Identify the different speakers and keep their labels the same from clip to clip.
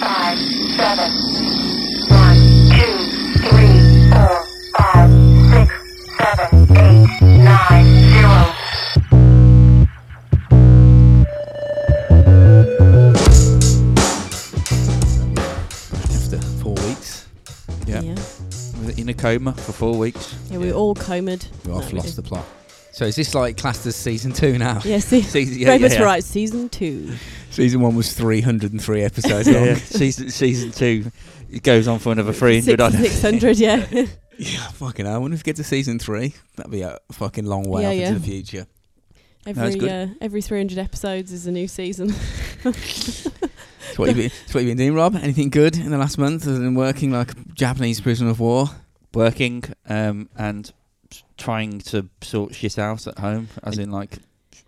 Speaker 1: five, seven. One, two, three, four, five, six, seven, eight, nine, zero.
Speaker 2: after four weeks. Yeah.
Speaker 3: Yeah.
Speaker 2: Was it in a coma for four weeks.
Speaker 3: Yeah, we all comed.
Speaker 4: Well, I've
Speaker 3: No, we
Speaker 4: lost the
Speaker 3: didn't.
Speaker 4: plot.
Speaker 2: So is this like classed as season two now?
Speaker 3: Yeah, see,
Speaker 2: Season- yeah,
Speaker 3: Robert's
Speaker 2: yeah, yeah.
Speaker 3: right. Season two.
Speaker 4: Season one was 303 episodes
Speaker 2: Yeah,
Speaker 4: long.
Speaker 2: yeah. season season two it goes on for another three
Speaker 3: Six
Speaker 2: hundred. I don't
Speaker 3: six hundred. Yeah.
Speaker 4: Yeah, fucking hell. I wonder if we get to season three. That'd be a fucking long way
Speaker 3: Yeah,
Speaker 4: off
Speaker 3: yeah.
Speaker 4: into the future.
Speaker 3: every
Speaker 2: good.
Speaker 3: uh, every three hundred episodes is a new season.
Speaker 4: So what, you been, so what you been doing, Rob? Anything good in the last month other than working like a Japanese prisoner of war?
Speaker 2: working um, and trying to sort shit out at home, as in like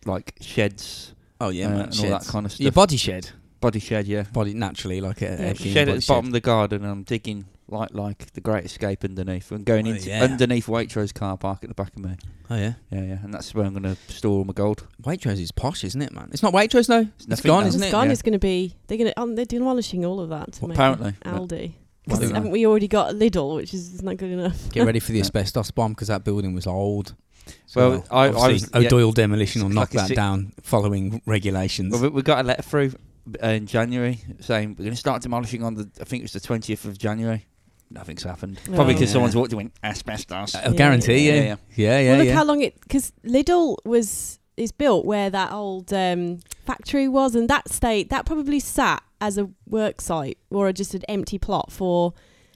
Speaker 2: like sheds
Speaker 4: Oh, yeah,
Speaker 2: uh,
Speaker 4: man.
Speaker 2: and
Speaker 4: sheds.
Speaker 2: all that kind of stuff.
Speaker 4: Your body shed?
Speaker 2: body shed, yeah.
Speaker 4: Body naturally, like a, a
Speaker 3: Yeah.
Speaker 4: human
Speaker 2: shed at
Speaker 4: body
Speaker 2: the bottom of the garden, and I'm digging like like the Great Escape underneath, and going
Speaker 4: Oh,
Speaker 2: into
Speaker 4: yeah.
Speaker 2: underneath Waitrose car park at the back of me.
Speaker 4: Oh, yeah.
Speaker 2: Yeah, yeah, and that's where I'm gonna store all my gold.
Speaker 4: Waitrose is posh, isn't it, man? It's not Waitrose, though. it's
Speaker 2: nothing
Speaker 4: gone,
Speaker 2: now.
Speaker 4: isn't
Speaker 3: It's
Speaker 4: it?
Speaker 3: gone
Speaker 2: Yeah.
Speaker 3: is going to be. They're going to. Um, they're demolishing all of that. To
Speaker 2: Well,
Speaker 3: make
Speaker 2: apparently, but-
Speaker 3: Aldi.
Speaker 4: Well,
Speaker 3: 'Cause
Speaker 4: they're
Speaker 3: haven't we already got Lidl, which is not good enough?
Speaker 4: Get ready for the
Speaker 2: Yeah.
Speaker 4: asbestos bomb because that building was old.
Speaker 2: Well, I- I
Speaker 4: obviously
Speaker 2: was- yeah.
Speaker 4: O'Doyle demolition will
Speaker 2: It's
Speaker 4: knock
Speaker 2: like a
Speaker 4: that
Speaker 2: si-
Speaker 4: down following regulations.
Speaker 2: Well, we, we got a letter through uh, in January saying we're gonna start demolishing on the I think it was the 20th of January. Nothing's happened. Probably 'cause Probably
Speaker 3: Oh.
Speaker 2: because
Speaker 4: Yeah.
Speaker 2: someone's walked in and went, asbestos.
Speaker 4: I'll
Speaker 3: Yeah,
Speaker 4: guarantee
Speaker 2: yeah,
Speaker 4: you.
Speaker 2: yeah.
Speaker 4: Yeah, yeah, yeah.
Speaker 3: well, look how long it because Lidl was is built where that old um, factory was, and that state that probably sat as a work site or just an empty plot for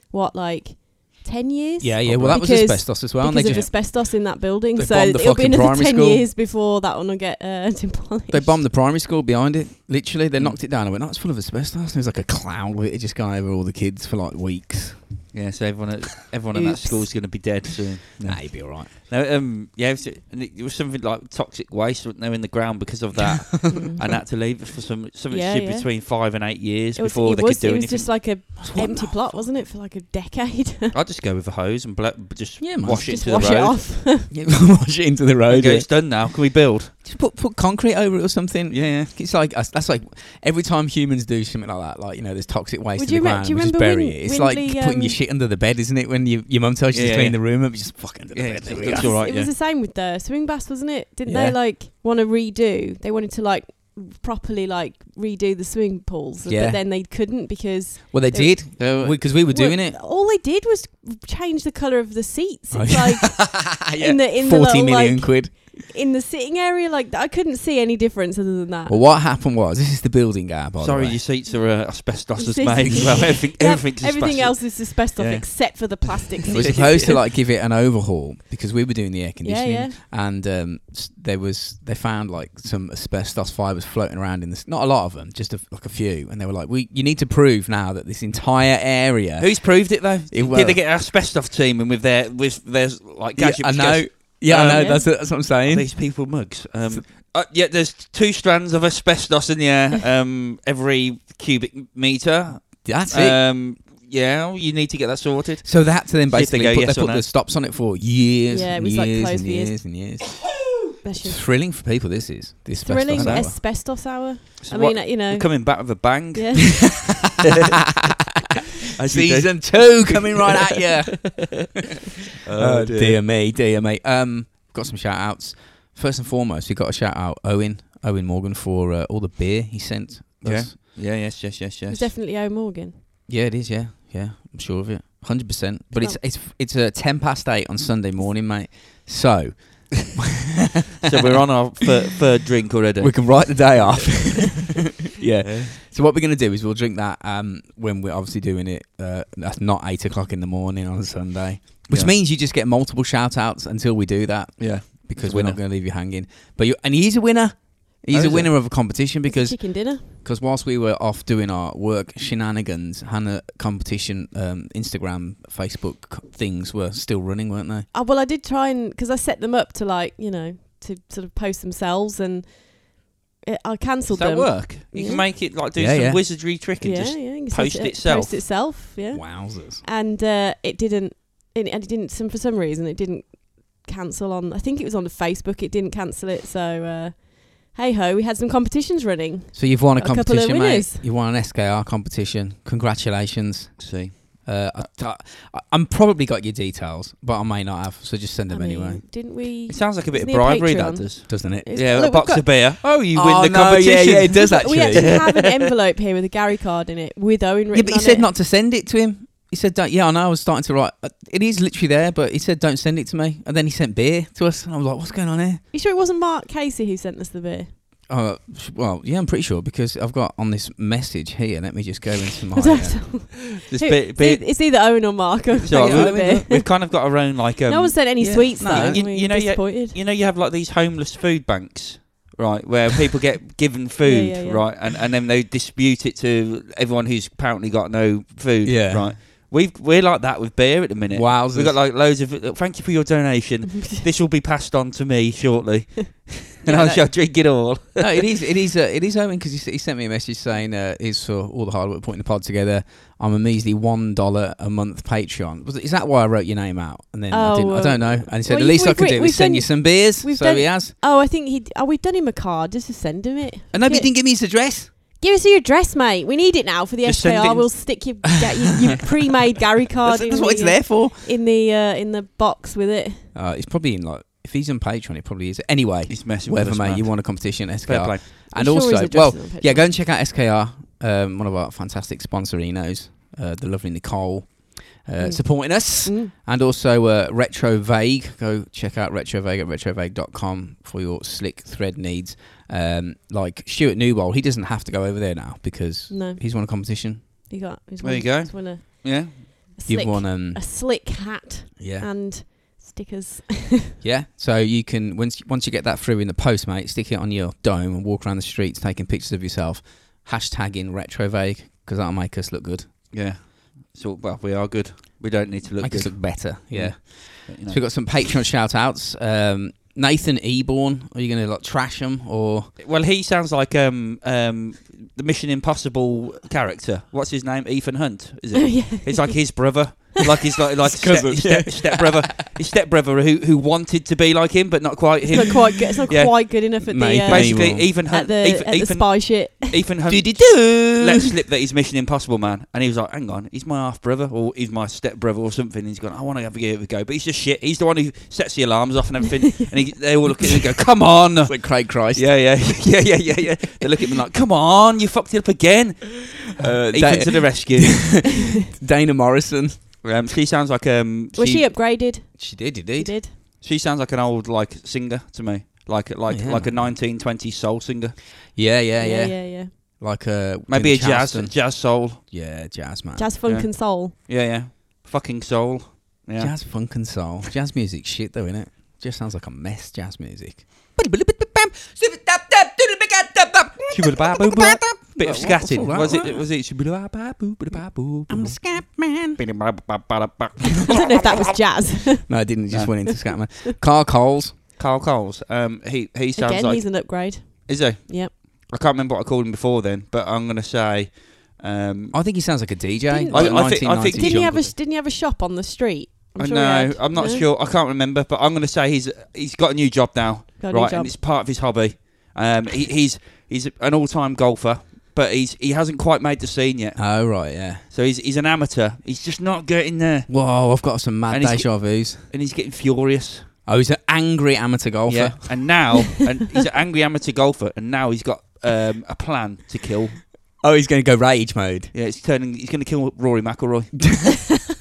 Speaker 3: what like ten years.
Speaker 4: yeah, yeah. Well, that was
Speaker 3: Because-
Speaker 4: asbestos as well, and
Speaker 3: because
Speaker 4: they
Speaker 3: of
Speaker 4: just
Speaker 3: asbestos in that building,
Speaker 4: They
Speaker 3: so
Speaker 4: bombed the
Speaker 3: it'll be
Speaker 4: fucking
Speaker 3: another
Speaker 4: primary
Speaker 3: ten
Speaker 4: school.
Speaker 3: years before that one will get uh, demolished.
Speaker 4: they bombed the primary school behind it. Literally, they knocked it down. I went, "Oh, it's full of asbestos." And it was like a cloud with it just going over all the kids for like weeks.
Speaker 2: Yeah, so everyone at, everyone in that
Speaker 3: Oops.
Speaker 2: school's going to be dead soon.
Speaker 4: Nah, you'd be all right.
Speaker 2: No, um, yeah, it was, and it was something like toxic waste, wasn't there, in the ground because of that,
Speaker 3: Mm.
Speaker 2: and had to leave it for some something
Speaker 3: Yeah,
Speaker 2: should
Speaker 3: yeah.
Speaker 2: between five and eight years
Speaker 3: It was,
Speaker 2: before
Speaker 3: it
Speaker 2: they
Speaker 3: was,
Speaker 2: could do
Speaker 3: it was
Speaker 2: anything.
Speaker 3: just like a
Speaker 4: What
Speaker 3: empty
Speaker 4: the
Speaker 3: plot,
Speaker 4: fuck?
Speaker 3: wasn't it, for like a decade?
Speaker 2: I'd just go with a hose and ble- b- just
Speaker 4: Yeah, man.
Speaker 2: wash it
Speaker 3: just
Speaker 2: to
Speaker 3: wash
Speaker 2: the
Speaker 3: it
Speaker 2: road.
Speaker 3: off.
Speaker 4: Yeah, wash it into the road.
Speaker 2: Okay,
Speaker 4: yeah.
Speaker 2: it's done now. Can we build?
Speaker 4: Just put put concrete over it or something.
Speaker 2: Yeah, yeah.
Speaker 4: It's like uh, that's like every time humans do something like that, like you know, there's toxic waste
Speaker 3: Would
Speaker 4: in
Speaker 3: you
Speaker 4: the
Speaker 3: re-
Speaker 4: ground.
Speaker 3: do you
Speaker 4: we just
Speaker 3: remember
Speaker 4: bury
Speaker 3: Win-
Speaker 4: it. It's
Speaker 3: Winley,
Speaker 4: like putting
Speaker 3: um,
Speaker 4: your shit under the bed, isn't it? When you, your mum tells you
Speaker 2: Yeah,
Speaker 4: to clean
Speaker 2: yeah.
Speaker 4: the room up, you just fuck under the
Speaker 2: Yeah,
Speaker 4: bed.
Speaker 2: it's-
Speaker 4: There we
Speaker 2: it's
Speaker 4: go.
Speaker 2: all right.
Speaker 3: it was
Speaker 2: yeah.
Speaker 3: the same with the swimming baths, wasn't it? Didn't
Speaker 4: Yeah.
Speaker 3: they like want to redo? They wanted to like properly like redo the swimming pools,
Speaker 4: Yeah.
Speaker 3: but then they couldn't because
Speaker 4: Well, they
Speaker 3: They-
Speaker 4: did
Speaker 2: uh,
Speaker 4: because we were doing
Speaker 3: Well,
Speaker 4: it.
Speaker 3: All they did was change the color of the seats.
Speaker 4: Oh,
Speaker 3: It's
Speaker 4: yeah.
Speaker 3: like in the in the
Speaker 4: Forty
Speaker 3: little,
Speaker 4: million
Speaker 3: like,
Speaker 4: quid.
Speaker 3: in the sitting area. Like I couldn't see any difference other than that.
Speaker 4: Well, what happened was this is the building guy. By
Speaker 2: Sorry,
Speaker 4: the way.
Speaker 2: your seats are uh, asbestos as
Speaker 3: Seats-
Speaker 2: made. as well, everything,
Speaker 3: Yep,
Speaker 2: everything's
Speaker 3: everything else
Speaker 2: asbestos.
Speaker 3: is asbestos
Speaker 2: Yeah.
Speaker 3: except for the plastic
Speaker 4: we're
Speaker 3: seats.
Speaker 4: supposed to like give it an overhaul because we were doing the air
Speaker 3: yeah,
Speaker 4: conditioning,
Speaker 3: yeah.
Speaker 4: and um, s- there was they found like some asbestos fibers floating around in this. Not a lot of them, just a, like a few, and they were like, "We, you need to prove now that this entire area."
Speaker 2: Who's proved it though?
Speaker 4: well-
Speaker 2: Did they get an asbestos team and with their with their like
Speaker 4: yeah,
Speaker 2: gadgets?
Speaker 4: I know.
Speaker 2: goes,
Speaker 4: Yeah,
Speaker 2: Um,
Speaker 4: I know.
Speaker 3: Yeah.
Speaker 4: That's, that's what I'm saying.
Speaker 2: Are these people mugs.
Speaker 4: So-
Speaker 2: Um, uh, yeah, there's two strands of asbestos in the air um, every cubic meter.
Speaker 4: that's it.
Speaker 2: Um, yeah, you need to get that sorted.
Speaker 4: Uh, So they had to then
Speaker 2: See if they
Speaker 4: basically
Speaker 2: go
Speaker 4: put,
Speaker 2: yes
Speaker 4: they
Speaker 2: or
Speaker 4: put
Speaker 2: no.
Speaker 4: the stops on it for years,
Speaker 3: Yeah, it
Speaker 4: and
Speaker 3: was,
Speaker 4: years,
Speaker 3: like, closed
Speaker 4: and
Speaker 3: for years.
Speaker 4: years, and years.
Speaker 3: Bless you.
Speaker 4: It's thrilling for people. This is this
Speaker 3: Thrilling
Speaker 4: hour.
Speaker 3: asbestos hour.
Speaker 2: So
Speaker 3: I
Speaker 2: what-
Speaker 3: mean, uh, you know.
Speaker 2: we're coming back with a bang.
Speaker 3: Yeah.
Speaker 2: As you do.
Speaker 4: Season two coming right at you.
Speaker 2: Oh,
Speaker 4: Uh, dear. me, dear me. Um, got some shout outs. First and foremost, we got a shout out Owen, Owen Morgan for uh, all the beer he sent. us.
Speaker 2: Yeah, yes, yes, yes,
Speaker 3: It's
Speaker 2: yes.
Speaker 3: definitely O Morgan.
Speaker 4: yeah, it is. Yeah, yeah, I'm sure of it, hundred percent. But it's
Speaker 3: Oh.
Speaker 4: it's it's a ten past eight on Sunday morning, mate. So
Speaker 2: so we're on our thir- third drink already.
Speaker 4: we can write the day off. yeah.
Speaker 2: Yeah.
Speaker 4: So what we're gonna do is we'll drink that um, when we're obviously doing it. Uh, that's not eight o'clock in the morning on a Sunday, which
Speaker 2: Yeah.
Speaker 4: means you just get multiple shout outs until we do that
Speaker 2: yeah.
Speaker 4: because
Speaker 2: He's a
Speaker 4: we're not
Speaker 2: winner.
Speaker 4: going to leave you hanging. But you and he's a winner. He's
Speaker 2: Oh,
Speaker 4: a
Speaker 2: is he?
Speaker 4: winner of a competition because
Speaker 3: chicken dinner.
Speaker 4: because whilst we were off doing our work shenanigans, Hannah competition um, Instagram, Facebook c- things were still running, weren't they?
Speaker 3: Oh, well, I did try and because I set them up to like you know to sort of post themselves, and it, I
Speaker 2: Does
Speaker 3: cancelled
Speaker 2: that
Speaker 3: them.
Speaker 2: work? You
Speaker 3: Yeah.
Speaker 2: can make it like do
Speaker 4: Yeah,
Speaker 2: some
Speaker 4: yeah.
Speaker 2: wizardry trick and
Speaker 3: Yeah,
Speaker 2: just
Speaker 3: yeah. You can set
Speaker 2: post
Speaker 3: it up-
Speaker 2: itself.
Speaker 3: Post itself. Yeah.
Speaker 4: Wowzers!
Speaker 3: And uh, it didn't. It, and it didn't. Some for some reason it didn't cancel on. I think it was on Facebook. It didn't cancel it. So uh, hey ho, we had some competitions running.
Speaker 4: So you've won a,
Speaker 3: Got a couple of
Speaker 4: competition, mate.
Speaker 3: winners.
Speaker 4: You won an SKR competition. Congratulations.
Speaker 2: See,
Speaker 4: Uh, I, I, I'm probably got your details, but I may not have. So just send
Speaker 3: I
Speaker 4: them
Speaker 3: mean,
Speaker 4: anyway,
Speaker 3: didn't we?
Speaker 2: it sounds like a bit of
Speaker 3: Isn't it a
Speaker 2: bribery that
Speaker 3: Patreon?
Speaker 2: does.
Speaker 4: doesn't it?
Speaker 3: It's-
Speaker 2: yeah,
Speaker 3: look,
Speaker 2: a
Speaker 3: we've
Speaker 2: box
Speaker 3: got-
Speaker 2: of beer. Oh, you
Speaker 4: Oh,
Speaker 2: win the
Speaker 4: no,
Speaker 2: competition.
Speaker 4: Yeah, yeah, it does actually.
Speaker 3: We actually have an envelope here with a Gary card in it with Owen written
Speaker 4: yeah, but he
Speaker 3: on
Speaker 4: said
Speaker 3: it.
Speaker 4: not to send it to him. He said, don't, "Yeah, I know." I was starting to write. uh, It is literally there, but he said, "Don't send it to me." And then he sent beer to us, and I was like, "What's going on here?"
Speaker 3: You sure it wasn't Mark Casey who sent us the beer?
Speaker 4: Uh, well, yeah, I'm pretty sure because I've got on this message here. Let me just go into my.
Speaker 3: I don't
Speaker 4: uh,
Speaker 3: know.
Speaker 2: This
Speaker 3: Who-
Speaker 2: bit,
Speaker 3: it's
Speaker 2: bit,
Speaker 3: e- it's either Owen or Mark. who
Speaker 2: Sorry,
Speaker 3: sent us the
Speaker 4: we-
Speaker 3: beer.
Speaker 2: we've kind of got our own like um,
Speaker 3: no one sent any
Speaker 4: yeah,
Speaker 3: sweets
Speaker 4: no,
Speaker 3: though.
Speaker 2: you-
Speaker 3: You,
Speaker 2: you know, yeah,
Speaker 3: disappointed.
Speaker 2: you know you have like these homeless food banks right where people get given food
Speaker 3: yeah, yeah.
Speaker 2: right and, and then they dispute it to everyone who's apparently got no food
Speaker 4: Yeah.
Speaker 2: right we've we're like that with beer at the minute
Speaker 4: Wowzers.
Speaker 2: we've got like loads of uh, thank you for your donation this will be passed on to me shortly and i
Speaker 4: that-
Speaker 2: shall drink it all
Speaker 4: no, it is. It is. Uh, it is Owen because he, s- he sent me a message saying, uh, "Is for all the hard work putting the pod together. I'm a measly one dollar a month Patreon. Was, is that why I wrote your name out? And then I,
Speaker 3: Oh,
Speaker 4: didn't, I
Speaker 3: well-
Speaker 4: don't know. And he said,
Speaker 3: well,
Speaker 4: "The
Speaker 3: you-
Speaker 4: least I
Speaker 3: we've
Speaker 4: could
Speaker 3: re-
Speaker 4: do
Speaker 3: we've
Speaker 4: is send
Speaker 3: done-
Speaker 4: you some beers."
Speaker 3: we've
Speaker 4: so
Speaker 3: done-
Speaker 4: he has.
Speaker 3: oh, I think he. Oh, we've done him a card just to send him it.
Speaker 4: And nobody
Speaker 3: Yeah.
Speaker 4: didn't give me his address.
Speaker 3: Give us your address, mate. We need it now for the
Speaker 2: Just send it
Speaker 3: SKR.
Speaker 2: in.
Speaker 3: We'll stick your, get your, your pre-made Gary card
Speaker 4: That's,
Speaker 3: in,
Speaker 4: that's what it's
Speaker 3: the,
Speaker 4: there for.
Speaker 3: in the uh, in the box with it.
Speaker 4: Uh, it's probably in like if he's on Patreon, it probably is. Anyway,
Speaker 2: it's messing
Speaker 4: whatever,
Speaker 2: with us,
Speaker 4: mate.
Speaker 2: man.
Speaker 4: You want a competition,
Speaker 2: fair
Speaker 4: SKR,
Speaker 2: play
Speaker 4: and
Speaker 3: I'm sure his
Speaker 4: also,
Speaker 3: address
Speaker 4: well,
Speaker 3: is on Patreon.
Speaker 4: yeah, go and check out SKR, um, one of our fantastic sponsorinos, uh, the lovely Nicole, uh,
Speaker 3: Mm.
Speaker 4: supporting us.
Speaker 3: Mm.
Speaker 4: And also uh, Retro Vague. Go check out Retro Vague at retrovague.com for your slick thread needs. Um, like Stuart Newbold, he doesn't have to go over there now because
Speaker 3: Mm, No,
Speaker 4: he's won a competition.
Speaker 3: he got. He's
Speaker 2: There
Speaker 3: won,
Speaker 2: you go.
Speaker 3: He's won a,
Speaker 2: yeah
Speaker 3: a
Speaker 4: You've
Speaker 3: slick,
Speaker 4: won, um,
Speaker 3: a slick hat
Speaker 4: yeah,
Speaker 3: and stickers.
Speaker 4: yeah. So you can once once you get that through in the post, mate, stick it on your dome and walk around the streets taking pictures of yourself, hashtagging Retro Vague because that'll make us look good,
Speaker 2: yeah so well we are good we don't need to look
Speaker 4: make
Speaker 2: good
Speaker 4: us look better. Yeah.
Speaker 2: but, you
Speaker 4: So
Speaker 2: know.
Speaker 4: we've got some Patreon shout outs. Um, Nathan Eborn, are you going to like trash him or?
Speaker 2: well he sounds like um um the mission impossible character what's his name ethan hunt is it
Speaker 3: yeah.
Speaker 2: He's like his brother. Like he's like like
Speaker 4: His
Speaker 2: step,
Speaker 4: cousin,
Speaker 2: his step, step brother, his step brother who who wanted to be like him but not quite
Speaker 3: It's
Speaker 2: him.
Speaker 3: not quite good. It's not
Speaker 2: Yeah.
Speaker 3: quite good enough at
Speaker 4: Mate,
Speaker 3: the, uh,
Speaker 2: Basically,
Speaker 4: Anyone.
Speaker 2: Ethan
Speaker 3: at
Speaker 2: Hunt,
Speaker 3: the,
Speaker 2: Ethan,
Speaker 3: at the
Speaker 2: Ethan,
Speaker 3: spy shit.
Speaker 2: Ethan Hunt let
Speaker 4: Doo-doo-doo.
Speaker 2: slip that he's Mission Impossible man, and he was like, "Hang on, he's my half brother or he's my step brother or something." And he's gone, "I want to have a give it a go," but he's just shit. He's the one who sets the alarms off and everything, and he, they all look at him and go, "Come on."
Speaker 4: It's like Craig Christ.
Speaker 2: Yeah, yeah, yeah, yeah, yeah, yeah. They look at me like, "Come on, you fucked it up again."
Speaker 4: Uh,
Speaker 2: Ethan
Speaker 4: Da-
Speaker 2: to the rescue.
Speaker 4: Dana Morrison.
Speaker 2: um, she sounds like um.
Speaker 3: Was she upgraded?
Speaker 4: She did
Speaker 3: She
Speaker 4: indeed.
Speaker 3: did.
Speaker 2: She sounds like an old like singer to me, like like
Speaker 4: Yeah.
Speaker 2: like a 1920s soul singer,
Speaker 4: Yeah, yeah, yeah.
Speaker 3: yeah, yeah. yeah.
Speaker 4: Like uh,
Speaker 2: maybe a
Speaker 4: Jim
Speaker 2: jazz
Speaker 4: Charleston.
Speaker 2: jazz soul.
Speaker 4: Yeah, jazz man.
Speaker 3: Jazz, funk,
Speaker 2: Yeah.
Speaker 3: and soul.
Speaker 2: Yeah, yeah, fucking soul. Yeah,
Speaker 4: Jazz funk and soul. Jazz music shit though, innit? Just sounds like a mess. Jazz music.
Speaker 2: She would ba- boo- boo- bit
Speaker 4: What-
Speaker 2: of
Speaker 4: Oh, what's
Speaker 2: scatting.
Speaker 4: all that?
Speaker 2: Was it? Was it? She ba- ba- boo- ba- ba- boo-
Speaker 4: I'm a
Speaker 2: boo.
Speaker 4: scat man.
Speaker 2: Bidi- ba- ba- ba- ba- ba.
Speaker 3: I don't know if that was jazz.
Speaker 4: No, I didn't. it Just
Speaker 2: No.
Speaker 4: went into scat man. Carl Coles.
Speaker 2: Carl Coles. Um, he he sounds
Speaker 3: Again,
Speaker 2: like
Speaker 3: he's an upgrade.
Speaker 2: is he?
Speaker 3: Yep.
Speaker 2: I can't remember what I called him before then, but I'm gonna say, um,
Speaker 4: I think he sounds like a DJ.
Speaker 3: Didn't-
Speaker 4: like
Speaker 2: I- I think- I think-
Speaker 4: 1990s
Speaker 3: Didn't he have a
Speaker 4: jungle.
Speaker 3: sh- didn't he have a shop on the street?
Speaker 2: I
Speaker 3: he
Speaker 2: know
Speaker 3: had.
Speaker 2: uh, I'm not
Speaker 3: No?
Speaker 2: sure. I can't remember, but I'm gonna say he's he's got a new job now.
Speaker 3: Got a new
Speaker 2: right,
Speaker 3: job.
Speaker 2: and it's part of his hobby. Um, he, he's he's an all-time golfer, but he's he hasn't quite made the scene yet.
Speaker 4: Oh right, yeah.
Speaker 2: So he's he's an amateur. He's just not getting there,
Speaker 4: Whoa, I've got some mad
Speaker 2: And he's-
Speaker 4: deja vu's.
Speaker 2: and he's getting furious.
Speaker 4: Oh, he's an angry amateur golfer.
Speaker 2: Yeah, and now and he's an angry amateur golfer, and now he's got um, a plan to kill.
Speaker 4: Oh, he's going to go rage mode.
Speaker 2: Yeah, it's turning. He's going to kill Rory McIlroy.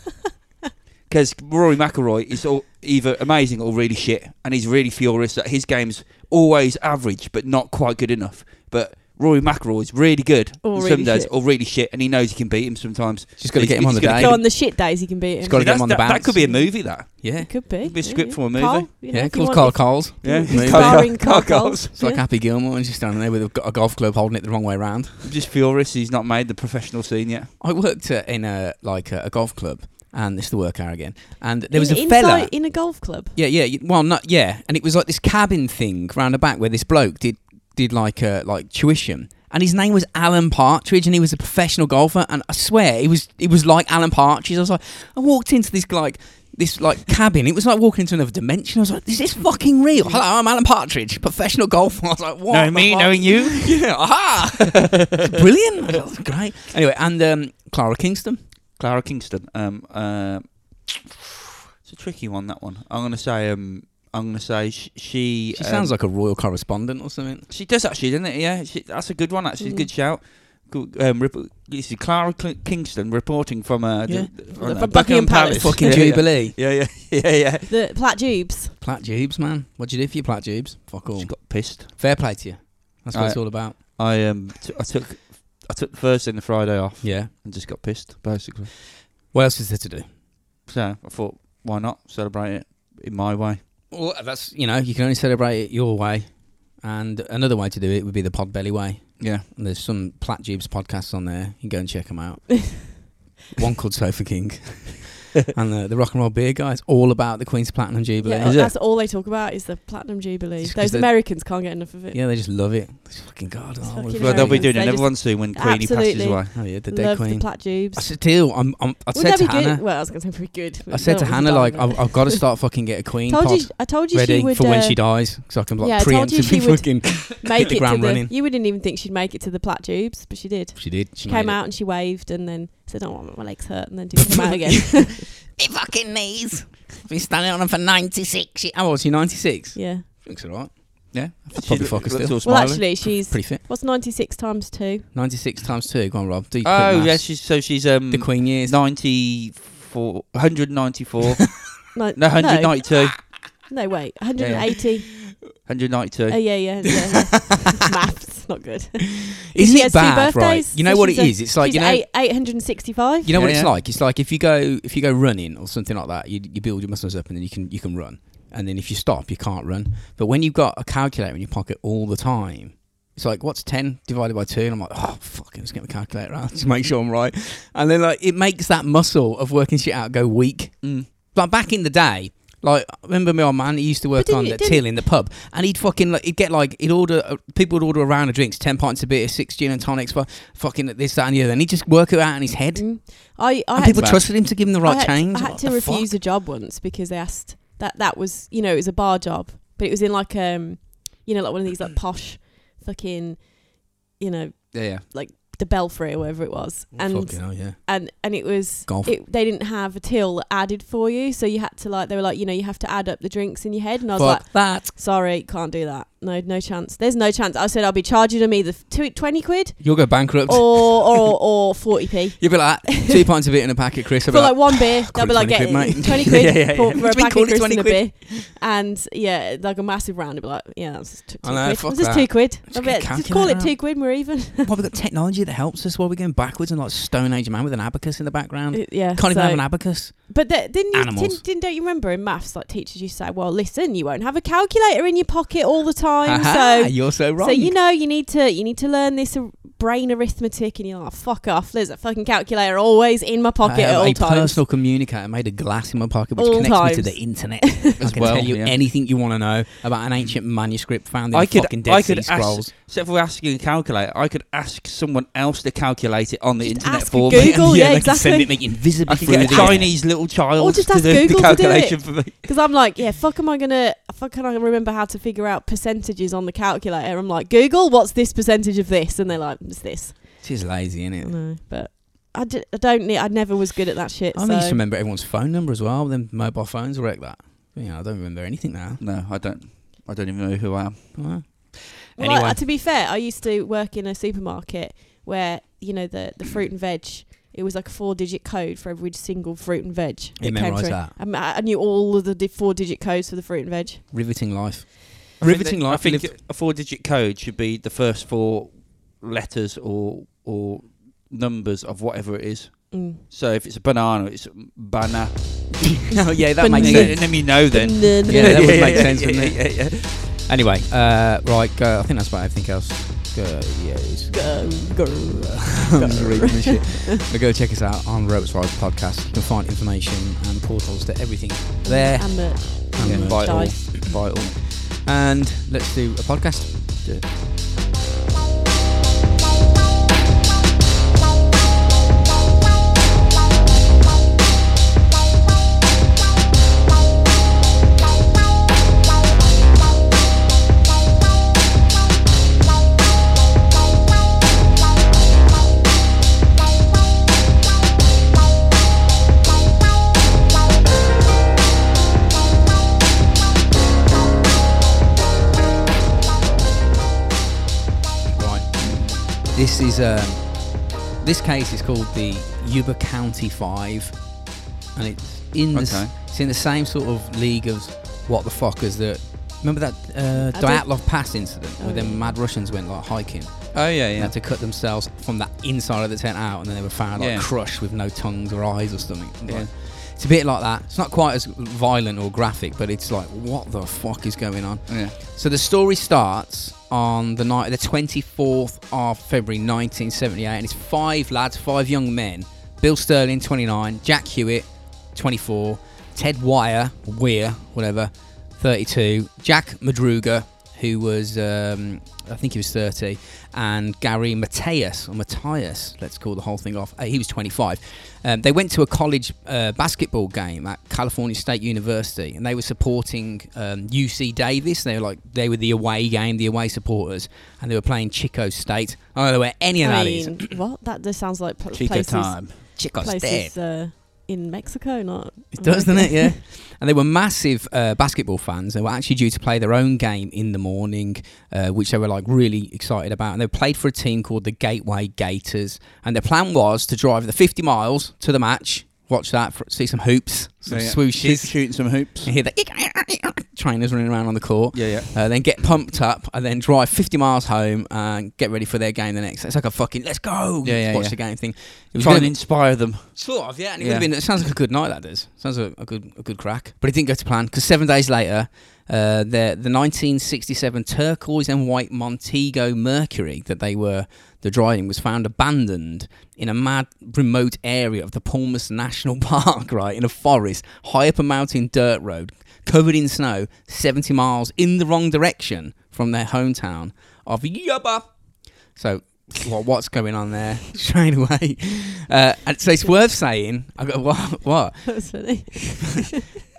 Speaker 2: Because Rory McIlroy is all either amazing or really shit, and he's really furious that his game's always average but not quite good enough. But Rory McIlroy is really good
Speaker 3: Or
Speaker 2: on
Speaker 3: really
Speaker 2: some days,
Speaker 3: shit.
Speaker 2: or really shit, and he knows he can beat him sometimes.
Speaker 4: Just got to
Speaker 2: He's-
Speaker 4: get him on the
Speaker 2: he's gonna
Speaker 4: day.
Speaker 3: So on the shit days, he can beat
Speaker 4: He's
Speaker 3: him.
Speaker 4: got- Gotta
Speaker 2: See,
Speaker 4: get him
Speaker 2: that's-
Speaker 4: on the
Speaker 2: that, that
Speaker 4: bounce.
Speaker 2: could be a movie. That
Speaker 4: Yeah.
Speaker 3: It could be.
Speaker 2: Could be a
Speaker 3: yeah,
Speaker 2: script
Speaker 3: yeah.
Speaker 2: for a movie.
Speaker 3: Carl, you know,
Speaker 4: Yeah,
Speaker 3: if you
Speaker 4: called
Speaker 3: want-
Speaker 4: Carl
Speaker 3: if-
Speaker 4: Coles.
Speaker 2: yeah,
Speaker 4: Maybe.
Speaker 3: Starring Carl
Speaker 2: Carl
Speaker 3: Coles.
Speaker 4: It's like
Speaker 3: Yeah.
Speaker 4: Happy Gilmore and just standing there with a, go- a golf club holding it the wrong way round.
Speaker 2: I'm just furious he's not made the professional scene yet.
Speaker 4: I worked uh, in a like a, a golf club, and this is the work hour again. And there was
Speaker 3: In-
Speaker 4: a
Speaker 3: inside-
Speaker 4: fella.
Speaker 3: in a golf club.
Speaker 4: Yeah, yeah. y- Well, not yeah. And it was like this cabin thing round the back where this bloke did did like uh, like tuition, and his name was Alan Partridge, and he was a professional golfer. And I swear, he was he was like Alan Partridge. I was like, I walked into this like this like cabin. It was like walking into another dimension. I was like, "This is fucking real." Hello, I'm Alan Partridge, professional golfer. I was like, "What?"
Speaker 2: Knowing me,
Speaker 4: the fuck?"
Speaker 2: knowing you.
Speaker 4: Yeah, aha! Brilliant. That was great. Anyway, and um, Clara Kingston.
Speaker 2: Clara Kingston. Um, uh, it's a tricky one. That one. I'm gonna say. Um, I'm gonna say sh- she. um,
Speaker 4: She sounds like a royal correspondent or something.
Speaker 2: She does actually, doesn't it? Yeah, she, that's a good one. Actually,
Speaker 3: Mm.
Speaker 2: good shout. Good, Um, rep- this is Clara Cl- Kingston reporting from uh,
Speaker 4: Yeah.
Speaker 2: the,
Speaker 3: From
Speaker 2: uh,
Speaker 3: the Buckingham Palace.
Speaker 4: Fucking
Speaker 2: yeah, yeah.
Speaker 4: Jubilee.
Speaker 2: Yeah, yeah, yeah, yeah.
Speaker 3: The plat jubes.
Speaker 4: Plat Jubes, man. What'd you do for your Plat Jubes? Fuck all.
Speaker 2: She got pissed.
Speaker 4: Fair play to you. That's what
Speaker 2: Alright.
Speaker 4: it's all about.
Speaker 2: I um, t- I took, I took Thursday and the Friday off
Speaker 4: Yeah.
Speaker 2: and just got pissed basically.
Speaker 4: What else is there to do?
Speaker 2: So I thought, why not celebrate it in my way?
Speaker 4: Well, that's, you know, you can only celebrate it your way. And another way to do it would be the Podbelly way.
Speaker 2: Yeah,
Speaker 4: And there's some Plat Jubes podcasts on there. You can go and check them out. One called Sofa King. and the, the Rock and Roll Beer Guy is all about the Queen's Platinum Jubilee.
Speaker 3: Yeah, oh,
Speaker 2: Is it?
Speaker 3: that's all they talk about is the platinum jubilee.
Speaker 4: It's 'cause
Speaker 3: Those
Speaker 4: they-
Speaker 3: Americans can't get enough of it.
Speaker 4: Yeah, they just love it. It's fucking God. Oh,
Speaker 3: fucking
Speaker 4: we've-
Speaker 3: Well,
Speaker 2: well, they'll be
Speaker 3: Americans,
Speaker 2: doing it.
Speaker 3: they
Speaker 2: in
Speaker 3: just-
Speaker 2: Everyone soon when Queenie passes
Speaker 3: Absolutely.
Speaker 2: away.
Speaker 4: oh, yeah, the Dead
Speaker 3: Love
Speaker 4: Queen.
Speaker 3: the plat
Speaker 4: I
Speaker 3: jubes.
Speaker 4: said, "Deal." I'm, I'm, I
Speaker 3: Wouldn't
Speaker 4: said to
Speaker 3: that be
Speaker 4: Hannah.
Speaker 3: good? Well, I was going to say pretty good.
Speaker 4: I
Speaker 3: but
Speaker 4: said to
Speaker 3: no, it was a
Speaker 4: Hannah, like,
Speaker 3: diamond.
Speaker 4: I've, I've got to start fucking get a Queen
Speaker 3: told
Speaker 4: pod
Speaker 3: you, I told you
Speaker 4: ready
Speaker 3: she would
Speaker 4: for when
Speaker 3: uh,
Speaker 4: she dies, so I can like
Speaker 3: yeah, I told you she
Speaker 4: preemptively
Speaker 3: would-
Speaker 4: fucking.
Speaker 3: make
Speaker 4: the
Speaker 3: it to
Speaker 4: ground
Speaker 3: the.
Speaker 4: running.
Speaker 3: You wouldn't even think she'd make it to the plat tubes, but she did.
Speaker 4: She did. She
Speaker 3: She
Speaker 4: made
Speaker 3: came
Speaker 4: it.
Speaker 3: out and she waved and then said, "Oh, my legs hurt," and then didn't come out again.
Speaker 4: Me fucking knees. I've been standing on them for ninety six. How old is she? Ninety six.
Speaker 3: yeah.
Speaker 4: Thinks all right.
Speaker 2: Yeah,
Speaker 4: I'd probably
Speaker 2: She
Speaker 4: fuck her
Speaker 2: looks
Speaker 4: still.
Speaker 2: all
Speaker 3: Well,
Speaker 2: smiling.
Speaker 3: actually, she's
Speaker 4: Pretty fit.
Speaker 3: what's ninety six times two?
Speaker 4: Ninety six times two. Go on, Rob. Do your quick
Speaker 2: oh
Speaker 4: maths.
Speaker 2: yeah, she's so she's um
Speaker 4: the Queen years.
Speaker 2: 94, 194,
Speaker 3: Ni-
Speaker 2: no 192,
Speaker 3: No, wait, one hundred and eighty.
Speaker 2: 192.
Speaker 3: Oh yeah, yeah. yeah, yeah. Maths not good.
Speaker 4: Isn't
Speaker 3: she
Speaker 4: it
Speaker 3: has two
Speaker 4: bad? Right.
Speaker 3: birthdays,
Speaker 4: You know
Speaker 3: so
Speaker 4: what it
Speaker 3: she's
Speaker 4: is.
Speaker 3: a-
Speaker 4: It's like
Speaker 3: she's
Speaker 4: you know.
Speaker 3: eight eight hundred and sixty five.
Speaker 4: You know what
Speaker 2: Yeah,
Speaker 4: it's
Speaker 2: yeah.
Speaker 4: like? It's like if you go if you go running or something like that, you, you build your muscles up and then you can you can run. And then if you stop, you can't run. But when you've got a calculator in your pocket all the time, it's like what's ten divided by two? And I'm like, oh fuck, I'm just get my calculator out to make sure I'm right. And then like it makes that muscle of working shit out go weak.
Speaker 2: Mm.
Speaker 4: Like back in the day. Like I remember my old man, he used to work
Speaker 3: didn't
Speaker 4: on
Speaker 3: it-
Speaker 4: the
Speaker 3: didn't-
Speaker 4: till in the pub, and he'd fucking like, he'd get like he'd order uh, people would order a round of drinks, ten pints of beer, six gin and tonics, fu- fucking this that and the other, and he'd just work it out in his head.
Speaker 3: Mm. I, I
Speaker 4: And
Speaker 3: had
Speaker 4: people
Speaker 3: to-
Speaker 4: trusted him to give him the
Speaker 3: I
Speaker 4: right
Speaker 3: had,
Speaker 4: change.
Speaker 3: I had
Speaker 4: What
Speaker 3: to
Speaker 4: the
Speaker 3: refuse
Speaker 4: fuck?
Speaker 3: a job once because they asked that that was you know it was a bar job, but it was in like um you know like one of these like posh fucking you know
Speaker 2: Yeah, yeah.
Speaker 3: the Belfry or whatever it was, and
Speaker 4: Fucking hell, Oh, yeah.
Speaker 3: and and it was
Speaker 4: Golf.
Speaker 3: it, they didn't have a till added for you, so you had to like they were like you know you have to add up the drinks in your head, and I was like.
Speaker 4: Fuck that.
Speaker 3: Sorry, can't do that. No, no chance. There's no chance. I said I'll be charging them either two, 20 quid
Speaker 4: You'll go bankrupt.
Speaker 3: or or or 40p.
Speaker 4: You'll be like, two pints of it in a packet, Chris. I'll
Speaker 3: For
Speaker 4: be like,
Speaker 3: like one beer,
Speaker 4: call
Speaker 3: they'll
Speaker 4: it
Speaker 3: be
Speaker 4: 20
Speaker 3: like
Speaker 4: quid, mate.
Speaker 3: getting 20 quid
Speaker 2: Yeah, yeah,
Speaker 3: for,
Speaker 2: yeah.
Speaker 3: for a
Speaker 4: Between
Speaker 3: packet
Speaker 4: call
Speaker 3: of
Speaker 4: it
Speaker 3: crisps
Speaker 4: 20
Speaker 3: and a
Speaker 4: quid.
Speaker 3: beer. And yeah, like a massive round, I'd be like, yeah, that's just two,
Speaker 4: I know,
Speaker 3: quid.
Speaker 4: fuck
Speaker 3: It's just
Speaker 4: that.
Speaker 3: two quid.
Speaker 4: Just get
Speaker 3: I
Speaker 4: a
Speaker 3: bet- Just call
Speaker 4: calculator
Speaker 3: it
Speaker 4: out.
Speaker 3: two quid, we're even.
Speaker 4: well, we've got technology that helps us while we're going backwards and like Stone Age man with an abacus in the background.
Speaker 3: yeah.
Speaker 4: Can't even
Speaker 3: so-
Speaker 4: have an abacus.
Speaker 3: But the, didn't you
Speaker 4: Animals.
Speaker 3: didn't, didn't don't you remember in maths like teachers used to say, well, listen, you won't have a calculator in your pocket all the time,
Speaker 4: Aha,
Speaker 3: so
Speaker 4: Uh-huh, you're so wrong.
Speaker 3: so you know you need to you need to learn this uh, brain arithmetic, and you're like, fuck off. There's a fucking calculator always in my
Speaker 4: I
Speaker 3: pocket
Speaker 4: have
Speaker 3: at all
Speaker 4: a
Speaker 3: times.
Speaker 4: personal communicator made of glass in my pocket, which
Speaker 3: All
Speaker 4: connects me
Speaker 3: times.
Speaker 4: to the internet. I
Speaker 2: As
Speaker 4: can
Speaker 2: well,
Speaker 4: tell you
Speaker 2: yeah.
Speaker 4: anything you want to know about an ancient manuscript found in
Speaker 2: I
Speaker 4: the
Speaker 2: could-
Speaker 4: fucking Dead
Speaker 2: I
Speaker 4: Sea
Speaker 2: could ask-
Speaker 4: Scrolls.
Speaker 2: Except for asking a calculator, I could ask someone else to calculate it on the
Speaker 3: Just
Speaker 2: internet
Speaker 3: ask
Speaker 2: for me.
Speaker 3: Google. yeah,
Speaker 4: they can send
Speaker 3: exactly.
Speaker 4: it like, invisibly
Speaker 2: I could
Speaker 4: through
Speaker 2: get a
Speaker 4: the
Speaker 2: Chinese little child
Speaker 3: Or just
Speaker 2: to
Speaker 3: ask
Speaker 2: do
Speaker 3: Google
Speaker 2: the
Speaker 3: to do
Speaker 2: calculation
Speaker 3: it.
Speaker 2: for me.
Speaker 3: Because I'm like, yeah, fuck am I gonna, fuck can I remember how to figure out percentages on the calculator? I'm like, Google, what's this percentage of this? And they're like, it's this.
Speaker 4: She's lazy, isn't it?
Speaker 3: No, but I, d- I don't need, I never was good at that shit.
Speaker 4: I
Speaker 3: so.
Speaker 4: used to remember everyone's phone number as well. Then mobile phones wrecked that. You know, I don't remember anything now.
Speaker 2: No, I don't. I don't even know who I am.
Speaker 4: Wow.
Speaker 3: Well,
Speaker 4: Anyway.
Speaker 3: I- to be fair, I used to work in a supermarket where, you know, the, the fruit and veg, it was like a four digit code for every single fruit and veg.
Speaker 4: You
Speaker 3: that came
Speaker 4: memorise
Speaker 3: through.
Speaker 4: that.
Speaker 3: I, mean, I I knew all of the di- four digit codes for the fruit and veg.
Speaker 4: Riveting life.
Speaker 2: I think
Speaker 4: Riveting
Speaker 2: that-
Speaker 4: life.
Speaker 2: I
Speaker 4: lived-
Speaker 2: think a four-digit code should be the first four letters or or numbers of whatever it is.
Speaker 3: Mm.
Speaker 2: So if it's a banana, it's Oh, banana.
Speaker 4: no, yeah, that
Speaker 3: But
Speaker 4: makes
Speaker 3: no.
Speaker 4: sense.
Speaker 2: and then you know then.
Speaker 3: Banana.
Speaker 4: Yeah, that would
Speaker 2: Yeah,
Speaker 4: make
Speaker 2: yeah,
Speaker 4: sense,
Speaker 2: yeah,
Speaker 4: wouldn't it?
Speaker 2: yeah,
Speaker 4: Anyway, uh, right, go. I think that's about everything else. Go, yes.
Speaker 3: Go, go.
Speaker 4: I'm just reading this shit. But go check us out on Ropes Rise Podcast. You can find information and portals to everything there.
Speaker 3: And the
Speaker 2: yeah.
Speaker 4: And,
Speaker 2: Vital,
Speaker 3: Dice.
Speaker 2: vital.
Speaker 4: and let's do a podcast.
Speaker 1: Bye.
Speaker 4: This is um, this case is called the Yuba County Five, and it's in the s-
Speaker 2: Okay.
Speaker 4: it's in the same sort of league as what the fuck is that. Remember that uh,
Speaker 3: I don't-
Speaker 4: Dyatlov Pass incident
Speaker 3: Oh,
Speaker 4: where them
Speaker 3: yeah.
Speaker 4: mad Russians went like hiking
Speaker 2: Oh yeah,
Speaker 4: and
Speaker 2: yeah.
Speaker 4: had to cut themselves from that inside of the tent out, and then they were found like
Speaker 2: Yeah.
Speaker 4: crushed with no tongues or eyes or something. Like,
Speaker 2: Yeah.
Speaker 4: It's a bit like that. It's not quite as violent or graphic, but it's like what the fuck is going on?
Speaker 2: yeah.
Speaker 4: So the story starts on the night, the 24th of February 1978, and it's five lads, five young men: Bill Sterling, 29; Jack Hewitt, 24; Ted Wire, Weir, whatever, 32; Jack Madruga, who was, um, I think he was 30, and Gary Mateus or Matthias, let's call the whole thing off. Uh, he was 25. Um, they went to a college uh, basketball game at California State University, and they were supporting um, UC Davis. They were like they were the away game, the away supporters, and they were playing Chico State. I don't know where any of
Speaker 3: I
Speaker 4: that is.
Speaker 3: mean, what? That just sounds like pl-
Speaker 2: Chico
Speaker 3: places,
Speaker 2: time.
Speaker 4: Chico State.
Speaker 3: places uh, in Mexico, not.
Speaker 4: It does, doesn't it? Yeah. and they were massive uh, basketball fans. They were actually due to play their own game in the morning, uh, which they were like really excited about. And they played for a team called the Gateway Gators. And their plan was to drive the 50 miles to the match, watch that, for, see some hoops, some
Speaker 2: Yeah, yeah. Shoot-
Speaker 4: swooshes,
Speaker 2: shooting some hoops.
Speaker 4: and hear the trainers running around on the court.
Speaker 2: Yeah, yeah.
Speaker 4: Uh, then get pumped up and then drive 50 miles home and get ready for their game the next. It's like a fucking let's go,
Speaker 2: Yeah, yeah,
Speaker 4: watch
Speaker 2: yeah.
Speaker 4: the game thing. It
Speaker 2: Trying
Speaker 4: gonna
Speaker 2: to
Speaker 4: be-
Speaker 2: inspire them.
Speaker 4: Sort of, yeah. And it
Speaker 2: Yeah.
Speaker 4: would have been. It sounds like a good night. That does. Sounds a, a good, a good crack. But it didn't go to plan because seven days later, uh, the the 1967 turquoise and white Montego Mercury that they were the driving was found abandoned in a mad remote area of the Palmas National Park, right in a forest high up a mountain dirt road, covered in snow, 70 miles in the wrong direction from their hometown of Yuba. So what, what's going on there straight away? Uh, and so it's worth saying. I got what? What?
Speaker 3: That's funny.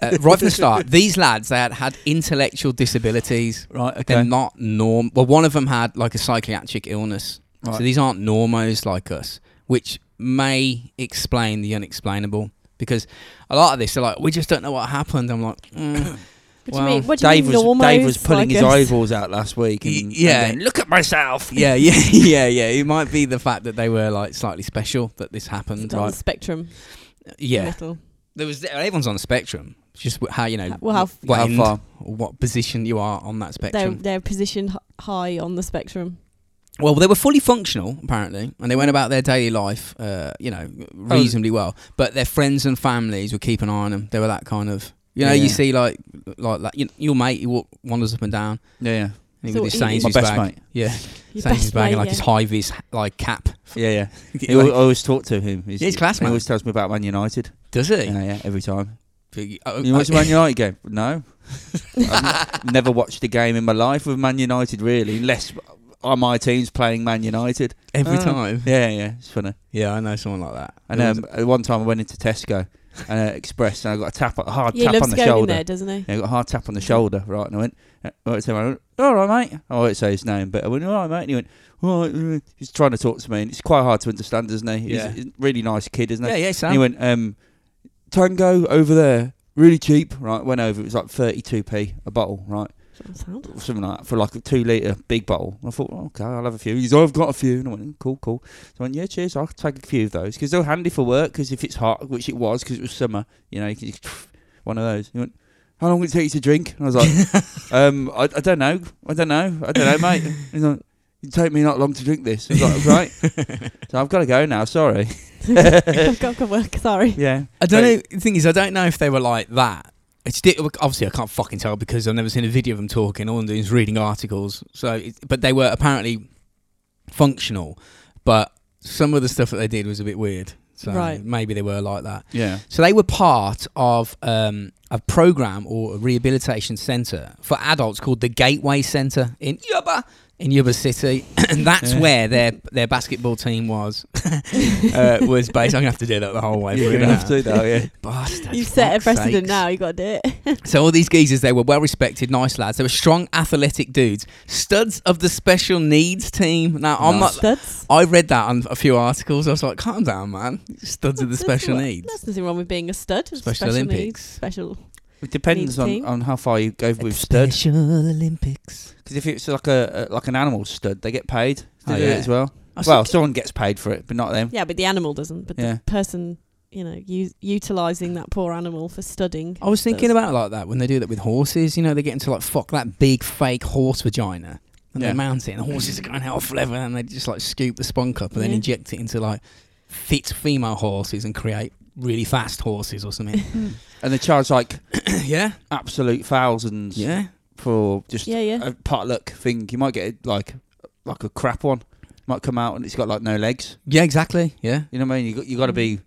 Speaker 4: Uh, right from the start, these lads they had had intellectual disabilities.
Speaker 2: Right. Okay.
Speaker 4: They're not norm. Well, one of them had like a psychiatric illness.
Speaker 2: Right.
Speaker 4: So these aren't normos like us, which may explain the unexplainable. Because a lot of this, they're like, we just don't know what happened. I'm like, mm, Well,
Speaker 3: What do you mean? What do you
Speaker 2: Dave
Speaker 3: mean?
Speaker 2: was Dave was
Speaker 3: normos,
Speaker 2: pulling
Speaker 3: I
Speaker 2: his
Speaker 3: guess?
Speaker 2: eyeballs out last week. And,
Speaker 4: Y-
Speaker 2: and
Speaker 4: yeah.
Speaker 2: then, look at myself.
Speaker 4: yeah, yeah, yeah, yeah. It might be the fact that they were like slightly special that this happened.
Speaker 3: It's on the
Speaker 4: Right?
Speaker 3: spectrum.
Speaker 4: Yeah.
Speaker 3: Little.
Speaker 4: there was everyone's on the spectrum. It's Just wh- how you know.
Speaker 3: How- well, how-
Speaker 4: what
Speaker 2: How
Speaker 4: end
Speaker 2: far?
Speaker 4: or what position you are on that
Speaker 3: They're
Speaker 4: spectrum.
Speaker 3: they're positioned h- high on the spectrum.
Speaker 4: well, they were fully functional apparently, and they
Speaker 3: Mm.
Speaker 4: went about their daily life, uh, you know,
Speaker 3: Oh.
Speaker 4: reasonably well. But their friends and families would keep an eye on them. They were that kind of. You know,
Speaker 2: Yeah.
Speaker 4: you see like like, like you know, your mate, he walk, wanders up and down,
Speaker 2: Yeah,
Speaker 4: and he
Speaker 3: So
Speaker 4: with his
Speaker 3: he-
Speaker 2: yeah.
Speaker 4: Sainsbury's
Speaker 2: My best
Speaker 4: bag.
Speaker 2: mate.
Speaker 4: Yeah,
Speaker 3: Your
Speaker 4: Sainsbury's
Speaker 3: best
Speaker 4: bag
Speaker 3: mate,
Speaker 4: and like
Speaker 3: yeah.
Speaker 4: his high vis like cap.
Speaker 2: Yeah, yeah. He al- I
Speaker 4: Like,
Speaker 2: always talk to him. He's,
Speaker 4: Yeah, he's class,
Speaker 2: He
Speaker 4: man.
Speaker 2: always tells me about Man United.
Speaker 4: does he?
Speaker 2: Yeah, Uh, yeah, every time.
Speaker 4: Oh,
Speaker 2: You watch a
Speaker 4: oh,
Speaker 2: Man United game? No. I've n- never watched a game in my life with Man United, really, unless uh, my team's playing Man United.
Speaker 4: every
Speaker 2: Oh.
Speaker 4: time.
Speaker 2: Yeah, yeah, it's funny.
Speaker 4: Yeah, I know someone like that.
Speaker 2: And um, uh, one time I went into Tesco and uh, Express, and I got a tap, a hard
Speaker 3: Yeah, he
Speaker 2: tap on
Speaker 3: loves
Speaker 2: the
Speaker 3: going in
Speaker 2: shoulder.
Speaker 3: there, doesn't he?
Speaker 2: Yeah, I got a hard tap on the shoulder, right? And I went, uh, right, so I went, all right, mate. I won't say his name, but I went, all right, mate. And he went, all right. uh," He's trying to talk to me, and it's quite hard to understand, isn't he? He's,
Speaker 4: Yeah.
Speaker 2: he's a really nice kid, isn't he?
Speaker 4: yeah, yeah,
Speaker 2: And he
Speaker 4: Sam.
Speaker 2: went, um, Tango over there, really cheap, right? Went over, it was like 32p a bottle, right?
Speaker 3: Doesn't sound.
Speaker 2: Or something like that, for like a two litre big bottle. And I thought, "Oh, okay, I'll have a few. He's, I've got a few. And I went, cool, cool. So I went, yeah, cheers, I'll take a few of those. Because they're handy for work, because if it's hot, which it was, because it was summer, you know, you can just one of those. He went, how long will it take you to drink? And I was like, um, I, I don't know. I don't know. I don't know, mate. He's like, it'd take me not long to drink this. I was like, right. so I've got to go now, sorry.
Speaker 3: I've got to work. Sorry.
Speaker 2: Yeah.
Speaker 4: I don't
Speaker 2: So-
Speaker 4: know. The thing is, I don't know if they were like that. It's di- obviously I can't fucking tell because I've never seen a video of them talking. All I'm doing is reading articles. So, it, but they were apparently functional, but some of the stuff that they did was a bit weird. So
Speaker 3: Right.
Speaker 4: maybe they were like that.
Speaker 2: Yeah.
Speaker 4: So they were part of um, a program or a rehabilitation center for adults called the Gateway Center in Yuba, in Yuba City, and that's
Speaker 2: Yeah.
Speaker 4: where their their basketball team was uh, was based. I'm gonna have to do that the whole way.
Speaker 2: You're
Speaker 4: through
Speaker 2: gonna have
Speaker 4: now.
Speaker 2: to though, yeah.
Speaker 4: Bastards,
Speaker 3: You've set a
Speaker 4: fuck's
Speaker 3: precedent
Speaker 4: sakes.
Speaker 3: now. You got to do it.
Speaker 4: So all these geezers, they were well respected, nice lads. They were strong, athletic dudes, studs of the special needs team. Now I'm
Speaker 2: Nice.
Speaker 4: not.
Speaker 3: Studs.
Speaker 4: I read that on a few articles. I was like, calm down, man. Studs of the
Speaker 3: There's
Speaker 4: special
Speaker 3: no-
Speaker 4: needs.
Speaker 3: There's nothing wrong with being a stud. Special,
Speaker 4: Special
Speaker 3: needs,
Speaker 4: Olympics.
Speaker 3: special.
Speaker 2: It depends on,
Speaker 3: team.
Speaker 2: on how far you go with stud.
Speaker 4: Special Olympics.
Speaker 2: Because if it's like a, a like an animal stud, they get paid to
Speaker 4: Oh,
Speaker 2: do
Speaker 4: yeah.
Speaker 2: it as well.
Speaker 4: I still-
Speaker 2: well, someone gets paid for it, but not them.
Speaker 3: Yeah, but the animal doesn't. But
Speaker 2: Yeah.
Speaker 3: the person, you know, u- utilizing that poor animal for studying.
Speaker 4: I was thinking
Speaker 3: Those-
Speaker 4: about it like that when they do that with horses. You know, they get into like fuck that big fake horse vagina, and
Speaker 2: Yeah.
Speaker 4: they mount it, and the horses are going out for leather, and they just like scoop the spunk up and then
Speaker 3: Yeah.
Speaker 4: inject it into like fit female horses and create really fast horses or something.
Speaker 2: And they charge like
Speaker 4: yeah,
Speaker 2: absolute thousands
Speaker 4: yeah.
Speaker 2: for just
Speaker 3: Yeah, yeah.
Speaker 2: a potluck thing. You might get like like a crap one. Might come out and it's got like no legs.
Speaker 4: Yeah, exactly. Yeah.
Speaker 2: You know what I mean? You got you got to be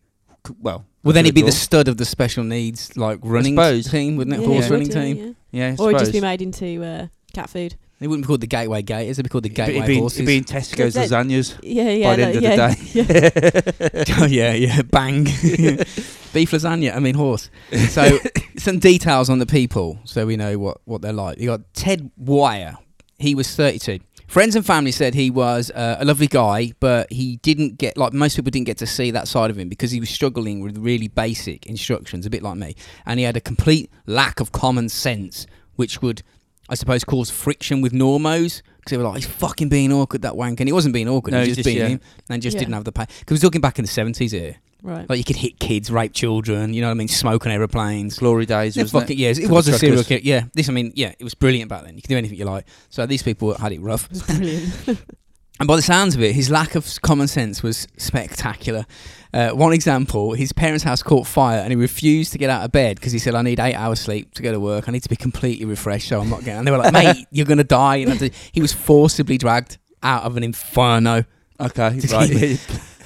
Speaker 2: c- well.
Speaker 4: Well, then
Speaker 2: good
Speaker 4: he'd be the
Speaker 2: draw.
Speaker 4: stud of the special needs like running
Speaker 2: suppose.
Speaker 4: team, wouldn't it?
Speaker 3: Yeah,
Speaker 4: Horse
Speaker 3: yeah,
Speaker 4: running
Speaker 3: yeah,
Speaker 4: team.
Speaker 3: yeah.
Speaker 2: yeah. I
Speaker 3: Or it'd just be
Speaker 2: suppose.
Speaker 3: made into uh, cat food.
Speaker 4: They wouldn't be called the Gateway Gators. They'd be called the
Speaker 2: It'd be-
Speaker 4: Gateway
Speaker 2: it'd be,
Speaker 4: Horses.
Speaker 2: it'd be in Tesco's
Speaker 3: That-
Speaker 2: lasagnas
Speaker 3: Yeah, yeah.
Speaker 2: by the end
Speaker 3: like-
Speaker 2: of
Speaker 3: yeah,
Speaker 2: the day.
Speaker 4: oh yeah, yeah, bang, beef lasagna. I mean horse. So some details on the people, so we know what what they're like. You got Ted Wire. He was 32. Friends and family said he was uh, a lovely guy, but he didn't get like most people didn't get to see that side of him because he was struggling with really basic instructions, a bit like me, and he had a complete lack of common sense, which would, I suppose, cause friction with normos. Because they were like, he's fucking being awkward, that wank. And he wasn't being awkward,
Speaker 2: No,
Speaker 4: he was
Speaker 2: he's
Speaker 4: just
Speaker 2: just-
Speaker 4: being
Speaker 2: yeah.
Speaker 4: him and just
Speaker 3: Yeah.
Speaker 4: didn't have the pay. Because we're talking back in the 70s here.
Speaker 3: Right.
Speaker 4: Like you could hit kids, rape children, you know what I mean, smoke on aeroplanes.
Speaker 2: Glory days,
Speaker 4: Yeah,
Speaker 2: wasn't
Speaker 4: fuck
Speaker 2: it?
Speaker 4: it, yes, it
Speaker 2: For
Speaker 4: was
Speaker 2: the
Speaker 4: a serial killer.
Speaker 2: truckers.
Speaker 4: Yeah, this I mean, yeah, it was brilliant back then. You could do anything you like. So these people had it rough.
Speaker 3: It's brilliant.
Speaker 4: And by the sounds of it, his lack of s- common sense was spectacular. Uh, one example, his parents' house caught fire and he refused to get out of bed because he said, I need eight hours sleep to go to work. I need to be completely refreshed, so I'm not getting. And they were like, mate, you're going to die. And I did- he was forcibly dragged out of an inferno. Did
Speaker 2: Okay,
Speaker 4: he-
Speaker 2: right. yeah.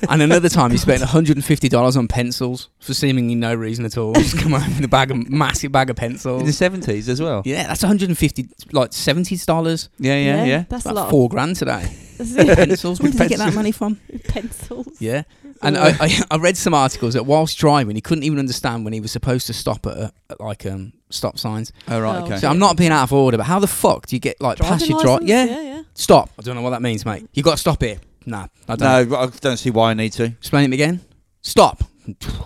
Speaker 4: And another time, he spent $150 on pencils for seemingly no reason at all. Just come home with a bag of massive bag of
Speaker 2: In the
Speaker 4: pencils.
Speaker 2: seventies as well.
Speaker 4: Yeah, that's 150 like 70 dollars.
Speaker 2: Yeah, yeah, yeah.
Speaker 3: That's a
Speaker 4: About
Speaker 3: lot.
Speaker 4: four grand today.
Speaker 3: Of
Speaker 4: pencils. Where did you get that money from?
Speaker 3: pencils.
Speaker 4: Yeah, and I, I, I read some articles that whilst driving, he couldn't even understand when he was supposed to stop at, a, at like um stop signs.
Speaker 2: Oh right,
Speaker 3: Oh,
Speaker 2: okay.
Speaker 4: So I'm not being out of order, but how the fuck do you get like
Speaker 3: Driving
Speaker 4: past your drive?
Speaker 3: license,
Speaker 4: Yeah,
Speaker 3: yeah, yeah.
Speaker 4: stop. I don't know what that means, mate. You got to stop here. Nah, I don't.
Speaker 2: no, but I don't see why I need to.
Speaker 4: Explain it again. Stop.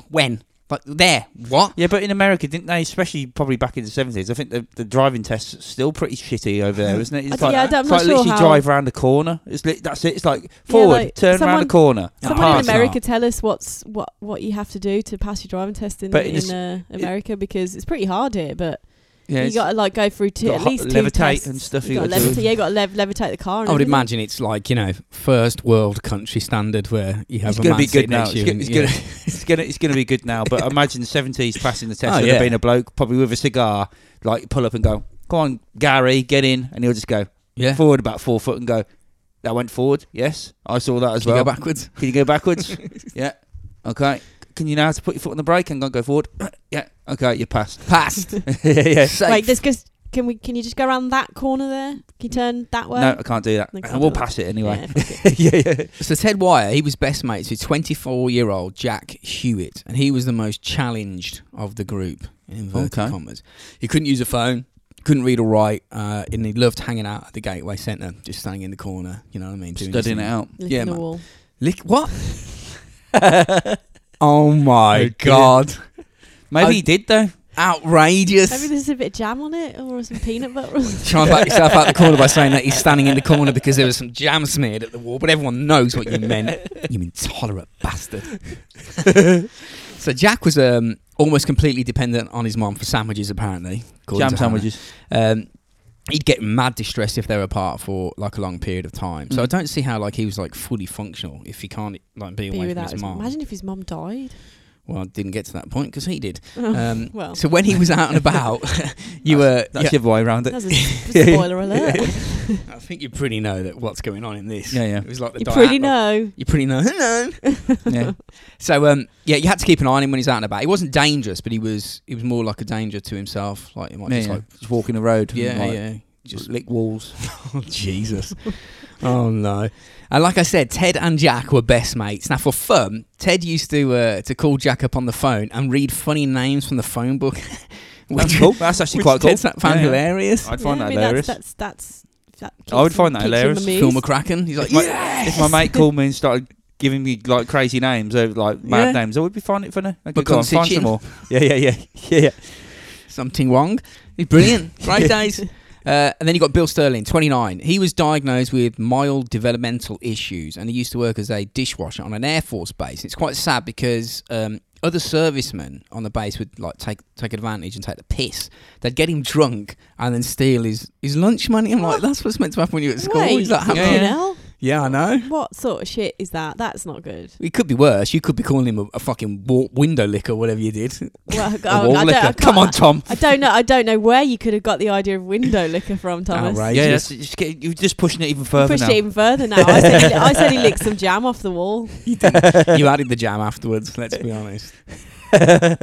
Speaker 4: When? Like there. What?
Speaker 2: Yeah, but in America, didn't they? Especially probably back in the seventies. I think the, the driving test's still pretty shitty over there, isn't it? It's
Speaker 3: I-
Speaker 2: like,
Speaker 3: yeah, I don't- I'm
Speaker 2: it's
Speaker 3: not
Speaker 2: like
Speaker 3: sure
Speaker 2: literally
Speaker 3: how-
Speaker 2: drive around the corner. It's li- that's it. It's like forward,
Speaker 3: like,
Speaker 2: turn round
Speaker 3: someone-
Speaker 2: the coror and
Speaker 3: Someone
Speaker 2: pass.
Speaker 3: in America tell us what's what what you have to do to pass your driving test in,
Speaker 2: But
Speaker 3: in
Speaker 2: it's-
Speaker 3: uh,
Speaker 2: it-
Speaker 3: America because it's pretty hard here. But
Speaker 2: Yeah,
Speaker 3: you got to like go through two,
Speaker 2: gotta
Speaker 3: at
Speaker 2: ho-
Speaker 3: least two
Speaker 2: levitate
Speaker 3: tests.
Speaker 2: and stuff
Speaker 3: You
Speaker 2: you
Speaker 3: got
Speaker 2: gotta do.
Speaker 3: levitate. Yeah, you got to lev- levitate the car. And
Speaker 4: I would
Speaker 3: everything.
Speaker 4: imagine it's like you know first world country standard where you have
Speaker 2: it's
Speaker 4: a
Speaker 2: gonna
Speaker 4: man
Speaker 2: be
Speaker 4: sitting
Speaker 2: good now.
Speaker 4: next to
Speaker 2: It's,
Speaker 4: you
Speaker 2: go-
Speaker 4: and-
Speaker 2: it's
Speaker 4: yeah.
Speaker 2: gonna, it's gonna, it's gonna be good now. But imagine the seventies passing the test
Speaker 4: Oh,
Speaker 2: and
Speaker 4: yeah.
Speaker 2: being a bloke probably with a cigar, like pull up and go, "Come on, Gary, get in," and he'll just go
Speaker 4: yeah.
Speaker 2: forward about four foot and go, "That went forward. Yes, I saw that as
Speaker 4: Can you
Speaker 2: well."
Speaker 4: go backwards.
Speaker 2: Can you go backwards? yeah. Okay. Can you now have to put your foot on the brake and go- go forward? yeah. Okay, you passed.
Speaker 4: Past.
Speaker 2: yeah, yeah.
Speaker 3: Wait, this goes. Can we? Can you just go around that corner there? Can you turn that way?
Speaker 2: no, I can't do that.
Speaker 3: I can't
Speaker 2: And we'll
Speaker 3: do that.
Speaker 2: pass it
Speaker 3: Yeah,
Speaker 2: anyway.
Speaker 3: fuck it.
Speaker 2: Yeah, yeah.
Speaker 4: So Ted Wire, he was best mates with 24-year-old Jack Hewitt, and he was the most challenged of the group. In inverted
Speaker 2: Okay.
Speaker 4: commas, he couldn't use a phone, couldn't read or write, uh, and he loved hanging out at the Gateway Centre, just standing in the corner. You know what I mean? doing his
Speaker 2: Studying it
Speaker 4: thing.
Speaker 2: out.
Speaker 3: Licking
Speaker 4: Yeah,
Speaker 3: the
Speaker 4: man.
Speaker 3: wall.
Speaker 4: Lick what? oh my god!
Speaker 2: Maybe
Speaker 4: I-
Speaker 2: he did though.
Speaker 3: Maybe
Speaker 4: Outrageous!
Speaker 3: there's a bit of jam on it or some peanut butter. or something.
Speaker 4: Try and back yourself out the corner by saying that he's standing in the corner because there was some jam smeared at the wall, but everyone knows what you meant. You intolerant bastard. so Jack was um, almost completely dependent on his mom for sandwiches, apparently. according
Speaker 2: Jam
Speaker 4: to Hannah.
Speaker 2: sandwiches.
Speaker 4: Um, he'd get mad distress if they were apart for like a long period of time.
Speaker 2: Mm.
Speaker 4: So I don't see how like he was like fully functional if he can't like be,
Speaker 3: Be
Speaker 4: away from
Speaker 3: without
Speaker 4: his
Speaker 3: his-
Speaker 4: mom.
Speaker 3: Imagine if his mum died.
Speaker 4: Well, I didn't get to that point because he did.
Speaker 3: Oh,
Speaker 4: Um,
Speaker 3: well,
Speaker 4: So when he was out and about, you were
Speaker 2: That's the other way around it.
Speaker 3: that's a spoiler alert.
Speaker 4: I think you pretty know that what's going on in this.
Speaker 2: Yeah, yeah.
Speaker 4: It was like the
Speaker 3: you pretty
Speaker 4: dialogue.
Speaker 3: know.
Speaker 4: You pretty know. Hello.
Speaker 2: Yeah.
Speaker 4: so um, yeah, you had to keep an eye on him when he's out and about. He wasn't dangerous, but he was he was more like a danger to himself. Like he might
Speaker 2: yeah,
Speaker 4: just
Speaker 2: yeah.
Speaker 4: like
Speaker 2: Just walking the road.
Speaker 4: yeah
Speaker 2: like,
Speaker 4: yeah
Speaker 2: Just
Speaker 4: just
Speaker 2: lick walls.
Speaker 4: oh, Jesus. oh no. And like I said, Ted and Jack were best mates. Now for fun, Ted used to uh, to call Jack up on the phone and read funny names from the phone book.
Speaker 2: That's cool. That's actually
Speaker 4: Which
Speaker 2: quite cool.
Speaker 4: Ted found
Speaker 2: Yeah, yeah.
Speaker 4: hilarious.
Speaker 2: I'd find
Speaker 3: Yeah, I
Speaker 2: that
Speaker 3: mean,
Speaker 2: hilarious.
Speaker 3: That's that's. that's that keeps
Speaker 2: I would
Speaker 3: him-
Speaker 2: find that
Speaker 3: keeps him
Speaker 2: hilarious.
Speaker 3: amused.
Speaker 4: Film McCracken. He's like,
Speaker 2: If my-
Speaker 4: yeah.
Speaker 2: If my mate called me and started giving me like crazy names, over like mad
Speaker 4: Yeah.
Speaker 2: names, I would be finding it funny. I
Speaker 4: But
Speaker 2: could go on, find
Speaker 4: consider-
Speaker 2: some more. Yeah, yeah, yeah, yeah, yeah.
Speaker 4: something wrong. He's brilliant. Great days. Uh, and then you got Bill Sterling, 29. He was diagnosed with mild developmental issues, and he used to work as a dishwasher on an Air Force base. It's quite sad because um, other servicemen on the base would like take take advantage and take the piss. They'd get him drunk and then steal his, his lunch money. I'm like, that's what's meant to happen when you're at school.
Speaker 3: Wait,
Speaker 4: Is that
Speaker 3: fucking
Speaker 4: happening?
Speaker 3: hell?
Speaker 4: yeah, I know.
Speaker 3: What sort of shit is that? That's not good.
Speaker 4: It could be worse. You could be calling him a, a fucking wa- window licker, whatever you did. A
Speaker 3: Well,
Speaker 4: wall
Speaker 3: Oh, I don't, I
Speaker 4: licker.
Speaker 3: can't-
Speaker 2: Come on, Tom.
Speaker 3: I don't know. I don't know where you could have got the idea of window liquor from, Thomas.
Speaker 4: Outrageous.
Speaker 2: Yeah, that's, just get, you're just pushing it even further
Speaker 3: Pushed
Speaker 2: now.
Speaker 3: it even further now. I said, he, I said he licked some jam off the wall.
Speaker 4: You, didn't. you added the jam afterwards. Let's be honest.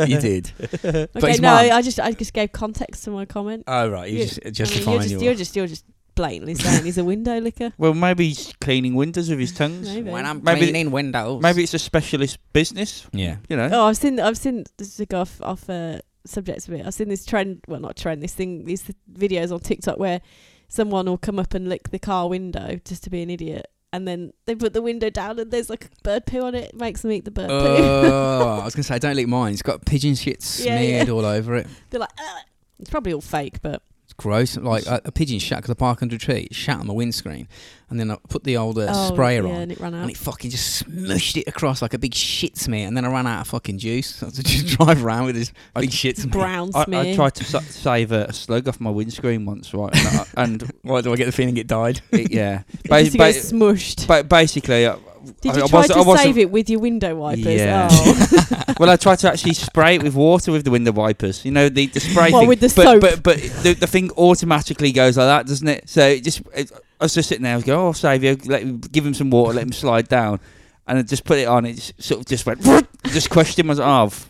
Speaker 4: you did. But
Speaker 3: Okay,
Speaker 4: his
Speaker 3: no,
Speaker 4: mum-
Speaker 3: I just I just gave context to my comment.
Speaker 4: Oh right, you just
Speaker 3: I mean,
Speaker 4: justifying
Speaker 3: you're just
Speaker 4: your.
Speaker 3: you're just you're just blatantly saying he's a window licker.
Speaker 2: Well, maybe he's cleaning windows with his tongues. Maybe,
Speaker 3: Maybe.
Speaker 4: when I'm
Speaker 2: Maybe-
Speaker 4: cleaning windows.
Speaker 2: it's a specialist business.
Speaker 4: Yeah.
Speaker 2: You know.
Speaker 3: Oh, I've seen I've seen this to go off off uh, subjects a bit. I've seen this trend, well not trend, this thing, these videos on TikTok where someone will come up and lick the car window just to be an idiot, and then they put the window down and there's like a bird poo on it, makes them eat the bird
Speaker 2: Uh.
Speaker 4: Oh, Uh, I was gonna say, don't lick mine. It's got pigeon shit
Speaker 3: Yeah,
Speaker 4: smeared
Speaker 3: yeah.
Speaker 4: all over it.
Speaker 3: poo. They're like, Ugh. it's probably all fake, but
Speaker 4: It's gross. Like a, a pigeon shat because I park under a tree. It shat on the windscreen, and then I put the old uh,
Speaker 3: Oh,
Speaker 4: sprayer
Speaker 3: yeah,
Speaker 4: on,
Speaker 3: and it ran
Speaker 4: and
Speaker 3: out.
Speaker 4: it fucking just smushed it across like a big shit smear. And then I ran out of fucking juice. So I had to just drive around with this big shit smear.
Speaker 3: Brown
Speaker 2: I,
Speaker 3: smear.
Speaker 2: I tried to sa- save a, a slug off my windscreen once, right? And, I, and
Speaker 4: Why do I get the feeling it died?
Speaker 2: it, yeah,
Speaker 3: It
Speaker 2: ba-
Speaker 3: just
Speaker 2: ba-
Speaker 3: gets smushed.
Speaker 2: ba- basically, uh, I,
Speaker 3: Did
Speaker 2: I,
Speaker 3: you
Speaker 2: I
Speaker 3: try
Speaker 2: wasn't- I
Speaker 3: to
Speaker 2: wasn't-
Speaker 3: save it with your window wipers?
Speaker 2: Yeah.
Speaker 3: Oh.
Speaker 2: well, I tried to actually spray it with water with the window wipers. You know, the, the spray
Speaker 3: What,
Speaker 2: thing.
Speaker 3: with the
Speaker 2: but,
Speaker 3: soap?
Speaker 2: But but the, the thing automatically goes like that, doesn't it? So it just it, I was just sitting there. I was going, "Oh, save you. Let him, give him some water. Let him slide down." And I just put it on. It just, sort of just went. just crushed him. I was like, "Oh." f-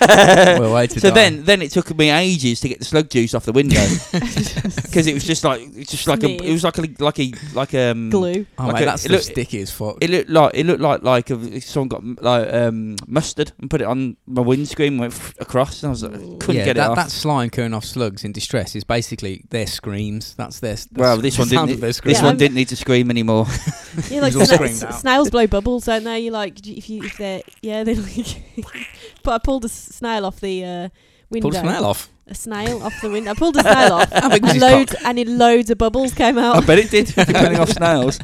Speaker 4: Well, way to
Speaker 2: so
Speaker 4: die.
Speaker 2: then then it took me ages to get the slug juice off the window because it was just like it's just like a, it was like a like a like um
Speaker 3: Glue.
Speaker 4: Oh,
Speaker 2: Like
Speaker 4: mate,
Speaker 2: a-
Speaker 4: that's
Speaker 2: it
Speaker 4: look,
Speaker 2: look-
Speaker 4: sticky as fuck.
Speaker 2: It looked like it looked like like a, someone got m- like um, mustard and put it on my windscreen, and went f- across, and I was like,
Speaker 3: Ooh.
Speaker 2: couldn't get
Speaker 4: that,
Speaker 2: it off.
Speaker 4: that slime curling off slugs in distress is basically their screams. That's their. That's
Speaker 2: well, this one
Speaker 4: the sound
Speaker 2: didn't.
Speaker 4: of their
Speaker 2: This
Speaker 4: screams.
Speaker 3: Yeah,
Speaker 2: one
Speaker 3: I'm-
Speaker 2: didn't need to scream anymore.
Speaker 3: Yeah, like
Speaker 4: It was all
Speaker 3: sna-
Speaker 4: screamed out.
Speaker 3: s- snails blow bubbles, don't they? You like d- if you if they yeah they like. but I pulled a s- snail off the uh,
Speaker 4: Pull
Speaker 3: window.
Speaker 4: the snail off.
Speaker 3: A snail off the window. I pulled a snail off.
Speaker 4: How big was his
Speaker 3: and loads and it loads of bubbles came
Speaker 2: I
Speaker 3: out.
Speaker 2: bet it did. Depending off snails.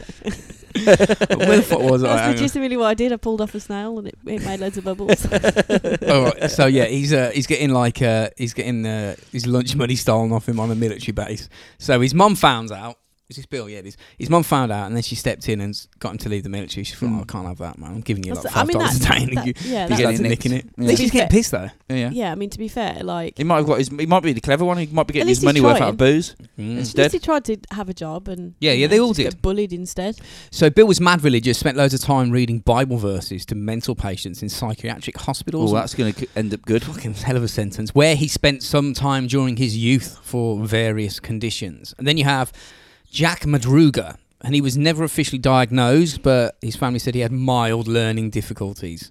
Speaker 4: Where the fuck was I?
Speaker 3: That's
Speaker 4: Hang on.
Speaker 3: legitimately what I did. I pulled off a snail and it, it made loads of bubbles.
Speaker 4: All Oh, right, so yeah, he's uh, he's getting like uh, he's getting uh, his lunch money stolen off him on a military base. So his mum found out. Is this Bill? Yeah, it is. His mum found out, and then she stepped in and s- got him to leave the military. She's like,
Speaker 2: Mm.
Speaker 4: "Oh, I can't have that, man. I'm giving you like
Speaker 3: That's-
Speaker 4: five dollars a day, and
Speaker 3: that-
Speaker 4: you,
Speaker 3: yeah,
Speaker 4: these lads
Speaker 2: that's-
Speaker 4: are
Speaker 2: Getting nicked.
Speaker 4: nicking it."
Speaker 2: Yeah.
Speaker 4: At least he's
Speaker 3: To be
Speaker 4: getting pissed though.
Speaker 2: Yeah.
Speaker 3: yeah. I mean to be fair, like
Speaker 2: He might have got his. He might be the clever one. He might be getting
Speaker 3: least
Speaker 2: his
Speaker 3: he's
Speaker 2: money worth out of booze.
Speaker 3: at
Speaker 2: Instead.
Speaker 3: least he tried to have a job and
Speaker 4: Yeah,
Speaker 3: you
Speaker 4: yeah,
Speaker 3: know,
Speaker 4: they all
Speaker 3: just
Speaker 4: did.
Speaker 3: get bullied instead.
Speaker 4: So Bill was mad religious, spent loads of time reading Bible verses to mental patients in psychiatric hospitals.
Speaker 2: Oh, that's going to end up good.
Speaker 4: fucking hell of a sentence. Where he spent some time during his youth for various conditions. And then you have Jack Madruga, and he was never officially diagnosed, but his family said he had mild learning difficulties.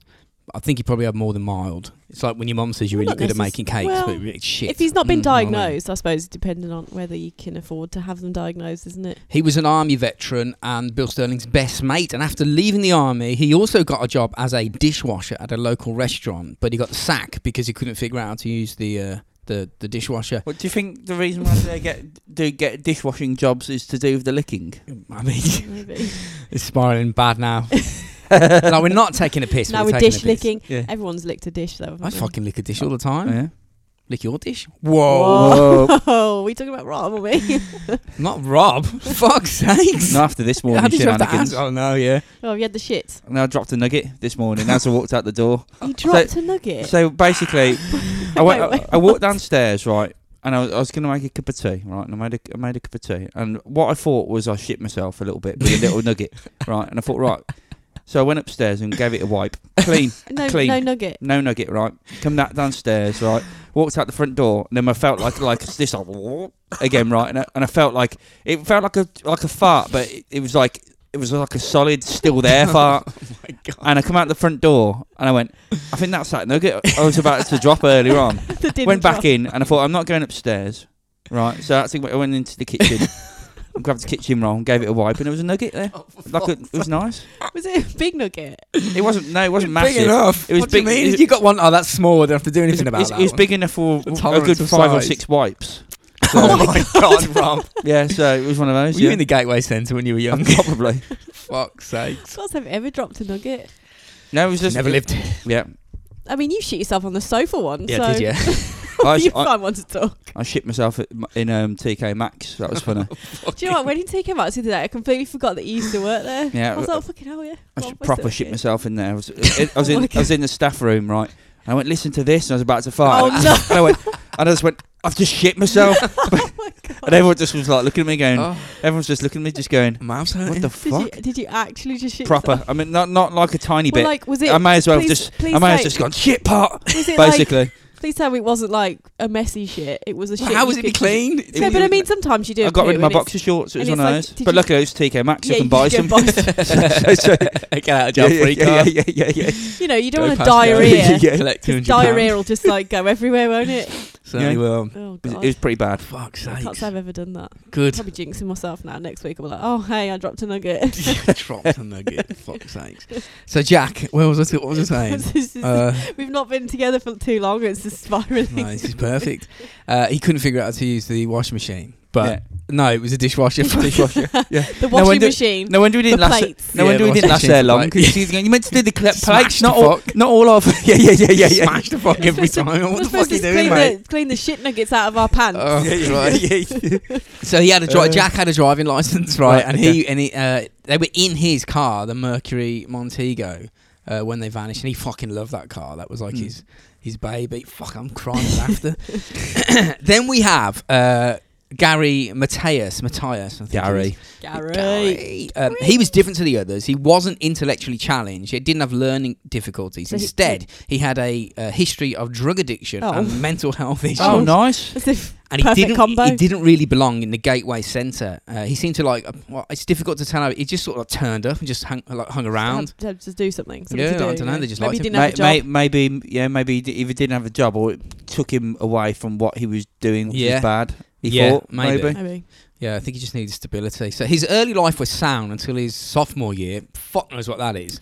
Speaker 4: I think he probably had more than mild. It's like when your mum says you're
Speaker 3: Well,
Speaker 4: really
Speaker 3: not
Speaker 4: good at
Speaker 3: necess-
Speaker 4: making cakes,
Speaker 3: well,
Speaker 4: but it's shit.
Speaker 3: If he's not been
Speaker 4: Mm, I mean.
Speaker 3: diagnosed, I suppose depending on whether you can afford to have them diagnosed, isn't it?
Speaker 4: He was an army veteran and Bill Sterling's best mate. And after leaving the army, he also got a job as a dishwasher at a local restaurant. But he got sacked because he couldn't figure out how to use the uh, the the dishwasher.
Speaker 2: What do you think the reason why they get do get dishwashing jobs is to do with the licking?
Speaker 4: I mean,
Speaker 3: Maybe.
Speaker 4: it's spiraling bad now. no, we're not taking a piss.
Speaker 3: now
Speaker 4: we're
Speaker 3: we're
Speaker 4: taking a
Speaker 3: dish
Speaker 4: piss.
Speaker 3: licking.
Speaker 2: Yeah.
Speaker 3: Everyone's licked a dish though.
Speaker 4: I fucking lick a dish all the time.
Speaker 2: yeah.
Speaker 4: Lick your dish. Oh.
Speaker 2: Whoa.
Speaker 3: Whoa. Oh, we talking about Rob, are we?
Speaker 4: Not Rob. Fuck's sakes.
Speaker 2: Not after this
Speaker 4: How
Speaker 2: morning
Speaker 4: did you have to
Speaker 2: shenanigans.
Speaker 4: ask? Oh no, yeah.
Speaker 3: oh, we had the shit.
Speaker 2: And I dropped a nugget this morning as I walked out the door.
Speaker 3: You dropped a nugget.
Speaker 2: Uh, So basically, I went.
Speaker 3: Wait, wait,
Speaker 2: I, I walked
Speaker 3: what?
Speaker 2: downstairs, right, and I was, I was going to make a cup of tea, right, and I made a, I made a cup of tea, and what I thought was I shit myself a little bit with a little nugget, right, and I thought right, so I went upstairs and gave it a wipe, clean,
Speaker 3: no,
Speaker 2: clean.
Speaker 3: no nugget.
Speaker 2: no nugget, right. Come that downstairs, right. Walked out the front door, and then I felt like like this like, whoop, again, right, and I, and I felt like it felt like a like a fart, but it, it was like it was like a solid still there fart.
Speaker 4: My God.
Speaker 2: And I come out the front door and I went, I think that's that nugget I was about to drop earlier on.
Speaker 3: That didn't
Speaker 2: went back
Speaker 3: drop.
Speaker 2: in and I thought, I'm not going upstairs. Right. So that's I went into the kitchen, grabbed the kitchen roll, and gave it a wipe, and there was a nugget there. like a, it
Speaker 4: Oh,
Speaker 2: was nice.
Speaker 3: Was it a big nugget?
Speaker 2: It wasn't, no, it wasn't
Speaker 4: Big
Speaker 2: massive.
Speaker 4: enough.
Speaker 2: It was
Speaker 4: what do you
Speaker 2: big-
Speaker 4: mean?
Speaker 2: it-
Speaker 4: you got one. Oh, that's small. I don't have to do
Speaker 2: It was,
Speaker 4: anything about
Speaker 2: it's-
Speaker 4: that.
Speaker 2: it was
Speaker 4: one.
Speaker 2: big enough for
Speaker 4: The
Speaker 2: a
Speaker 4: tolerance
Speaker 2: good
Speaker 4: of
Speaker 2: five or
Speaker 4: size.
Speaker 2: six wipes. So,
Speaker 4: oh my god, Rob!
Speaker 2: yeah, so it was one of those.
Speaker 4: Were you
Speaker 2: yeah.
Speaker 4: in the Gateway Centre when you were young?
Speaker 2: Probably.
Speaker 4: Oh, Fuck's sake!
Speaker 3: God's have ever dropped a nugget.
Speaker 2: No, it was just
Speaker 4: Never lived.
Speaker 2: Yeah,
Speaker 3: I mean, you shit yourself on the sofa once. so
Speaker 4: did you?
Speaker 2: I,
Speaker 3: you
Speaker 2: I,
Speaker 3: find one to talk.
Speaker 2: I shit myself at, m- in um, TK Maxx. That was funny.
Speaker 3: Do you know what? When you take him out to do that, I completely forgot that you used to work there.
Speaker 2: Yeah,
Speaker 3: I was
Speaker 2: I-
Speaker 3: like, fucking hell, yeah.
Speaker 2: I
Speaker 3: Well,
Speaker 2: should
Speaker 3: we're
Speaker 2: proper
Speaker 3: still
Speaker 2: shit
Speaker 3: here.
Speaker 2: myself in there. I was, I was
Speaker 3: Oh
Speaker 2: in
Speaker 3: my
Speaker 2: I was in the staff room, right? And I went, listen to this, and I was about to fart.
Speaker 3: Oh, no.
Speaker 2: And I went, and I just went, I've just shit myself.
Speaker 3: oh my god.
Speaker 2: and everyone just was like looking at me, going,
Speaker 4: Oh,
Speaker 2: everyone's just looking at me, just going,
Speaker 4: mouth's
Speaker 2: what
Speaker 4: hurting.
Speaker 2: the
Speaker 3: did you,
Speaker 2: fuck?
Speaker 3: did you actually just shit
Speaker 2: Proper.
Speaker 3: yourself?
Speaker 2: I mean, not not like a tiny
Speaker 3: Well,
Speaker 2: bit.
Speaker 3: like, was it?
Speaker 2: I may as well have
Speaker 3: please-
Speaker 2: just,
Speaker 3: please
Speaker 2: I may have
Speaker 3: say-
Speaker 2: just gone shit pot,
Speaker 3: was it like,
Speaker 2: basically.
Speaker 3: please tell me it wasn't like a messy shit. It was a shit.
Speaker 4: How
Speaker 3: you
Speaker 4: was it be
Speaker 3: could-
Speaker 4: clean?
Speaker 2: It
Speaker 3: no,
Speaker 2: was-
Speaker 3: but I mean, sometimes you do.
Speaker 2: I got
Speaker 3: poo
Speaker 2: rid of my
Speaker 3: and it's-
Speaker 2: boxer shorts. It was
Speaker 3: and
Speaker 2: one of
Speaker 3: it's
Speaker 2: those.
Speaker 3: like, did
Speaker 2: but
Speaker 3: you-
Speaker 2: luckily, it was TK Maxx. I
Speaker 3: Yeah,
Speaker 2: can
Speaker 3: you
Speaker 2: buy
Speaker 3: can
Speaker 2: some.
Speaker 3: buy
Speaker 2: So-
Speaker 4: Get out of
Speaker 2: yeah,
Speaker 4: jail
Speaker 2: yeah,
Speaker 4: free
Speaker 2: yeah,
Speaker 4: card.
Speaker 2: yeah, yeah, yeah.
Speaker 3: You know, you don't
Speaker 4: Go
Speaker 3: want a
Speaker 4: past go.
Speaker 3: diarrhea.
Speaker 2: Yeah.
Speaker 4: Collect 200
Speaker 3: 'cause diarrhea will just like go everywhere, won't it?
Speaker 4: Certainly
Speaker 2: Yeah.
Speaker 4: will.
Speaker 3: Oh
Speaker 2: It was-
Speaker 3: god.
Speaker 2: It was pretty bad.
Speaker 4: Fuck's
Speaker 3: I can't
Speaker 4: sake.
Speaker 3: say I've ever done that.
Speaker 4: Good.
Speaker 3: Probably jinxing myself now. Next week I'll be like, oh hey, I dropped a nugget.
Speaker 4: Dropped a nugget. Fuck's sakes. So Jack, where was I? What was I saying?
Speaker 3: This is-
Speaker 4: Uh,
Speaker 3: We've not been together for too long. It's just spiraling.
Speaker 4: no, this is perfect. Uh, he couldn't figure out how to use the washing machine, but no, it was a dishwasher.
Speaker 2: dishwasher. Yeah.
Speaker 3: The
Speaker 2: No, I
Speaker 3: washing
Speaker 2: do-
Speaker 3: machine.
Speaker 2: No wonder we didn't
Speaker 3: The
Speaker 2: last.
Speaker 3: plates.
Speaker 2: No
Speaker 4: Yeah,
Speaker 2: wonder
Speaker 4: the
Speaker 2: we
Speaker 4: washing
Speaker 2: didn't last
Speaker 4: machine,
Speaker 2: there
Speaker 4: the
Speaker 2: long.
Speaker 4: plate.
Speaker 2: Because you meant to do the cl- plates,
Speaker 4: Smashed
Speaker 2: not
Speaker 4: the
Speaker 2: all,
Speaker 4: fuck.
Speaker 2: not all of. yeah, yeah, yeah, yeah, yeah.
Speaker 4: Smashed the fuck
Speaker 3: We're
Speaker 4: every
Speaker 3: supposed to-
Speaker 4: time.
Speaker 3: we're
Speaker 4: What the fuck
Speaker 3: supposed
Speaker 4: are you
Speaker 3: to
Speaker 4: doing,
Speaker 3: clean
Speaker 4: mate?
Speaker 3: The, clean the shit nuggets out of our pants.
Speaker 4: Oh,
Speaker 2: Yeah, yeah,
Speaker 4: right.
Speaker 2: yeah, yeah.
Speaker 4: So he had a dri-
Speaker 2: Uh,
Speaker 4: Jack had a driving license, right?
Speaker 2: Right,
Speaker 4: and
Speaker 2: okay.
Speaker 4: he and he, uh, they were in his car, the Mercury Montego, uh, when they vanished, and he fucking loved that car. That was like
Speaker 2: Mm.
Speaker 4: his his baby. Fuck, I'm crying with laughter. then we have uh, Gary Mateus, Matthias, I think it
Speaker 2: Gary.
Speaker 4: is.
Speaker 3: Gary.
Speaker 4: Gary. Um, he was different to the others. He wasn't intellectually challenged. He didn't have learning difficulties.
Speaker 3: So he-
Speaker 4: Instead, he had a uh, history of drug addiction
Speaker 3: Oh.
Speaker 4: and mental health issues.
Speaker 2: Oh, nice.
Speaker 3: As if
Speaker 4: And he
Speaker 3: Perfect
Speaker 4: didn't,
Speaker 3: combo.
Speaker 4: he didn't really belong in the Gateway Centre. Uh, he seemed to like, uh, well, it's difficult to tell how he just sort of turned up and just hung, like, hung around.
Speaker 3: had to do something. something
Speaker 4: Yeah,
Speaker 3: to do,
Speaker 4: I dunno,
Speaker 3: yeah.
Speaker 4: they just
Speaker 3: Maybe
Speaker 4: liked
Speaker 3: he
Speaker 4: him.
Speaker 3: didn't have a job.
Speaker 2: May- may- maybe, yeah, maybe he d- either didn't have a job or it took him away from what he was doing, which
Speaker 4: Yeah.
Speaker 2: was bad. He
Speaker 4: Yeah,
Speaker 2: thought
Speaker 4: maybe.
Speaker 2: maybe.
Speaker 3: Maybe.
Speaker 4: Yeah, I think he just needed stability. So his early life was sound until his sophomore year. Fuck knows what that is.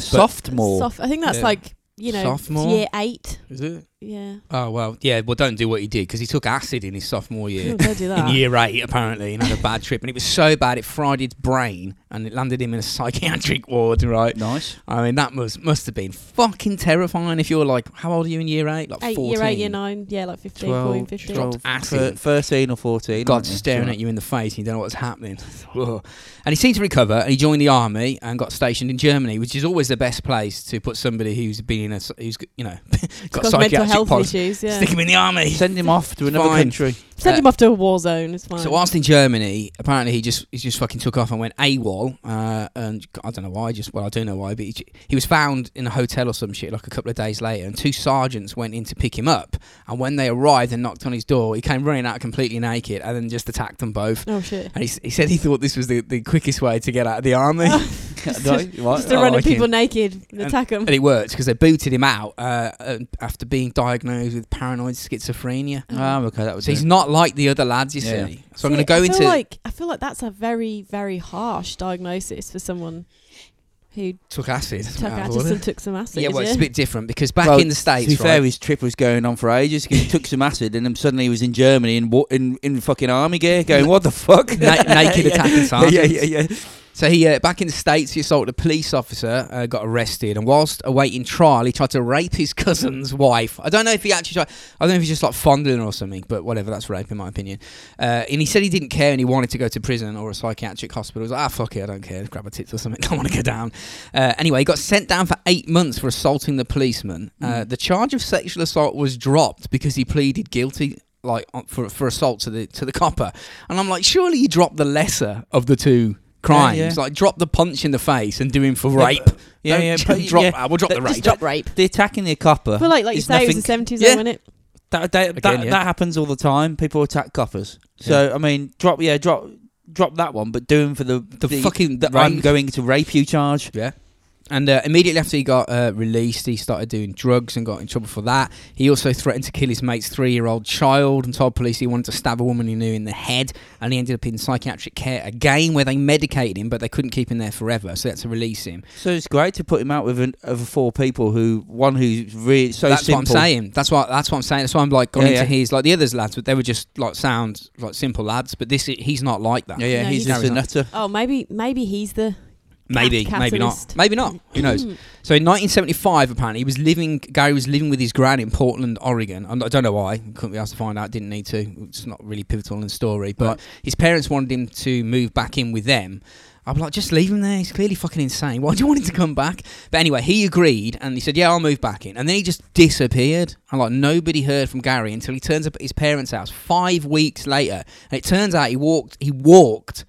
Speaker 2: sophomore.
Speaker 3: Soft. I think that's
Speaker 4: Yeah.
Speaker 3: like you know
Speaker 4: Sophomore?
Speaker 3: year eight.
Speaker 4: Is it?
Speaker 3: Yeah.
Speaker 4: Oh, well, yeah, well, don't do what he did because he took acid in his sophomore year.
Speaker 3: Oh, don't do
Speaker 4: in
Speaker 3: that.
Speaker 4: year eight, apparently, and had a bad trip. And it was so bad, it fried his brain and it landed him in a psychiatric ward, right?
Speaker 2: nice.
Speaker 4: I mean, that must, must have been fucking terrifying if you're like, how old are you in year eight? Like
Speaker 3: Eight,
Speaker 4: 14.
Speaker 3: year eight, year nine, yeah, like 15, 14,
Speaker 2: 12,
Speaker 3: 15.
Speaker 2: 12,
Speaker 4: acid.
Speaker 2: thir- 13 or 14.
Speaker 4: God's staring at you in the face and you don't know what's happening. Whoa. and he seemed to recover and he joined the army and got stationed in Germany, which is always the best place to put somebody who's been in a, s- who's, you know, got,
Speaker 3: Got mental
Speaker 4: psychiatric
Speaker 3: health
Speaker 4: problems.
Speaker 3: issues, yeah.
Speaker 4: Stick him in the army.
Speaker 2: Send him off to another
Speaker 4: Fine.
Speaker 2: country.
Speaker 3: Send him off to a war zone, it's fine.
Speaker 4: So whilst in Germany, apparently he just he just fucking took off and went AWOL, uh, and I don't know why. Just well, I do know why, but he, j- he was found in a hotel or some shit like a couple of days later, and two sergeants went in to pick him up, and when they arrived and knocked on his door, he came running out completely naked and then just attacked them both.
Speaker 3: oh shit.
Speaker 4: And he, s- he said he thought this was the, the quickest way to get out of the army.
Speaker 3: Just
Speaker 2: No,
Speaker 3: to-
Speaker 2: what?
Speaker 3: Just to
Speaker 4: Oh,
Speaker 3: run
Speaker 4: I
Speaker 3: at
Speaker 4: can-
Speaker 3: people naked and attack them.
Speaker 4: And it worked because they booted him out uh, uh, after being diagnosed with paranoid schizophrenia.
Speaker 2: Ah, okay, that was
Speaker 4: So he's not like the other lads, you
Speaker 2: Yeah.
Speaker 4: see. So I'm going to go
Speaker 3: I
Speaker 4: into
Speaker 3: Feel like, I feel like that's a very, very harsh diagnosis for someone who
Speaker 4: took acid.
Speaker 3: took
Speaker 4: Out of
Speaker 3: acid
Speaker 4: order.
Speaker 3: and took some acid.
Speaker 4: yeah,
Speaker 3: is
Speaker 4: well, it's a
Speaker 3: it?
Speaker 4: bit different because back
Speaker 2: Well,
Speaker 4: in the
Speaker 2: To
Speaker 4: states,
Speaker 2: be
Speaker 4: right,
Speaker 2: fair, his trip was going on for ages 'cause he took some acid and then suddenly he was in Germany in wa- in, in fucking army gear going, what the fuck?
Speaker 4: na- naked attacking sergeants.
Speaker 2: Yeah, yeah, yeah.
Speaker 4: So he uh, back in the states, he assaulted a police officer, uh, got arrested, and whilst awaiting trial, he tried to rape his cousin's wife. I don't know if he actually tried. I don't know if he's just like fondling her or something, but whatever. That's rape in my opinion. Uh, and he said he didn't care and he wanted to go to prison or a psychiatric hospital. He was like, ah, fuck it, I don't care. Just grab a tits or something. I want to go down. Uh, anyway, he got sent down for eight months for assaulting the policeman. Uh, the charge of sexual assault was dropped because he pleaded guilty. Like on- for for assault to the to the copper, and I'm like, surely you drop the lesser of the two crimes,
Speaker 2: yeah.
Speaker 4: like drop the punch in the face and do him for
Speaker 2: Yeah,
Speaker 4: rape.
Speaker 2: Yeah,
Speaker 4: Don't
Speaker 2: yeah,
Speaker 4: just
Speaker 2: but you-
Speaker 4: drop.
Speaker 2: yeah.
Speaker 4: ah, we'll drop
Speaker 2: That-
Speaker 4: the
Speaker 2: just
Speaker 4: rape.
Speaker 3: Drop rape.
Speaker 2: The attacking the copper.
Speaker 3: I feel like, like you
Speaker 2: is
Speaker 3: say, it was
Speaker 2: nothing-
Speaker 3: the seventies,
Speaker 2: Yeah.
Speaker 3: though, wasn't it?
Speaker 2: That, that,
Speaker 4: Again,
Speaker 2: that,
Speaker 4: yeah.
Speaker 2: that happens all the time. People attack coppers. So I mean, drop yeah, drop drop that one, but do him for the
Speaker 4: The fucking
Speaker 2: the
Speaker 4: rape.
Speaker 2: I'm going to rape you charge.
Speaker 4: Yeah. And uh, immediately after he got uh, released, he started doing drugs and got in trouble for that. He also threatened to kill his mate's three year old child and told police he wanted to stab a woman he knew in the head. And he ended up in psychiatric care again, where they medicated him, but they couldn't keep him there forever. So they had to release him.
Speaker 2: So it's great to put him out with an, over four people who one who's really so
Speaker 4: that's
Speaker 2: simple.
Speaker 4: what I'm saying. That's what that's what I'm saying. That's why I'm like gone
Speaker 2: Yeah,
Speaker 4: into
Speaker 2: yeah.
Speaker 4: his like the others lads, but they were just like sound like simple lads. But this he's not like that.
Speaker 2: Yeah, yeah,
Speaker 3: No,
Speaker 2: he's
Speaker 3: he's
Speaker 2: just a nutter.
Speaker 3: Oh, maybe maybe he's the
Speaker 4: Maybe,
Speaker 3: Cat-
Speaker 4: maybe not.
Speaker 3: catalyst.
Speaker 4: Maybe not. Who knows? So in 1975, apparently, he was living. Gary was living with his gran in Portland, Oregon. And I don't know why. Couldn't be asked to find out. Didn't need to. It's not really pivotal in the story. But
Speaker 2: Right.
Speaker 4: his parents wanted him to move back in with them. I'm like, just leave him there. He's clearly fucking insane. Why do you want him to come back? But anyway, he agreed and he said, "Yeah, I'll move back in." And then he just disappeared. And like nobody heard from Gary until he turns up at his parents' house five weeks later. And it turns out he walked. He walked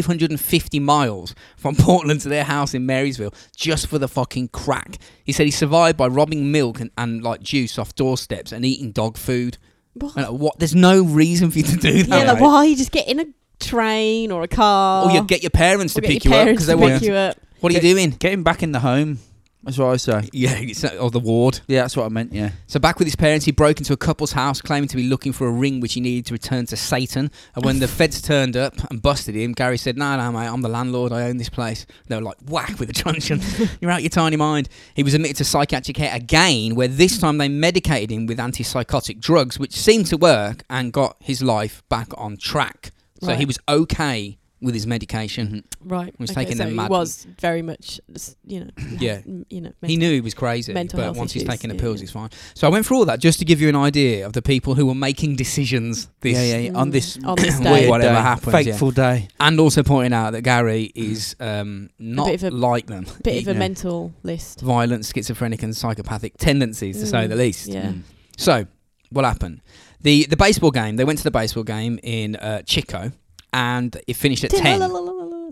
Speaker 4: 550 miles from Portland to their house in Marysville just for the fucking crack. He said he survived by robbing milk and, and like juice off doorsteps and eating dog food.
Speaker 3: What?
Speaker 4: And, like, what? There's no reason for you to do
Speaker 3: yeah,
Speaker 4: that.
Speaker 3: like why you just get in a train or a car
Speaker 4: Or you get your parents
Speaker 3: or
Speaker 4: to
Speaker 3: get
Speaker 4: pick you
Speaker 3: your
Speaker 4: up because
Speaker 3: parents
Speaker 4: they
Speaker 3: to
Speaker 4: want.
Speaker 3: pick you up.
Speaker 4: What are you doing?
Speaker 2: Get him back in the home. That's what I say.
Speaker 4: Yeah, it's, uh, or the ward.
Speaker 2: Yeah, that's what I meant. Yeah.
Speaker 4: So back with his parents, he broke into a couple's house, claiming to be looking for a ring which he needed to return to Satan. And when the feds turned up and busted him, Gary said, "No, no, mate, I'm the landlord. I own this place." They were like, "Whack with a truncheon! You're out your tiny mind." He was admitted to psychiatric care again, where this time they medicated him with antipsychotic drugs, which seemed to work and got his life back on track. So
Speaker 3: Right.
Speaker 4: he was okay with his medication.
Speaker 3: Right.
Speaker 4: was taking
Speaker 3: so
Speaker 4: them
Speaker 3: he
Speaker 4: mad-
Speaker 3: was very much, s- you know.
Speaker 4: Yeah.
Speaker 3: m- You know.
Speaker 4: He
Speaker 3: mental-
Speaker 4: knew he was crazy,
Speaker 3: mental
Speaker 4: but
Speaker 3: health
Speaker 4: once he's
Speaker 3: issues,
Speaker 4: taking the
Speaker 3: yeah,
Speaker 4: pills,
Speaker 3: yeah.
Speaker 4: he's fine. So I went through all that just to give you an idea of the people who were making decisions. This
Speaker 2: yeah, yeah, yeah. On
Speaker 3: Mm.
Speaker 2: this
Speaker 3: On this
Speaker 2: weird
Speaker 3: day.
Speaker 4: Whatever
Speaker 2: day,
Speaker 4: happens,
Speaker 2: fateful day.
Speaker 4: and also pointing out that Gary is um, not
Speaker 3: bit of Mm. a-
Speaker 4: like them.
Speaker 3: Bit of a
Speaker 2: Yeah.
Speaker 3: mental list.
Speaker 4: Violent, schizophrenic, and psychopathic tendencies, to say
Speaker 3: Mm,
Speaker 4: the least.
Speaker 3: Yeah.
Speaker 2: Mm.
Speaker 4: So, what happened? The the baseball game. They went to the baseball game in uh, Chico, and it finished at ten.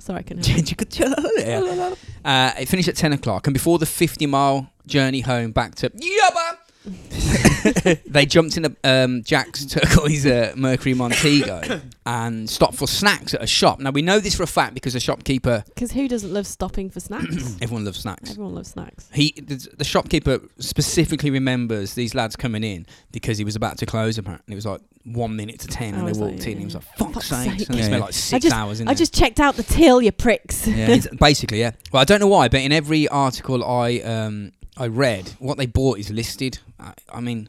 Speaker 3: Sorry, I can.
Speaker 4: Yeah. Uh, it finished at 10 o'clock, and before the 50 mile journey home back to Yabba, they jumped in a, um, Jack's took his uh, Mercury Montego and stopped for snacks at a shop. Now, we know this for a fact because the shopkeeper,
Speaker 3: Because who doesn't love stopping for snacks?
Speaker 4: everyone loves snacks.
Speaker 3: Everyone loves snacks.
Speaker 4: He, the, the shopkeeper specifically remembers these lads coming in because he was about to close. Apparently, it was like one minute to ten,
Speaker 3: I
Speaker 4: and they
Speaker 3: was
Speaker 4: walked
Speaker 3: like,
Speaker 4: in. and He was like, "Fuck
Speaker 3: Fuck's
Speaker 4: sakes!"
Speaker 3: sake.
Speaker 4: And they
Speaker 2: Yeah,
Speaker 4: spent
Speaker 2: yeah.
Speaker 4: like six hours in
Speaker 3: I
Speaker 4: there.
Speaker 3: just checked out the till, you pricks.
Speaker 2: Yeah.
Speaker 4: It's- basically, yeah. Well, I don't know why, but in every article I um I read, what they bought is listed. I, I mean,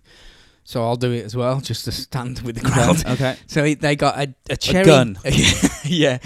Speaker 4: so I'll do it as well, just to stand with the crowd.
Speaker 2: okay.
Speaker 4: so he- they got a, a cherry
Speaker 2: gun.
Speaker 4: yeah,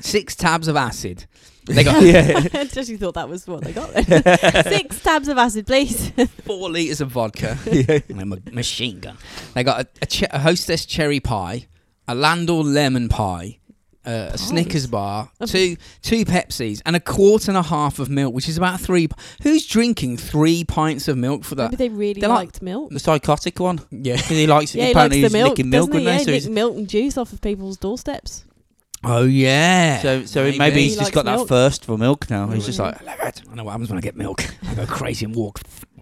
Speaker 4: six tabs of acid. They got
Speaker 2: yeah.
Speaker 3: I actually thought that was what they got. Then. Six tabs of acid, please.
Speaker 4: four liters of vodka.
Speaker 2: yeah.
Speaker 4: and a ma- machine gun. They got a, a, che- a hostess cherry pie, a Landor lemon pie, uh, a Snickers bar,
Speaker 3: Oh.
Speaker 4: two two Pepsis, and a quart and a half of milk, which is about three. p- Who's drinking three pints of milk for
Speaker 3: Maybe
Speaker 4: that?
Speaker 3: they really
Speaker 4: They're like-
Speaker 3: liked milk.
Speaker 2: The psychotic one.
Speaker 4: Yeah.
Speaker 2: 'Cause he likes it.
Speaker 3: Yeah, he likes
Speaker 2: apparently
Speaker 3: the milk.
Speaker 2: he's licking milk
Speaker 3: doesn't
Speaker 2: with
Speaker 3: he? Yeah, he eh?
Speaker 2: there. So, he's-
Speaker 3: nick milk and juice off of people's doorsteps.
Speaker 4: Oh yeah.
Speaker 2: so, so maybe, maybe
Speaker 3: He
Speaker 2: he's
Speaker 3: likes
Speaker 2: just got
Speaker 3: milk.
Speaker 2: that thirst for milk now.
Speaker 4: Mm.
Speaker 2: He's just like,
Speaker 4: I love it. I know what happens when I get milk. I go crazy and walk.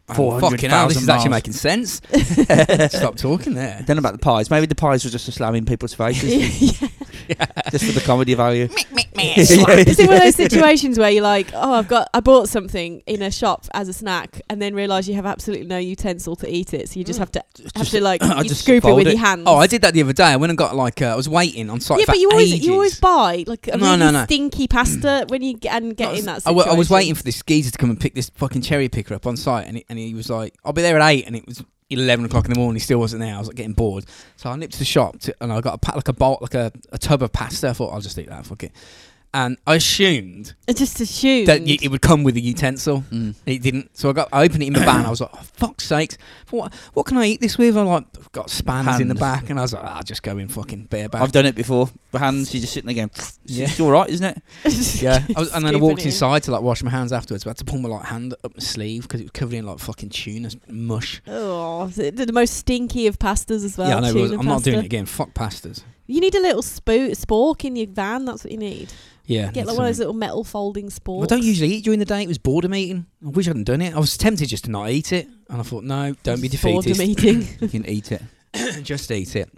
Speaker 3: Oh,
Speaker 4: f-
Speaker 2: 400,000
Speaker 4: Fucking hell, this is actually
Speaker 2: miles.
Speaker 4: making sense. Stop talking there.
Speaker 2: then about the pies. Maybe the pies were just a slam in people's faces
Speaker 3: yeah.
Speaker 2: just for the comedy value.
Speaker 3: Is it one of those situations where you're like, oh, I've got, I bought something in a shop as a snack, and then realise you have absolutely no utensil to eat it, so
Speaker 4: Mm.
Speaker 3: you just have to have to like
Speaker 2: I
Speaker 3: you
Speaker 2: just
Speaker 3: scoop it
Speaker 2: fold
Speaker 3: with
Speaker 2: it.
Speaker 3: your hands.
Speaker 4: Oh, I did that the other day. I went and got like uh, I was waiting on site
Speaker 3: yeah,
Speaker 4: for
Speaker 3: but you always
Speaker 4: ages.
Speaker 3: you always buy like a
Speaker 4: No,
Speaker 3: really
Speaker 4: no, no.
Speaker 3: stinky pasta when you get, and get in that.
Speaker 4: I,
Speaker 3: Situation.
Speaker 4: w- I was waiting for this geezer to come and pick this fucking cherry picker up on site, and he, and he was like, "I'll be there at 8 and it was eleven o'clock in the morning. He still wasn't there. I was like getting bored, so I nipped to the shop to, and I got a pa- like a bowl, like a, a tub of pasta. I thought I'll just eat that. Fuck it. And I assumed
Speaker 3: I just assumed
Speaker 4: that y- it would come with a utensil.
Speaker 2: Mm,
Speaker 4: It didn't, so I got. I opened it in the van. I was like, oh, "Fuck's sakes! What? What can I eat this with?" I like I've got spans in the
Speaker 2: Hands.
Speaker 4: back, and I was like, "I'll just go in fucking bareback."
Speaker 2: I've done it before. The hands, you're just sitting there going, it's,
Speaker 4: Yeah.
Speaker 2: it's all right, isn't it?
Speaker 4: Yeah, I was, and then I walked
Speaker 3: Scooping it in.
Speaker 4: inside to like wash my hands afterwards. But I had to pull my like hand up my sleeve because it was covered in like fucking tuna s- mush.
Speaker 3: Oh, so it did the most stinky of pastas as well.
Speaker 4: yeah, I know. it
Speaker 3: tuna
Speaker 4: was- I'm not doing it
Speaker 3: pasta.
Speaker 4: again. Fuck pastas.
Speaker 3: You need a little spo- spork in your van. That's what you need.
Speaker 4: Yeah, that's
Speaker 3: Get like one of
Speaker 4: something.
Speaker 3: those little metal folding sporks.
Speaker 4: I don't usually eat during the day. It was boredom eating. I wish I hadn't done it. I was tempted just to not eat it, and I thought, no, don't be
Speaker 3: Just boredom
Speaker 4: defeated.
Speaker 3: eating.
Speaker 2: You can eat it.
Speaker 4: just eat it.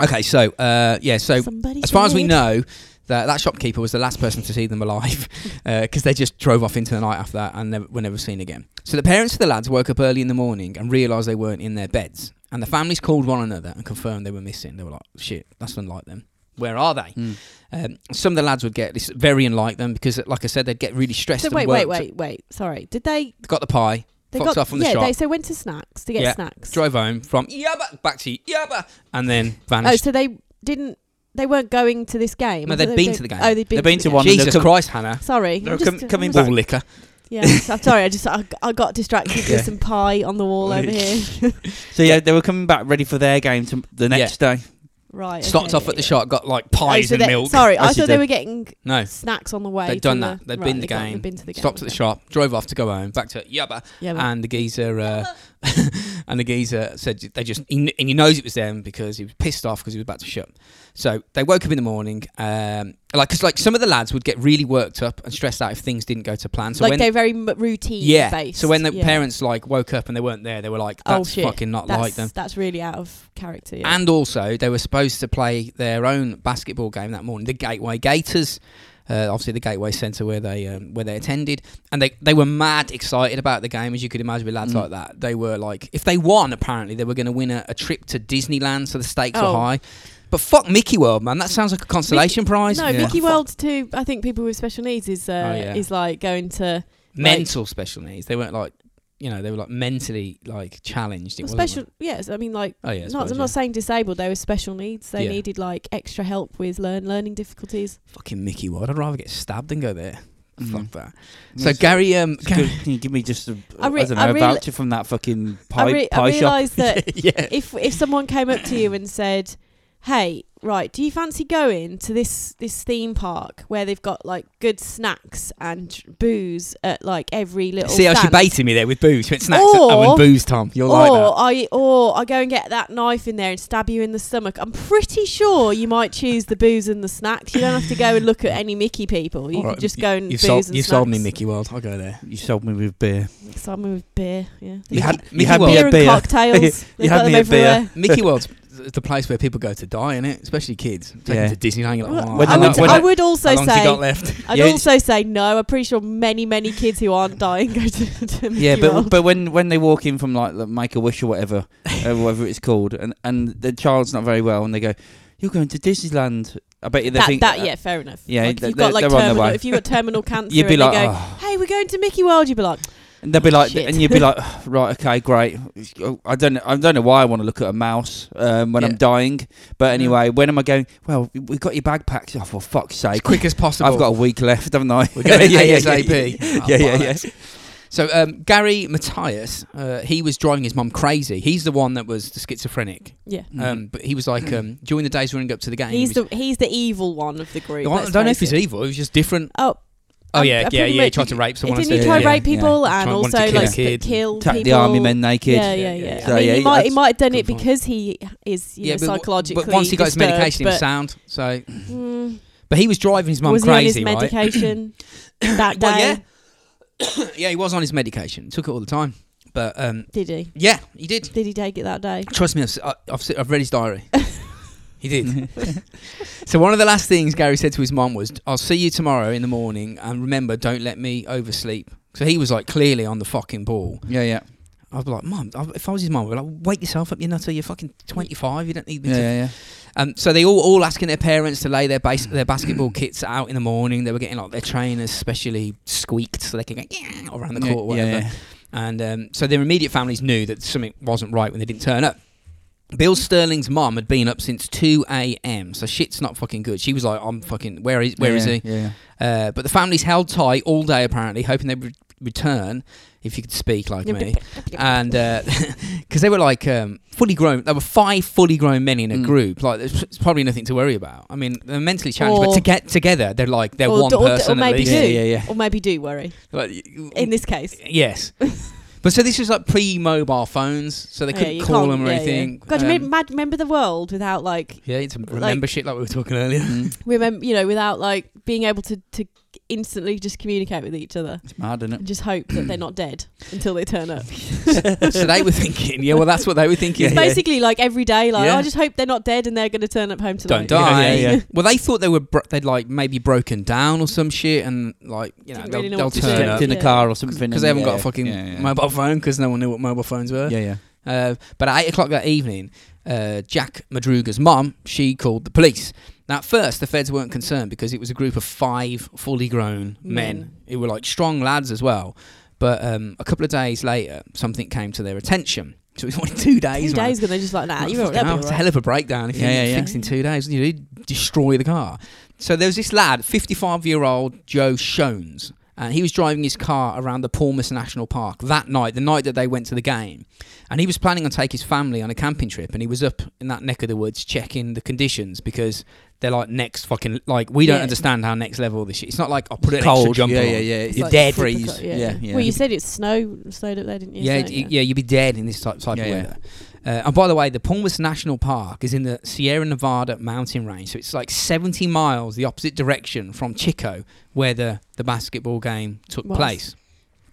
Speaker 4: Okay, so uh, yeah, so
Speaker 3: Somebody
Speaker 4: as far as we
Speaker 3: said-
Speaker 4: know, That, that shopkeeper was the last person to see them alive because they just drove off into the night after that and never, were never seen again. So the parents of the lads woke up early in the morning and realised they weren't in their beds. And the families called one another and confirmed they were missing. They were like, shit, that's unlike them. Where are they?
Speaker 2: Mm.
Speaker 4: Um, some of the lads would get this very unlike them because, like I said, they'd get really stressed.
Speaker 3: So
Speaker 4: and
Speaker 3: wait, wait,
Speaker 4: worked.
Speaker 3: wait, wait. Sorry. Did they?
Speaker 4: Got the pie,
Speaker 3: They
Speaker 4: Fucked
Speaker 3: got
Speaker 4: off from the
Speaker 3: yeah.
Speaker 4: shop.
Speaker 3: They so went to snacks to get
Speaker 4: Yeah.
Speaker 3: snacks.
Speaker 4: drove home from Yabba back to Yabba, and then
Speaker 3: oh,
Speaker 4: vanished.
Speaker 3: so they didn't. They weren't going to this game.
Speaker 4: No,
Speaker 3: So
Speaker 4: they'd
Speaker 3: they
Speaker 4: been
Speaker 3: were
Speaker 4: to the
Speaker 3: doing-
Speaker 4: game.
Speaker 3: Oh, they'd been,
Speaker 2: They'd been
Speaker 3: to,
Speaker 2: to
Speaker 3: the
Speaker 2: one-
Speaker 3: Game.
Speaker 4: Jesus
Speaker 2: Come-
Speaker 4: Christ, Hannah!
Speaker 3: Sorry.
Speaker 2: No,
Speaker 3: I'm just-
Speaker 2: come-
Speaker 3: I'm
Speaker 2: coming
Speaker 3: just-
Speaker 4: Ball liquor.
Speaker 3: Yeah. so- sorry. I just I, got- I got distracted
Speaker 2: Yeah.
Speaker 3: with some pie on the wall over here.
Speaker 2: So yeah, they were coming back ready for their game to the next day.
Speaker 3: right.
Speaker 4: Stopped
Speaker 3: okay.
Speaker 4: off at the shop, got like
Speaker 3: Oh,
Speaker 4: pies
Speaker 3: so
Speaker 4: and
Speaker 3: they-
Speaker 4: milk.
Speaker 3: Sorry, I
Speaker 2: Yes, you
Speaker 3: thought they
Speaker 2: did.
Speaker 3: were getting
Speaker 4: No,
Speaker 3: snacks on the way.
Speaker 4: They'd
Speaker 3: to
Speaker 4: done
Speaker 3: the-
Speaker 4: that. They'd
Speaker 3: right,
Speaker 4: been to
Speaker 3: they
Speaker 4: the
Speaker 3: got-
Speaker 4: game,
Speaker 3: They'd been to the game.
Speaker 4: stopped at the
Speaker 3: okay.
Speaker 4: shop, drove off to go home, back to Yabba,
Speaker 3: Yeah. well,
Speaker 4: and the geezer, uh, and the geezer said they just he, kn- and he knows it was them because he was pissed off because he was about to shut. So they woke up in the morning, um, like because like some of the lads would get really worked up and stressed out if things didn't go to plan. So
Speaker 3: like
Speaker 4: when
Speaker 3: they're very m- routine.
Speaker 4: yeah,
Speaker 3: Based.
Speaker 4: so when the
Speaker 3: yeah.
Speaker 4: parents like woke up and they weren't there, they were like,
Speaker 3: Oh,
Speaker 4: "That's
Speaker 3: shit.
Speaker 4: fucking not
Speaker 3: that's,
Speaker 4: like them."
Speaker 3: That's really out of character. Yeah.
Speaker 4: And also, they were supposed to play their own basketball game that morning. The Gateway Gators, uh, obviously the Gateway Centre where they um, where they attended, and they they were mad excited about the game, as you could imagine with lads
Speaker 2: Mm.
Speaker 4: like that. They were like, if they won, apparently they were going to win a, a trip to Disneyland, so the stakes
Speaker 3: Oh.
Speaker 4: were high. But fuck Mickey World, man. That sounds like a consolation prize.
Speaker 3: no,
Speaker 4: Yeah.
Speaker 3: Mickey
Speaker 4: Fuck.
Speaker 3: World too. I think people with special needs is uh,
Speaker 4: Oh, yeah.
Speaker 3: is like going to
Speaker 4: mental special needs. They weren't like, you know, they were like mentally like challenged. It
Speaker 3: well,
Speaker 4: wasn't
Speaker 3: special.
Speaker 4: like-
Speaker 3: Yes, I mean like.
Speaker 4: Oh yeah, I
Speaker 3: not,
Speaker 4: suppose,
Speaker 3: I'm
Speaker 4: yeah.
Speaker 3: not saying disabled. They were special needs. They
Speaker 4: Yeah.
Speaker 3: needed like extra help with learn learning difficulties.
Speaker 4: fucking Mickey World. I'd rather get stabbed than go there. Fuck
Speaker 3: Mm.
Speaker 2: Mhm.
Speaker 4: that. So Gary, um,
Speaker 2: It's good. Can you give me just a
Speaker 3: I
Speaker 2: I
Speaker 3: re-
Speaker 2: I don't know
Speaker 3: I
Speaker 2: a
Speaker 3: reali-
Speaker 2: voucher from that fucking pie,
Speaker 3: I, re-
Speaker 2: pie
Speaker 3: I
Speaker 2: shop?
Speaker 3: realised that
Speaker 4: yeah,
Speaker 3: if if someone came up to you and said, "Hey, right, do you fancy going to this this theme park where they've got like good snacks and booze at like every little
Speaker 4: See how she
Speaker 3: stand?"
Speaker 4: baited me there with booze. She went snacks.
Speaker 3: Or-
Speaker 4: oh, and booze, Tom. You'll
Speaker 3: or
Speaker 4: like that.
Speaker 3: I or I go and get that knife in there and stab you in the stomach. I'm pretty sure you might choose the booze and the snacks. You don't have to go and look at any Mickey people. You
Speaker 4: All
Speaker 3: could
Speaker 4: right,
Speaker 3: just go and
Speaker 4: You've
Speaker 3: booze
Speaker 4: sold,
Speaker 3: and
Speaker 4: you've sold me
Speaker 3: snacks.
Speaker 4: Mickey World. I'll go there.
Speaker 2: You sold me with beer.
Speaker 3: So I'm with beer, yeah.
Speaker 4: You had,
Speaker 2: you had
Speaker 4: World,
Speaker 2: me
Speaker 3: beer
Speaker 2: a
Speaker 3: and
Speaker 2: beer.
Speaker 3: cocktails. They've
Speaker 2: had
Speaker 3: got them
Speaker 2: me a beer.
Speaker 3: everywhere.
Speaker 4: Mickey World's the place where people go to die, isn't it? Especially kids. Take them
Speaker 2: Yeah.
Speaker 4: to Disneyland. You're like,
Speaker 3: Well,
Speaker 4: oh,
Speaker 2: When
Speaker 3: I,
Speaker 4: how long-
Speaker 3: would,
Speaker 2: they're not- when
Speaker 3: I
Speaker 2: they're-
Speaker 3: would also
Speaker 4: how long's
Speaker 3: say
Speaker 4: you got left?
Speaker 3: I'd
Speaker 2: Yeah, it's-
Speaker 3: also say no. I'm pretty sure many, many kids who aren't dying go to, to Mickey
Speaker 2: Yeah, but
Speaker 3: World.
Speaker 2: but when when they walk in from like the Make a Wish or whatever, uh, whatever it's called, and and the child's not very well, and they go, "You're going to Disneyland." I bet you they
Speaker 3: that,
Speaker 2: think
Speaker 3: that
Speaker 2: uh,
Speaker 3: yeah, fair enough.
Speaker 2: yeah,
Speaker 3: like, if
Speaker 2: they-
Speaker 3: you've got
Speaker 2: they're-
Speaker 3: like
Speaker 2: they're on their
Speaker 3: terminal,
Speaker 2: way.
Speaker 3: if you got terminal cancer,
Speaker 2: You'd be
Speaker 3: and they
Speaker 2: like,
Speaker 3: go,
Speaker 2: "Oh."
Speaker 3: "Hey, we're going to Mickey World," you'd be like,
Speaker 2: and they'd be like,
Speaker 3: Shit.
Speaker 2: and you'd be like, "Oh, right, okay, great. I don't, I don't know why I want to look at a mouse um, when
Speaker 4: Yeah.
Speaker 2: I'm dying,
Speaker 3: Mm.
Speaker 2: but anyway, when am I going? Well, we've got your bag packed. Oh, for fuck's
Speaker 4: As
Speaker 2: sake!
Speaker 4: quick as possible.
Speaker 2: I've got a week left, haven't I?
Speaker 4: We're going
Speaker 2: Yeah, yeah,
Speaker 4: ASAP.
Speaker 2: yeah,
Speaker 4: Oh,
Speaker 2: yeah, yeah, yeah.
Speaker 4: bollocks. So um, Gary Matthias, uh, he was driving his mum crazy. He's the one that was the schizophrenic.
Speaker 3: "Yeah."
Speaker 2: Mm.
Speaker 4: Um, but he was like um, during the days running up to the game. he
Speaker 3: He's
Speaker 4: was-
Speaker 3: the he's the evil one of the group.
Speaker 4: I
Speaker 3: let's
Speaker 4: don't know if
Speaker 3: face
Speaker 4: he's
Speaker 3: it.
Speaker 4: evil. He was just different.
Speaker 3: Oh,
Speaker 4: Oh
Speaker 3: Um,
Speaker 4: yeah,
Speaker 3: uh,
Speaker 4: yeah,
Speaker 3: pretty
Speaker 4: yeah. He
Speaker 3: much-
Speaker 4: tried to rape someone.
Speaker 3: didn't he
Speaker 4: and
Speaker 3: try
Speaker 4: stuff.
Speaker 2: yeah,
Speaker 3: rape
Speaker 2: yeah.
Speaker 3: people and
Speaker 4: Try- wanted
Speaker 3: also
Speaker 4: to kill a
Speaker 3: like sp-
Speaker 4: kid.
Speaker 3: kill
Speaker 2: Attack
Speaker 3: people?
Speaker 2: the army men naked.
Speaker 3: Yeah, yeah, yeah.
Speaker 2: So,
Speaker 3: I mean,
Speaker 2: yeah,
Speaker 3: he might he
Speaker 2: that's-
Speaker 3: might have done
Speaker 4: good
Speaker 3: it
Speaker 4: point.
Speaker 3: because he is you know,
Speaker 4: but w-
Speaker 3: psychologically.
Speaker 4: But once he got his
Speaker 3: disturbed,
Speaker 4: medication, he
Speaker 3: but,
Speaker 4: was sound. So,
Speaker 3: mm,
Speaker 4: but he was driving his mum
Speaker 3: was
Speaker 4: crazy,
Speaker 3: he on his
Speaker 4: right?
Speaker 3: medication that day?
Speaker 4: Well, yeah. yeah, he was on his medication. Took it all the time. But um,
Speaker 3: Did he?
Speaker 4: yeah, he did.
Speaker 3: Did he take it that day?
Speaker 4: Trust me, I've, s- I- I've, se- I've read his diary. he did. so one of the last things Gary said to his mum was, "I'll see you tomorrow in the morning, and remember, don't let me oversleep." So he was like clearly on the fucking ball.
Speaker 2: yeah, yeah,
Speaker 4: I'd be like, "Mum, I- if I was his mum, I'd be like, wake yourself up, you nutter. You're fucking 25. You don't need me
Speaker 2: yeah,
Speaker 4: to
Speaker 2: yeah, yeah.
Speaker 4: Um, so they all, all asking their parents to lay their base, their basketball kits out in the morning. They were getting like their trainers specially squeaked so they can go yeah around the
Speaker 2: Yeah,
Speaker 4: court or whatever.
Speaker 2: yeah, yeah.
Speaker 4: And um, so their immediate families knew that something wasn't right when they didn't turn up. Bill Sterling's mum had been up since two a.m. So shit's not fucking good. She was like, "I'm fucking where is where is
Speaker 2: yeah,
Speaker 4: he?"
Speaker 2: Yeah, yeah.
Speaker 4: Uh, but the families held tight all day apparently, hoping they would return. If you could speak like me, and because they were like um, fully grown, they were five fully grown men in a
Speaker 2: Mm.
Speaker 4: group. Like, there's it's probably nothing to worry about. I mean, they're mentally challenged, but
Speaker 3: Or-
Speaker 4: to get together, they're like they're
Speaker 3: Or
Speaker 4: one
Speaker 3: d- or d- or
Speaker 4: person at
Speaker 3: maybe
Speaker 4: least.
Speaker 3: do.
Speaker 2: yeah, yeah, yeah.
Speaker 3: Or maybe do worry
Speaker 4: Like,
Speaker 3: in this case.
Speaker 4: yes. But so this was like pre-mobile phones, so they
Speaker 3: Yeah,
Speaker 4: couldn't
Speaker 3: you
Speaker 4: call
Speaker 3: can't-
Speaker 4: them or
Speaker 3: yeah, yeah.
Speaker 4: anything.
Speaker 3: God, do you
Speaker 4: Um,
Speaker 3: remember, mad- remember the world without like
Speaker 4: yeah, it's remember
Speaker 3: like-
Speaker 4: shit like we were talking earlier.
Speaker 2: Mm.
Speaker 3: remember you know without like being able to to instantly just communicate with each other.
Speaker 2: It's mad, isn't
Speaker 3: and
Speaker 2: it?
Speaker 3: Just hope that they're not dead until they turn up.
Speaker 4: so they were thinking, yeah, well, that's what they were thinking.
Speaker 3: It's basically like every day, like "Oh,
Speaker 2: Yeah.
Speaker 3: I just hope they're not dead and they're going to turn up home
Speaker 4: Don't
Speaker 3: tonight.
Speaker 4: die.
Speaker 2: Yeah, yeah, yeah.
Speaker 4: Well, they thought they were bro- they'd like maybe broken down or some shit, and like you know
Speaker 3: Didn't
Speaker 4: they'll,
Speaker 3: really know
Speaker 4: they'll
Speaker 3: what to
Speaker 2: Just
Speaker 4: turn
Speaker 3: do.
Speaker 4: up
Speaker 2: kept in a car or something.
Speaker 4: because
Speaker 2: and-
Speaker 4: they haven't got a
Speaker 2: yeah,
Speaker 4: fucking
Speaker 2: yeah, yeah.
Speaker 4: mobile phone because no one knew what mobile phones were.
Speaker 2: Yeah, yeah.
Speaker 4: Uh, but at eight o'clock that evening, uh, Jack Madruga's mum she called the police. Now, at first, the feds weren't concerned because it was a group of five fully grown
Speaker 3: Men.
Speaker 4: men who were like strong lads as well. But um, a couple of days later, something came to their attention. So it was only two
Speaker 3: Two
Speaker 4: days. man.
Speaker 3: days, and they're just like, nah,
Speaker 4: Like,
Speaker 3: you're
Speaker 4: fucking hell,
Speaker 3: right.
Speaker 4: It's a hell of a breakdown if you
Speaker 2: Yeah,
Speaker 4: yeah,
Speaker 2: yeah, yeah.
Speaker 4: fix in two days. You destroy the car. So there was this lad, 55 year old Joe Shones, and he was driving his car around the Palmas National Park that night, the night that they went to the game. And he was planning on taking his family on a camping trip, and he was up in that neck of the woods checking the conditions because they're like next fucking like we don't
Speaker 3: Yeah.
Speaker 4: understand how next level this shit. It's not like I'll put an extra
Speaker 2: Cold.
Speaker 4: jumper
Speaker 2: Yeah,
Speaker 4: on.
Speaker 2: yeah, yeah.
Speaker 3: It's
Speaker 2: You're
Speaker 3: like
Speaker 2: dead.
Speaker 3: super
Speaker 2: Freeze.
Speaker 3: cut,
Speaker 2: Yeah, yeah.
Speaker 3: Well, you said it's snow snowed up there, didn't you?
Speaker 4: Yeah,
Speaker 3: So,
Speaker 4: d- yeah, you'd be dead in this type, type
Speaker 2: Yeah,
Speaker 4: of
Speaker 2: yeah.
Speaker 4: weather. Uh, and by the way, the Palmas National Park is in the Sierra Nevada mountain range, so it's like 70 miles the opposite direction from Chico, where the, the basketball game took
Speaker 3: Was.
Speaker 4: place.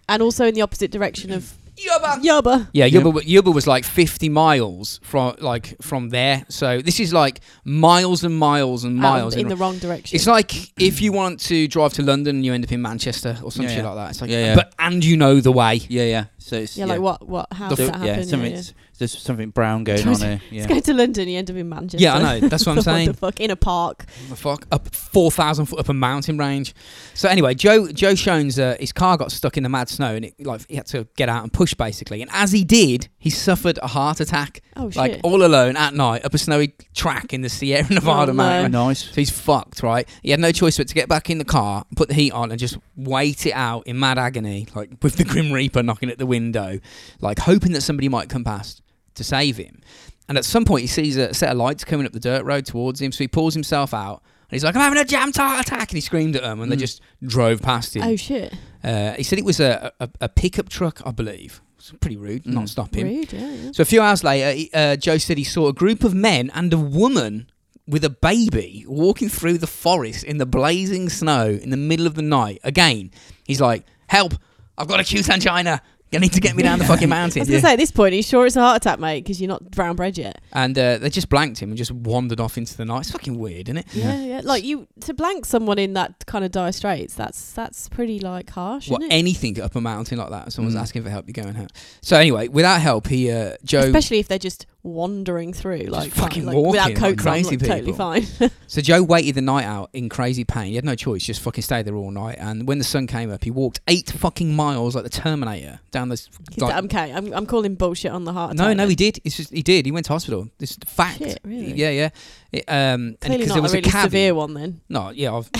Speaker 3: And also in the opposite direction of
Speaker 4: Yuba.
Speaker 3: Yubba.
Speaker 4: Yeah,
Speaker 2: Yeah.
Speaker 4: Yuba, Yuba was like 50 miles from like from there. So this is like miles and miles and miles.
Speaker 3: out Um, in
Speaker 4: and-
Speaker 3: the wrong direction.
Speaker 4: it's like if you want to drive to London and you end up in Manchester or some
Speaker 2: Yeah,
Speaker 4: shit
Speaker 2: yeah.
Speaker 4: like that. It's like,
Speaker 2: Yeah, yeah.
Speaker 4: but and you know the way.
Speaker 2: Yeah, yeah. So it's
Speaker 3: yeah, like what? What? How
Speaker 2: So-
Speaker 3: does that happen?
Speaker 2: yeah,
Speaker 3: Yeah,
Speaker 2: something.
Speaker 3: yeah.
Speaker 2: There's something brown going on here. Yeah.
Speaker 3: Let's go to London. You end up in Manchester.
Speaker 4: Yeah, I know. That's what I'm saying.
Speaker 3: the fuck in a park.
Speaker 4: What the fuck? Up 4,000 foot up a mountain range. So anyway, Joe Joe Shones, uh, his car got stuck in the mad snow and it, like he had to get out and push basically. And as he did, he suffered a heart attack,
Speaker 3: Oh shit!
Speaker 4: like all alone at night up a snowy track in the Sierra Nevada
Speaker 3: no.
Speaker 4: mountain. range.
Speaker 2: Nice.
Speaker 4: So he's fucked, right? He had no choice but to get back in the car, put the heat on, and just wait it out in mad agony, like with the Grim Reaper knocking at the window, like hoping that somebody might come past to save him. And at some point, he sees a set of lights coming up the dirt road towards him, so he pulls himself out. And he's like, I'm having a jammed heart attack. And he screamed at them, and they
Speaker 2: Mm.
Speaker 4: just drove past him.
Speaker 3: oh shit!
Speaker 4: Uh, he said it was a, a, a pickup truck, I believe. It's pretty rude,
Speaker 2: Mm.
Speaker 4: not stop him.
Speaker 3: Rude. Yeah, yeah.
Speaker 4: So a few hours later, he- uh, Joe said he saw a group of men and a woman with a baby walking through the forest in the blazing snow in the middle of the night. Again, he's like, "Help! I've got acute angina. You need to get me down the fucking
Speaker 3: I
Speaker 4: mountain."
Speaker 3: was gonna say at this point, are you sure it's a heart attack, mate? Because you're not brown bread yet.
Speaker 4: And uh, they just blanked him and just wandered off into the night. It's fucking weird, isn't it?
Speaker 3: Yeah, yeah. Like you to blank someone in that kind of dire straits. That's that's pretty like harsh,
Speaker 4: What
Speaker 3: isn't it?
Speaker 4: anything up a mountain like that? Someone's
Speaker 2: Mm.
Speaker 4: asking for help. You go and help. So anyway, without help, he uh, Joe.
Speaker 3: Especially if they're just wandering through, like
Speaker 4: fucking
Speaker 3: like, without
Speaker 4: walking like
Speaker 3: coats
Speaker 4: crazy
Speaker 3: on, like, totally
Speaker 4: people.
Speaker 3: fine.
Speaker 4: So Joe waited the night out in crazy pain. He had no choice, just fucking stayed there all night. And when the sun came up, he walked eight fucking miles like the Terminator down this.
Speaker 3: He's
Speaker 4: like-
Speaker 3: like, okay, I'm I'm calling bullshit on the heart
Speaker 4: no,
Speaker 3: attack.
Speaker 4: no, he did. It's just he did. He went to hospital. This is a fact.
Speaker 3: Shit, really?
Speaker 4: Yeah, yeah. It, um, and
Speaker 3: Clearly
Speaker 4: because
Speaker 3: not
Speaker 4: there was
Speaker 3: a
Speaker 4: a,
Speaker 3: really
Speaker 4: cabin.
Speaker 3: severe one then.
Speaker 4: No, yeah. I've,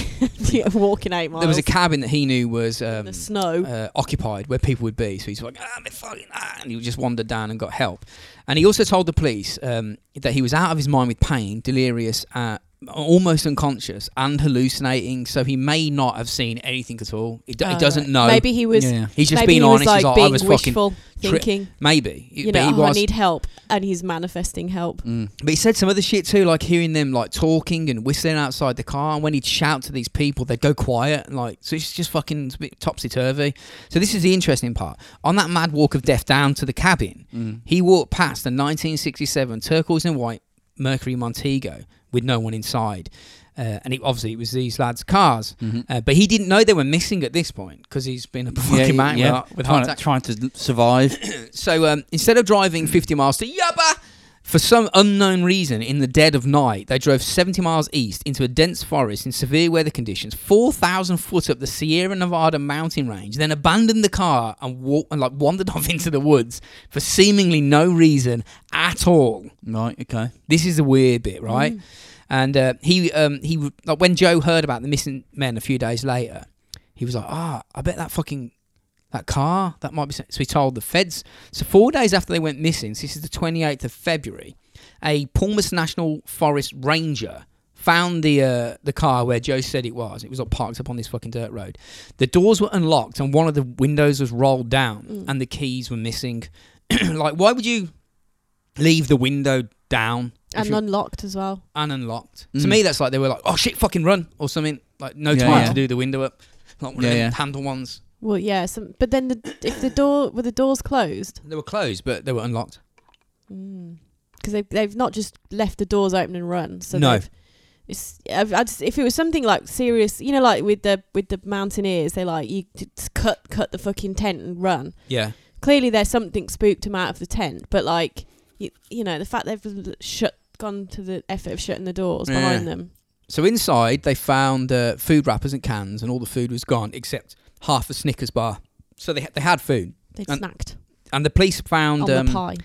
Speaker 3: Yeah, Walking eight miles.
Speaker 4: there was a cabin that he knew was
Speaker 3: in
Speaker 4: um,
Speaker 3: the snow.
Speaker 4: uh, occupied where people would be. So he's like, ah, I'm fucking, ah, and he just wandered down and got help. And he also told the police um, that he was out of his mind with pain, delirious, uh, almost unconscious, and hallucinating. So he may not have seen anything at all. He, d- he
Speaker 3: Oh,
Speaker 4: doesn't
Speaker 3: right.
Speaker 4: know.
Speaker 3: Maybe he was.
Speaker 2: yeah.
Speaker 4: he's just
Speaker 3: maybe
Speaker 4: being
Speaker 3: he
Speaker 4: honest.
Speaker 3: Was, like,
Speaker 4: he's like,
Speaker 3: being
Speaker 4: I was fucking.
Speaker 3: wishful
Speaker 4: tri-
Speaker 3: thinking.
Speaker 4: Maybe.
Speaker 3: You
Speaker 4: but
Speaker 3: know,
Speaker 4: he
Speaker 3: oh, I
Speaker 4: was-
Speaker 3: need help, and he's manifesting help.
Speaker 2: Mm.
Speaker 4: But he said some other shit too, like hearing them like talking and whistling outside the car. And when he'd shout to these people, they'd go quiet. And, like, so it's just fucking topsy turvy. So this is the interesting part. On that mad walk of death down to the cabin,
Speaker 2: Mm.
Speaker 4: he walked past the 1967 turquoise and white Mercury Montego with no one inside. Uh, and it, obviously, it was these lads' cars.
Speaker 2: Mhm.
Speaker 4: Uh, but he didn't know they were missing at this point because he's been a fucking
Speaker 2: yeah,
Speaker 4: man
Speaker 2: yeah.
Speaker 4: with, with heart
Speaker 2: trying,
Speaker 4: attack.
Speaker 2: trying to survive.
Speaker 4: So um, instead of driving 50 miles to Yaba, for some unknown reason, in the dead of night, they drove 70 miles east into a dense forest in severe weather conditions, 4,000 foot up the Sierra Nevada mountain range, then abandoned the car and walked and like wandered off into the woods for seemingly no reason at all.
Speaker 2: right. Okay.
Speaker 4: This is the weird bit, right? And uh, he um, he w- like when Joe heard about the missing men a few days later, he was like, "Ah, I bet that fucking that car that might be." So so he told the feds. So four days after they went missing, so this is the twenty eighth of February, a Palmas National Forest ranger found the uh, the car where Joe said it was. It was like, parked up on this fucking dirt road. The doors were unlocked and one of the windows was rolled down and the keys were missing. like, why would you leave the window down if
Speaker 3: And
Speaker 4: you're-
Speaker 3: unlocked as well.
Speaker 4: and unlocked. To
Speaker 2: Mm.
Speaker 4: me, that's like they were like, oh shit, fucking run or something. Like no
Speaker 2: Yeah,
Speaker 4: time
Speaker 2: yeah.
Speaker 4: to do the window up. Not one
Speaker 2: Yeah,
Speaker 4: of them
Speaker 2: yeah.
Speaker 4: handle ones.
Speaker 3: Well, yeah. Some, but then the, if the door were the doors closed
Speaker 4: They were closed, but they were unlocked. Mm.
Speaker 3: because they they've not just left the doors open and run. So
Speaker 4: No.
Speaker 3: they've- It's, I, I just, if it was something like serious, you know, like with the with the mountaineers, they like you just cut cut the fucking tent and run.
Speaker 4: Yeah.
Speaker 3: Clearly, there's something spooked them out of the tent, but like you, you know, the fact they've l- shut gone to the effort of shutting the doors
Speaker 4: Yeah.
Speaker 3: behind them.
Speaker 4: So inside, they found uh, food wrappers and cans, and all the food was gone except half a Snickers bar. So they they had food,
Speaker 3: They've
Speaker 4: And-
Speaker 3: snacked
Speaker 4: and the police
Speaker 3: on
Speaker 4: found um,
Speaker 3: the pie.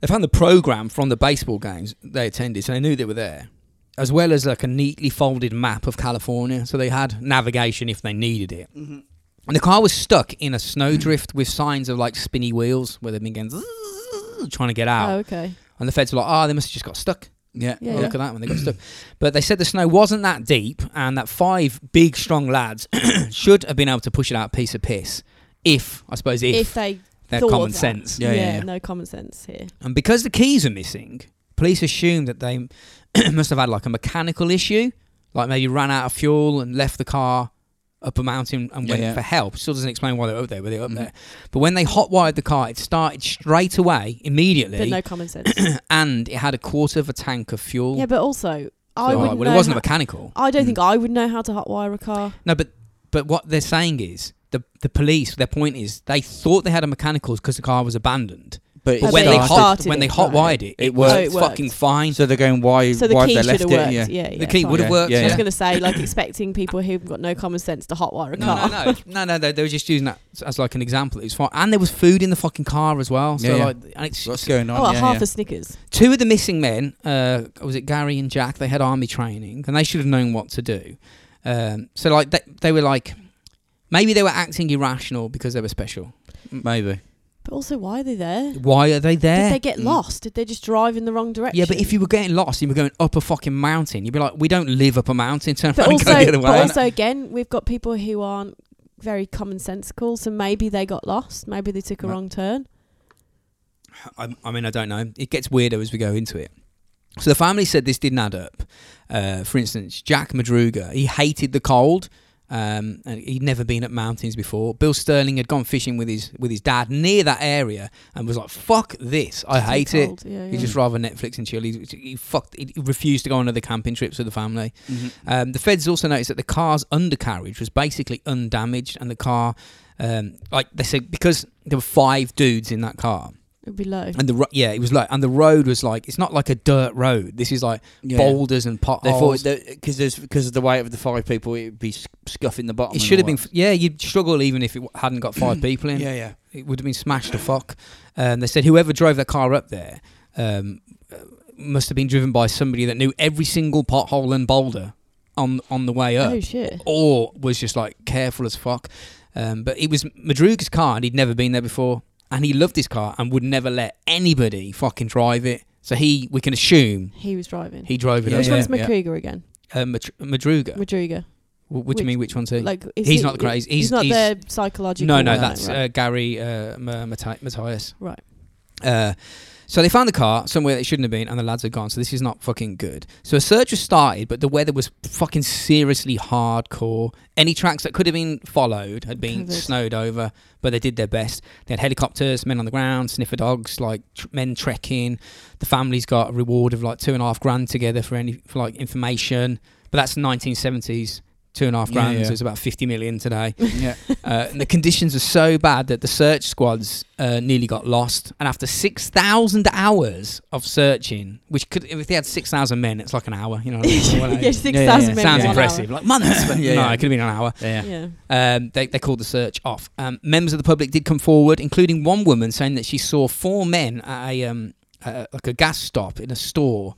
Speaker 4: They found the program from the baseball games they attended, so they knew they were there, as well as like a neatly folded map of California. So they had navigation if they needed it. And the car was stuck in a snowdrift with signs of like spinny wheels where they've been going zzzz, trying to get out.
Speaker 3: Oh, okay.
Speaker 4: And the feds were like, "Ah, they must have just got stuck."
Speaker 2: Yeah.
Speaker 3: Yeah.
Speaker 4: Well, Look at that when they got stuck. But they said the snow wasn't that deep, and that five big strong lads should have been able to push it out a piece of piss. If I suppose if,
Speaker 3: If, they
Speaker 4: they're
Speaker 3: thought
Speaker 4: common
Speaker 3: that.
Speaker 4: sense.
Speaker 2: Yeah, yeah, yeah.
Speaker 3: no common sense here.
Speaker 4: And because the keys are missing, police assumed that they must have had like a mechanical issue, like maybe ran out of fuel and left the car up a mountain and
Speaker 2: Yeah,
Speaker 4: went
Speaker 2: yeah.
Speaker 4: for help. Still doesn't explain why they were up there, but they were up
Speaker 2: Mhm.
Speaker 4: there. But when they hotwired the car, it started straight away,
Speaker 3: But
Speaker 4: immediately,
Speaker 3: no common sense.
Speaker 4: and it had a quarter of a tank of fuel.
Speaker 3: yeah, but also I
Speaker 4: So,
Speaker 3: would.
Speaker 4: like,
Speaker 3: not
Speaker 4: well, it wasn't a Hmm. mechanical.
Speaker 3: I don't
Speaker 2: Mm.
Speaker 3: think I would know how to hotwire a car.
Speaker 4: No, but but what they're saying is the the police. Their point is they thought they had a mechanical because the car was abandoned.
Speaker 2: But it
Speaker 3: But
Speaker 4: But when
Speaker 3: they
Speaker 4: they
Speaker 2: started-
Speaker 4: hot,
Speaker 3: started
Speaker 4: when
Speaker 3: it,
Speaker 4: they hotwired
Speaker 3: right.
Speaker 4: it,
Speaker 2: It
Speaker 4: it was
Speaker 3: worked. Oh, it
Speaker 4: fucking
Speaker 3: worked.
Speaker 4: fine.
Speaker 2: so they're going why
Speaker 3: So the
Speaker 2: why
Speaker 3: key
Speaker 2: have
Speaker 3: should
Speaker 2: they left
Speaker 3: have worked.
Speaker 2: it?
Speaker 3: Yeah,
Speaker 2: Yeah.
Speaker 3: yeah.
Speaker 4: the key
Speaker 3: fine.
Speaker 4: would have
Speaker 2: Yeah,
Speaker 4: worked.
Speaker 2: yeah,
Speaker 3: I was
Speaker 2: yeah.
Speaker 3: going to say, like, expecting people who've got no common sense to hotwire a
Speaker 4: No,
Speaker 3: car.
Speaker 4: no, no, no, no. They, they were just using that as- as like an example. It was fine, and there was food in the fucking car as well. So
Speaker 2: Yeah, yeah.
Speaker 4: like, and it's,
Speaker 2: What's going on?
Speaker 3: Oh,
Speaker 2: yeah,
Speaker 3: half
Speaker 2: yeah.
Speaker 3: a Snickers.
Speaker 4: two of the missing men. Uh, was it Gary and Jack? They had army training, and they should have known what to do. Um, so like they, they were like, maybe they were acting irrational because they were special.
Speaker 2: Maybe.
Speaker 3: But also, why are they there?
Speaker 4: Why are they there?
Speaker 3: Did they get
Speaker 2: Mm.
Speaker 3: lost? Did they just drive in the wrong direction?
Speaker 4: yeah, but if you were getting lost, and you were going up a fucking mountain. You'd be like, we don't live up a mountain. Turn
Speaker 3: But
Speaker 4: around
Speaker 3: also,
Speaker 4: and go the other
Speaker 3: but
Speaker 4: way.
Speaker 3: also, again, we've got people who aren't very commonsensical, so maybe they got lost. Maybe they took a
Speaker 4: Ma-
Speaker 3: wrong turn.
Speaker 4: I, I mean, I don't know. It gets weirder as we go into it. So the family said this didn't add up. Uh, for instance, Jack Madruga, he hated the cold. Um, and he'd never been up mountains before. Bill Sterling had gone fishing with his with his dad near that area and was like, "Fuck this! I
Speaker 3: Too
Speaker 4: hate it."
Speaker 3: cold. Yeah,
Speaker 4: He'd
Speaker 3: yeah.
Speaker 4: just rather Netflix and chill. He, he fucked. He refused to go on other camping trips with the family.
Speaker 2: Mhm.
Speaker 4: Um, the feds also noticed that the car's undercarriage was basically undamaged, and the car, um, like they said, because there were five dudes in that car,
Speaker 3: It'd be low.
Speaker 4: and the ro- yeah, it was like, and the road was like, it's not like a dirt road. This is like
Speaker 2: Yeah.
Speaker 4: boulders and
Speaker 2: They
Speaker 4: potholes.
Speaker 2: thought because because of the weight of the five people, it'd be sc- scuffing the bottom.
Speaker 4: It
Speaker 2: and
Speaker 4: should have
Speaker 2: all
Speaker 4: been,
Speaker 2: that.
Speaker 4: f- yeah, you'd struggle even if it w- hadn't got five people in.
Speaker 2: yeah, yeah.
Speaker 4: It would have been smashed to fuck. Um, they said whoever drove that car up there um, uh, must have been driven by somebody that knew every single pothole and boulder on on the way up.
Speaker 3: Oh, shit.
Speaker 4: or was just like careful as fuck. Um, but it was Madruga's car, and he'd never been there before, and he loved his car and would never let anybody fucking drive it. So he, we can assume,
Speaker 3: He was driving.
Speaker 4: he drove it.
Speaker 2: Yeah,
Speaker 4: up
Speaker 3: which
Speaker 4: there.
Speaker 3: one's
Speaker 2: yeah.
Speaker 3: McCruger again?
Speaker 4: Uh, Madr- Madruga. Wh-
Speaker 3: Madruga.
Speaker 4: What, do you
Speaker 3: which-
Speaker 4: mean? Which one's he?
Speaker 3: Like, is
Speaker 4: He's
Speaker 3: he-
Speaker 4: not the craze-
Speaker 3: He's,
Speaker 4: he's-
Speaker 3: not
Speaker 4: he's-
Speaker 3: the psychological.
Speaker 4: no, no,
Speaker 3: one,
Speaker 4: that's
Speaker 3: right.
Speaker 4: uh, Gary uh, Ma- Matti- Matthias.
Speaker 3: Right.
Speaker 4: Uh, so they found the car somewhere that it shouldn't have been, and the lads are gone. So this is not fucking good. So a search was started, but the weather was fucking seriously hardcore. Any tracks that could have been followed had been
Speaker 3: Covered.
Speaker 4: snowed over, but they did their best. They had helicopters, men on the ground, sniffer dogs, like tr- men trekking. The family's got a reward of like two and a half grand together for any for like information, but that's 1970s. Two and a half
Speaker 2: Yeah,
Speaker 4: grand,
Speaker 2: yeah.
Speaker 4: so it's about 50 million today.
Speaker 2: yeah.
Speaker 4: Uh, and the conditions were so bad that the search squads uh, nearly got lost. And after 6,000 hours of searching, which could, if they had 6,000 men, it's like an hour, you know what I mean? Well,
Speaker 3: yeah,
Speaker 4: it
Speaker 3: six
Speaker 2: yeah,
Speaker 3: thousand
Speaker 2: yeah.
Speaker 4: Sounds
Speaker 2: one
Speaker 4: impressive. Like months, but
Speaker 2: Yeah,
Speaker 4: no,
Speaker 2: yeah.
Speaker 4: it could have been an hour.
Speaker 2: yeah, yeah.
Speaker 3: Yeah.
Speaker 4: Um, they, they called the search off. Um, members of the public did come forward, including one woman saying that she saw four men at a, um, uh, like a gas stop in a store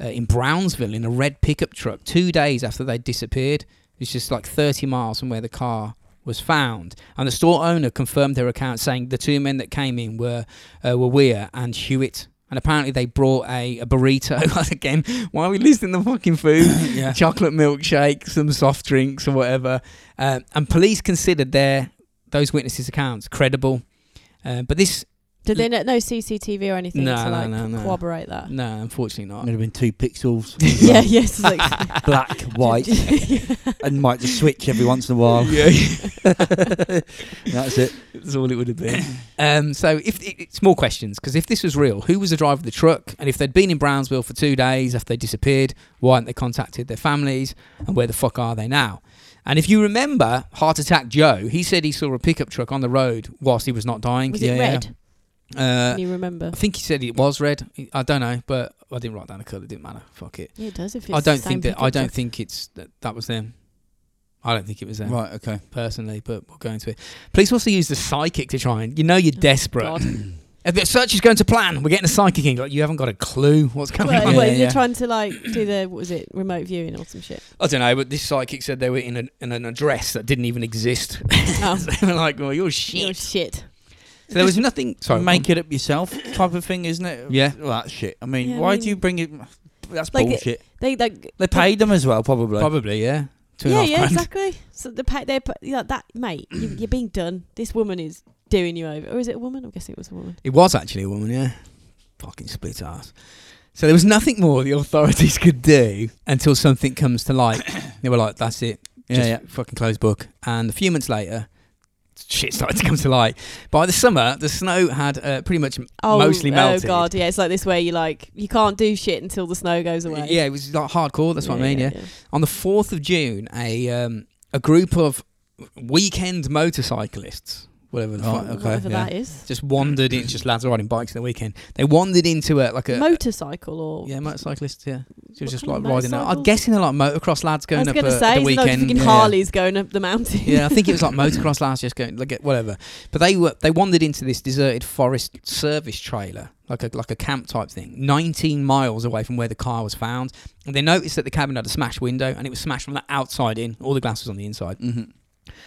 Speaker 4: uh, in Brownsville in a red pickup truck two days after they disappeared. It's just like 30 miles from where the car was found. And the store owner confirmed her account, saying the two men that came in were uh, were Weir and Hewitt. And apparently they brought a, a burrito. Again, why are we listing the fucking food?
Speaker 2: yeah.
Speaker 4: chocolate milkshake, some soft drinks or whatever. Um, and police considered their those witnesses' accounts credible. Uh, but this
Speaker 3: Did they not know CCTV or anything
Speaker 4: No,
Speaker 3: to
Speaker 4: no,
Speaker 3: like
Speaker 4: no, no.
Speaker 3: corroborate that?
Speaker 4: No, unfortunately not.
Speaker 2: There'd have been two pixels.
Speaker 3: yeah, yes. Like,
Speaker 2: Black, white, and might just switch every once in a while.
Speaker 4: Yeah,
Speaker 2: That's it.
Speaker 4: that's all it would have been. um, so, if it, it's more questions, because if this was real, who was the driver of the truck, and if they'd been in Brownsville for two days after they disappeared, why hadn't they contacted their families, and where the fuck are they now? And if you remember, Heart Attack Joe, he said he saw a pickup truck on the road whilst he was not dying.
Speaker 3: was
Speaker 4: yeah,
Speaker 3: it
Speaker 4: yeah.
Speaker 3: red?
Speaker 4: Uh,
Speaker 3: Can you remember?
Speaker 4: I think he said it was red. I don't know, but I didn't write down the colour. It didn't matter. Fuck it.
Speaker 3: Yeah, it does. If it's
Speaker 4: I
Speaker 3: the
Speaker 4: don't
Speaker 3: same
Speaker 4: think that.
Speaker 3: pickup
Speaker 4: I don't
Speaker 3: truck.
Speaker 4: think it's that, that was them. I don't think it was them
Speaker 2: Right, okay.
Speaker 4: personally, but we'll go into it. Police also use the psychic to try and you know you're desperate.
Speaker 3: Oh, God.
Speaker 4: If the search is going to plan, we're getting a psychic in. Like you haven't got a clue what's going
Speaker 3: Well,
Speaker 4: on.
Speaker 3: well,
Speaker 2: yeah,
Speaker 3: You're
Speaker 2: yeah.
Speaker 3: trying to like do the what was it remote viewing or some shit.
Speaker 4: I don't know, but this psychic said they were in an, in an address that didn't even exist.
Speaker 3: Oh.
Speaker 4: so they were like, "Well, you're
Speaker 3: You're
Speaker 4: shit."
Speaker 3: shit.
Speaker 4: So there was nothing. Sorry,
Speaker 2: Make it up yourself type of thing, isn't it?
Speaker 4: Yeah.
Speaker 2: Well, that shit. I mean,
Speaker 3: Yeah, I
Speaker 2: why
Speaker 3: mean-
Speaker 2: do you bring it? That's
Speaker 3: Like, it-
Speaker 2: bullshit.
Speaker 3: They like
Speaker 2: They paid them as well, probably.
Speaker 4: probably yeah. Two and a
Speaker 3: yeah,
Speaker 4: half
Speaker 3: yeah,
Speaker 4: grand.
Speaker 3: exactly. So the pa- they're pa- yeah, that mate, you, you're being done. This woman is doing you over, or is it a woman? I'm guessing it was a woman.
Speaker 4: It was actually a woman, yeah. Fucking split ass. So there was nothing more the authorities could do until something comes to light. they were like, that's it.
Speaker 2: Yeah,
Speaker 4: Just
Speaker 2: yeah.
Speaker 4: fucking close book. And a few months later, shit started to come to light. By the summer, the snow had uh, pretty much
Speaker 3: Oh,
Speaker 4: mostly melted.
Speaker 3: Oh god, yeah, it's like this where you like you can't do shit until the snow goes away.
Speaker 4: Yeah, it was like hardcore. That's what I mean, yeah. On the 4th of June, a, um, a group of weekend motorcyclists, whatever the
Speaker 3: Oh,
Speaker 2: Right,
Speaker 4: fuck,
Speaker 2: okay,
Speaker 3: Whatever
Speaker 2: yeah.
Speaker 3: that is,
Speaker 4: just wandered in, just lads riding bikes on the weekend. They wandered into a, like a,
Speaker 3: motorcycle or
Speaker 4: uh, Yeah, motorcyclists. Yeah, she
Speaker 3: What
Speaker 4: was just like
Speaker 3: kind of
Speaker 4: riding. Out. I'm
Speaker 3: motorcycles?
Speaker 4: guessing they're like motocross lads
Speaker 3: I
Speaker 4: going
Speaker 3: was
Speaker 4: up
Speaker 3: gonna
Speaker 4: uh,
Speaker 3: say
Speaker 4: at the
Speaker 3: it's not
Speaker 4: weekend.
Speaker 3: freaking
Speaker 4: yeah.
Speaker 3: Harleys going up the mountain.
Speaker 4: Yeah, I think it was like motocross lads just going like whatever. But they were they wandered into this deserted forest service trailer, like a like a camp type thing, 19 miles away from where the car was found. And they noticed that the cabin had a smashed window, and it was smashed from the outside in. All the glass was on the inside.
Speaker 2: Mm-hmm.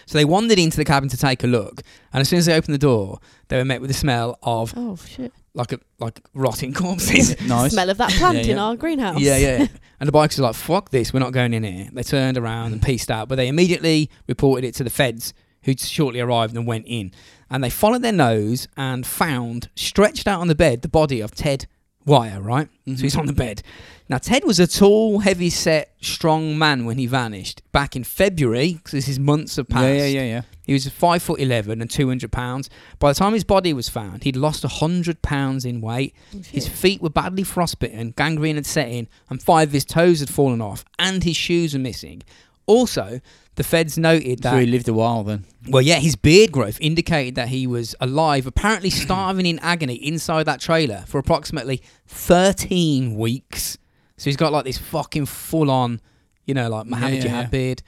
Speaker 4: So they wandered into the cabin to take a look. And as soon as they opened the door, they were met with the smell of
Speaker 3: Oh shit!
Speaker 4: like a like rotting corpses.
Speaker 2: Nice.
Speaker 3: Smell of that plant
Speaker 2: Yeah,
Speaker 3: in
Speaker 2: yeah.
Speaker 3: our greenhouse.
Speaker 4: Yeah, yeah. yeah. and the bikers were like, fuck this, we're not going in here. They turned around
Speaker 2: Mm.
Speaker 4: and pieced out, but they immediately reported it to the feds, who shortly arrived and went in. And they followed their nose and found, stretched out on the bed, the body of Ted Wire, right? So
Speaker 2: Mm-hmm.
Speaker 4: he's on the bed. Now, Ted was a tall, heavy set, strong man when he vanished back in February, because this is months have passed.
Speaker 2: Yeah, yeah, yeah, yeah.
Speaker 4: He was five foot eleven and two hundred pounds. By the time his body was found, he'd lost hundred pounds in weight. His feet were badly frostbitten, gangrene had set in, and five of his toes had fallen off, and his shoes were missing. Also, the feds noted that
Speaker 2: So he lived a while then.
Speaker 4: well, yeah, his beard growth indicated that he was alive, apparently starving in agony inside that trailer for approximately 13 weeks. So he's got like this fucking full on, you know, like Mohammed
Speaker 2: yeah,
Speaker 4: Jihad
Speaker 2: yeah.
Speaker 4: beard.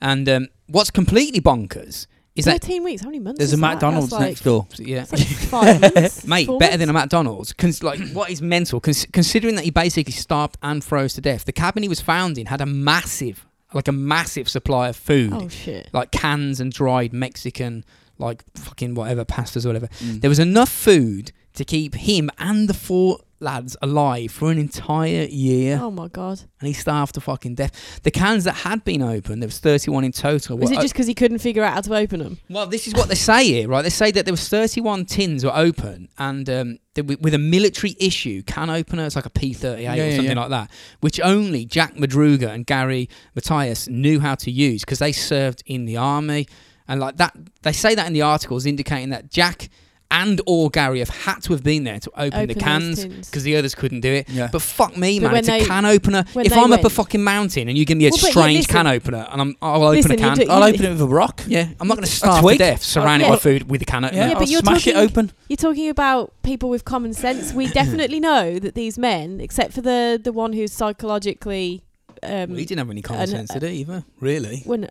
Speaker 4: And um, what's completely bonkers is that,
Speaker 3: Thirteen weeks. How many months?
Speaker 2: There's
Speaker 3: is
Speaker 2: a
Speaker 3: that? That's
Speaker 2: McDonald's
Speaker 3: like-
Speaker 2: next door.
Speaker 4: yeah.
Speaker 3: that's like five months,
Speaker 4: Mate,
Speaker 3: four
Speaker 4: better than a
Speaker 3: months.
Speaker 4: McDonald's. Cons- like, what is mental? Cons- considering that he basically starved and froze to death, the cabin he was found in had a massive, like a massive supply of food
Speaker 3: Oh shit!
Speaker 4: like cans and dried Mexican, like fucking whatever pastas or whatever. There was enough food to keep him and the four lads alive for an entire year,
Speaker 3: Oh my god!
Speaker 4: and he starved to fucking death. The cans that had been opened, there was thirty-one in total.
Speaker 3: Was
Speaker 4: were
Speaker 3: it just because he couldn't figure out how to open them?
Speaker 4: well, this is what they say here, right? They say that there was 31 tins were open, and um, that wi- with a military issue can opener, it's like a P38
Speaker 2: Yeah,
Speaker 4: or
Speaker 2: yeah,
Speaker 4: something
Speaker 2: yeah.
Speaker 4: like that, which only Jack Madruga and Gary Matthias knew how to use because they served in the army, and like that, they say that in the articles, indicating that Jack and or Gary have had to have been there to open, the
Speaker 3: those
Speaker 4: cans
Speaker 3: tins.
Speaker 4: because the others couldn't do it.
Speaker 2: Yeah.
Speaker 4: But fuck me,
Speaker 3: But
Speaker 4: man,
Speaker 3: when
Speaker 4: it's a
Speaker 3: they-
Speaker 4: can opener.
Speaker 3: when
Speaker 4: If
Speaker 3: they
Speaker 4: I'm up a
Speaker 3: went-
Speaker 4: fucking mountain and you give me a
Speaker 3: Well, but yeah,
Speaker 4: strange
Speaker 3: listen-
Speaker 4: can opener, and I'm, I'll open
Speaker 3: Listen,
Speaker 4: a
Speaker 3: you
Speaker 4: can.
Speaker 3: do-
Speaker 2: I'll
Speaker 3: you-
Speaker 2: open it with a rock.
Speaker 4: Yeah, I'm not going to
Speaker 2: A
Speaker 4: starve to
Speaker 2: twig?
Speaker 4: death surrounded
Speaker 3: Oh, Yeah.
Speaker 4: by food with a can opener.
Speaker 2: Yeah,
Speaker 3: Yeah,
Speaker 2: I'll
Speaker 3: but you're
Speaker 2: smash it
Speaker 3: talking-
Speaker 2: open.
Speaker 3: You're talking about people with common sense. We definitely know that these men, except for the the one who's psychologically, um,
Speaker 4: Well, he didn't have any common
Speaker 3: and- uh,
Speaker 4: sense, did he? Either really,
Speaker 3: when,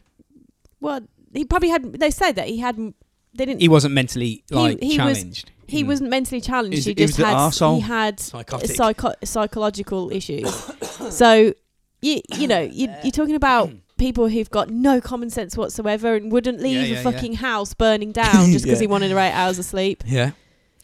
Speaker 3: well, he probably had. They said that he had. They didn't.
Speaker 4: he wasn't mentally like
Speaker 3: he was-
Speaker 4: challenged.
Speaker 3: he
Speaker 4: Mm.
Speaker 3: wasn't mentally challenged.
Speaker 2: He's-
Speaker 3: he
Speaker 2: he
Speaker 3: just
Speaker 2: was an
Speaker 3: had.
Speaker 2: arsehole.
Speaker 3: He had
Speaker 4: psychotic.
Speaker 3: psycho- psychological issues. so, you you know, you, you're talking
Speaker 4: Hmm.
Speaker 3: about people who've got no common sense whatsoever and wouldn't leave
Speaker 4: yeah, yeah.
Speaker 3: a fucking house burning down just because
Speaker 2: Yeah.
Speaker 3: he wanted eight hours of sleep.
Speaker 4: yeah,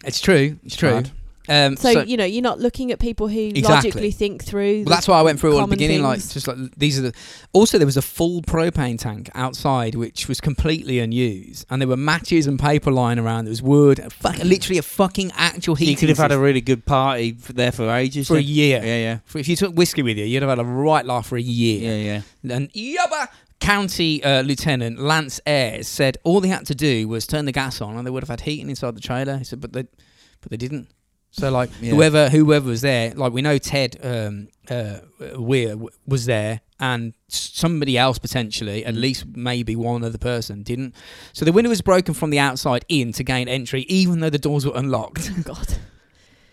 Speaker 4: it's true. It's true.
Speaker 2: Mad.
Speaker 4: Um,
Speaker 3: So,
Speaker 4: so,
Speaker 3: you know, you're not looking at people who
Speaker 4: Exactly.
Speaker 3: logically think through.
Speaker 4: well, that's why I went through all at the
Speaker 3: common
Speaker 4: beginning. Like
Speaker 3: things.
Speaker 4: just like these are the. Also, there was a full propane tank outside which was completely unused, and there were matches and paper lying around. There was wood, a fuck, literally a fucking actual heating.
Speaker 2: You could have had a
Speaker 4: system
Speaker 2: really good party f- there for ages.
Speaker 4: for a
Speaker 2: then.
Speaker 4: year.
Speaker 2: Yeah, yeah.
Speaker 4: For- if you took whiskey with you, you'd have had a right laugh for a year.
Speaker 2: Yeah, yeah.
Speaker 4: And yabba! County uh, Lieutenant Lance Ayres said all they had to do was turn the gas on, and they would have had heating inside the trailer. He said, but they, but they didn't. So like
Speaker 2: Yeah.
Speaker 4: whoever whoever was there, like we know Ted um, uh, Weir w- was there, and s- somebody else potentially, at least maybe one other person didn't. So the window was broken from the outside in to gain entry, even though the doors were unlocked.
Speaker 3: Oh, God.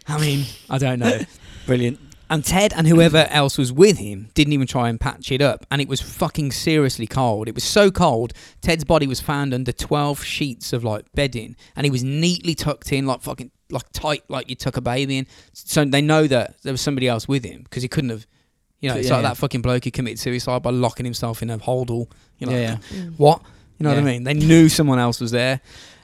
Speaker 4: I mean, I don't know.
Speaker 2: Brilliant.
Speaker 4: And Ted and whoever else was with him didn't even try and patch it up. And it was fucking seriously cold. It was so cold, Ted's body was found under 12 sheets of like bedding. And he was neatly tucked in, like fucking, like tight, like you tuck a baby in. So they know that there was somebody else with him because he couldn't have, you know, it's
Speaker 2: Yeah,
Speaker 4: like
Speaker 2: yeah.
Speaker 4: that fucking bloke who committed suicide by locking himself in a holdall. You know,
Speaker 2: Yeah, yeah.
Speaker 4: what? You know what
Speaker 2: Yeah.
Speaker 4: I mean? They knew someone else was there.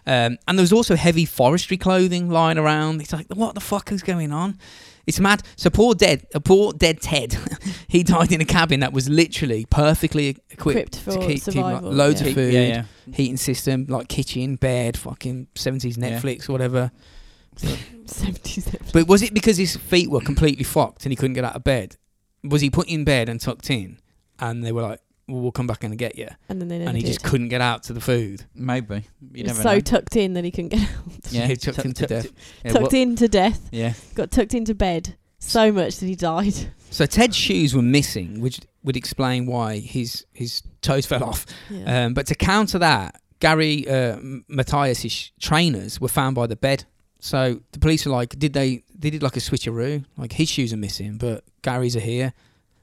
Speaker 4: Um, and there was also heavy forestry clothing lying around. It's like, what the fuck is going on? It's mad. So poor dead, uh, poor dead Ted, he died in a cabin that was literally perfectly equipped,
Speaker 3: Equipped for survival,
Speaker 4: like, loads
Speaker 2: Yeah,
Speaker 4: of food,
Speaker 2: yeah.
Speaker 4: heating system, like kitchen, bed, fucking seventies
Speaker 2: Yeah.
Speaker 4: Netflix, whatever.
Speaker 3: 77.
Speaker 4: But was it because his feet were completely fucked and he couldn't get out of bed? Was he put in bed and tucked in, and they were like, well, "We'll come back and get you,"
Speaker 3: And then they never
Speaker 4: and he
Speaker 3: did.
Speaker 4: just couldn't get out to the food?
Speaker 2: Maybe. You
Speaker 3: It was
Speaker 2: never
Speaker 3: so
Speaker 2: know.
Speaker 3: tucked in that he couldn't get
Speaker 2: yeah.
Speaker 4: He tucked
Speaker 2: Tuck-
Speaker 4: him to
Speaker 2: tuck-
Speaker 4: death.
Speaker 2: yeah,
Speaker 3: tucked
Speaker 2: what-
Speaker 3: in to death.
Speaker 2: Yeah.
Speaker 3: Got tucked into bed so much that he died.
Speaker 4: So Ted's shoes were missing, which would explain why his his toes fell off.
Speaker 3: Yeah.
Speaker 4: Um, but to counter that, Gary uh, M- Matthias's sh- trainers were found by the bed. So the police are like, did they? They did like a switcheroo. Like his shoes are missing, but Gary's are here.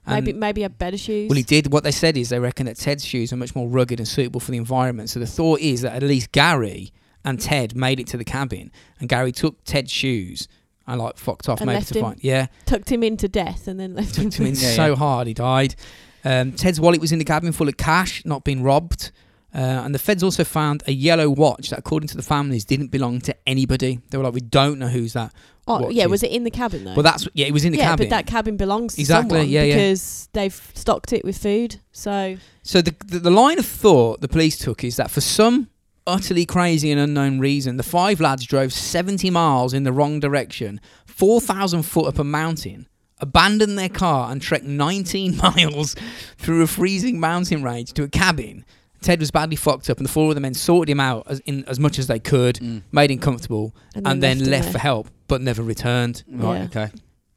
Speaker 4: And-
Speaker 3: maybe maybe had better shoes.
Speaker 4: well, he did. What they said is they reckon that Ted's shoes are much more rugged and suitable for the environment. So the thought is that at least Gary and Ted made it to the cabin, and Gary took Ted's shoes and like fucked off,
Speaker 3: And
Speaker 4: maybe
Speaker 3: left
Speaker 4: to
Speaker 3: him.
Speaker 4: find yeah
Speaker 3: tucked him into death and then left him.
Speaker 4: tucked him in
Speaker 2: Yeah,
Speaker 4: so
Speaker 2: yeah.
Speaker 4: hard he died. Um, Ted's wallet was in the cabin full of cash, not being robbed. Uh, and the feds also found a yellow watch that, according to the families, didn't belong to anybody. They were like, "We don't know who's that."
Speaker 3: Oh,
Speaker 4: What
Speaker 3: yeah,
Speaker 4: is-
Speaker 3: was it in the cabin though?
Speaker 4: Well, that's yeah, it was in the
Speaker 3: yeah,
Speaker 4: cabin.
Speaker 3: but that cabin belongs to
Speaker 4: Exactly,
Speaker 3: someone
Speaker 4: yeah, yeah.
Speaker 3: because they've stocked it with food. So
Speaker 4: so the, the the line of thought the police took is that for some utterly crazy and unknown reason, the five lads drove 70 miles in the wrong direction, 4,000 foot up a mountain, abandoned their car, and trekked 19 miles through a freezing mountain range to a cabin. Ted was badly fucked up, and the four of the men sorted him out as, in, as much as they could,
Speaker 2: Mm.
Speaker 4: made him comfortable,
Speaker 3: and then
Speaker 4: and then
Speaker 3: left, him
Speaker 4: left,
Speaker 3: there.
Speaker 4: for help, but never returned.
Speaker 2: Right.
Speaker 3: Yeah.
Speaker 2: Okay.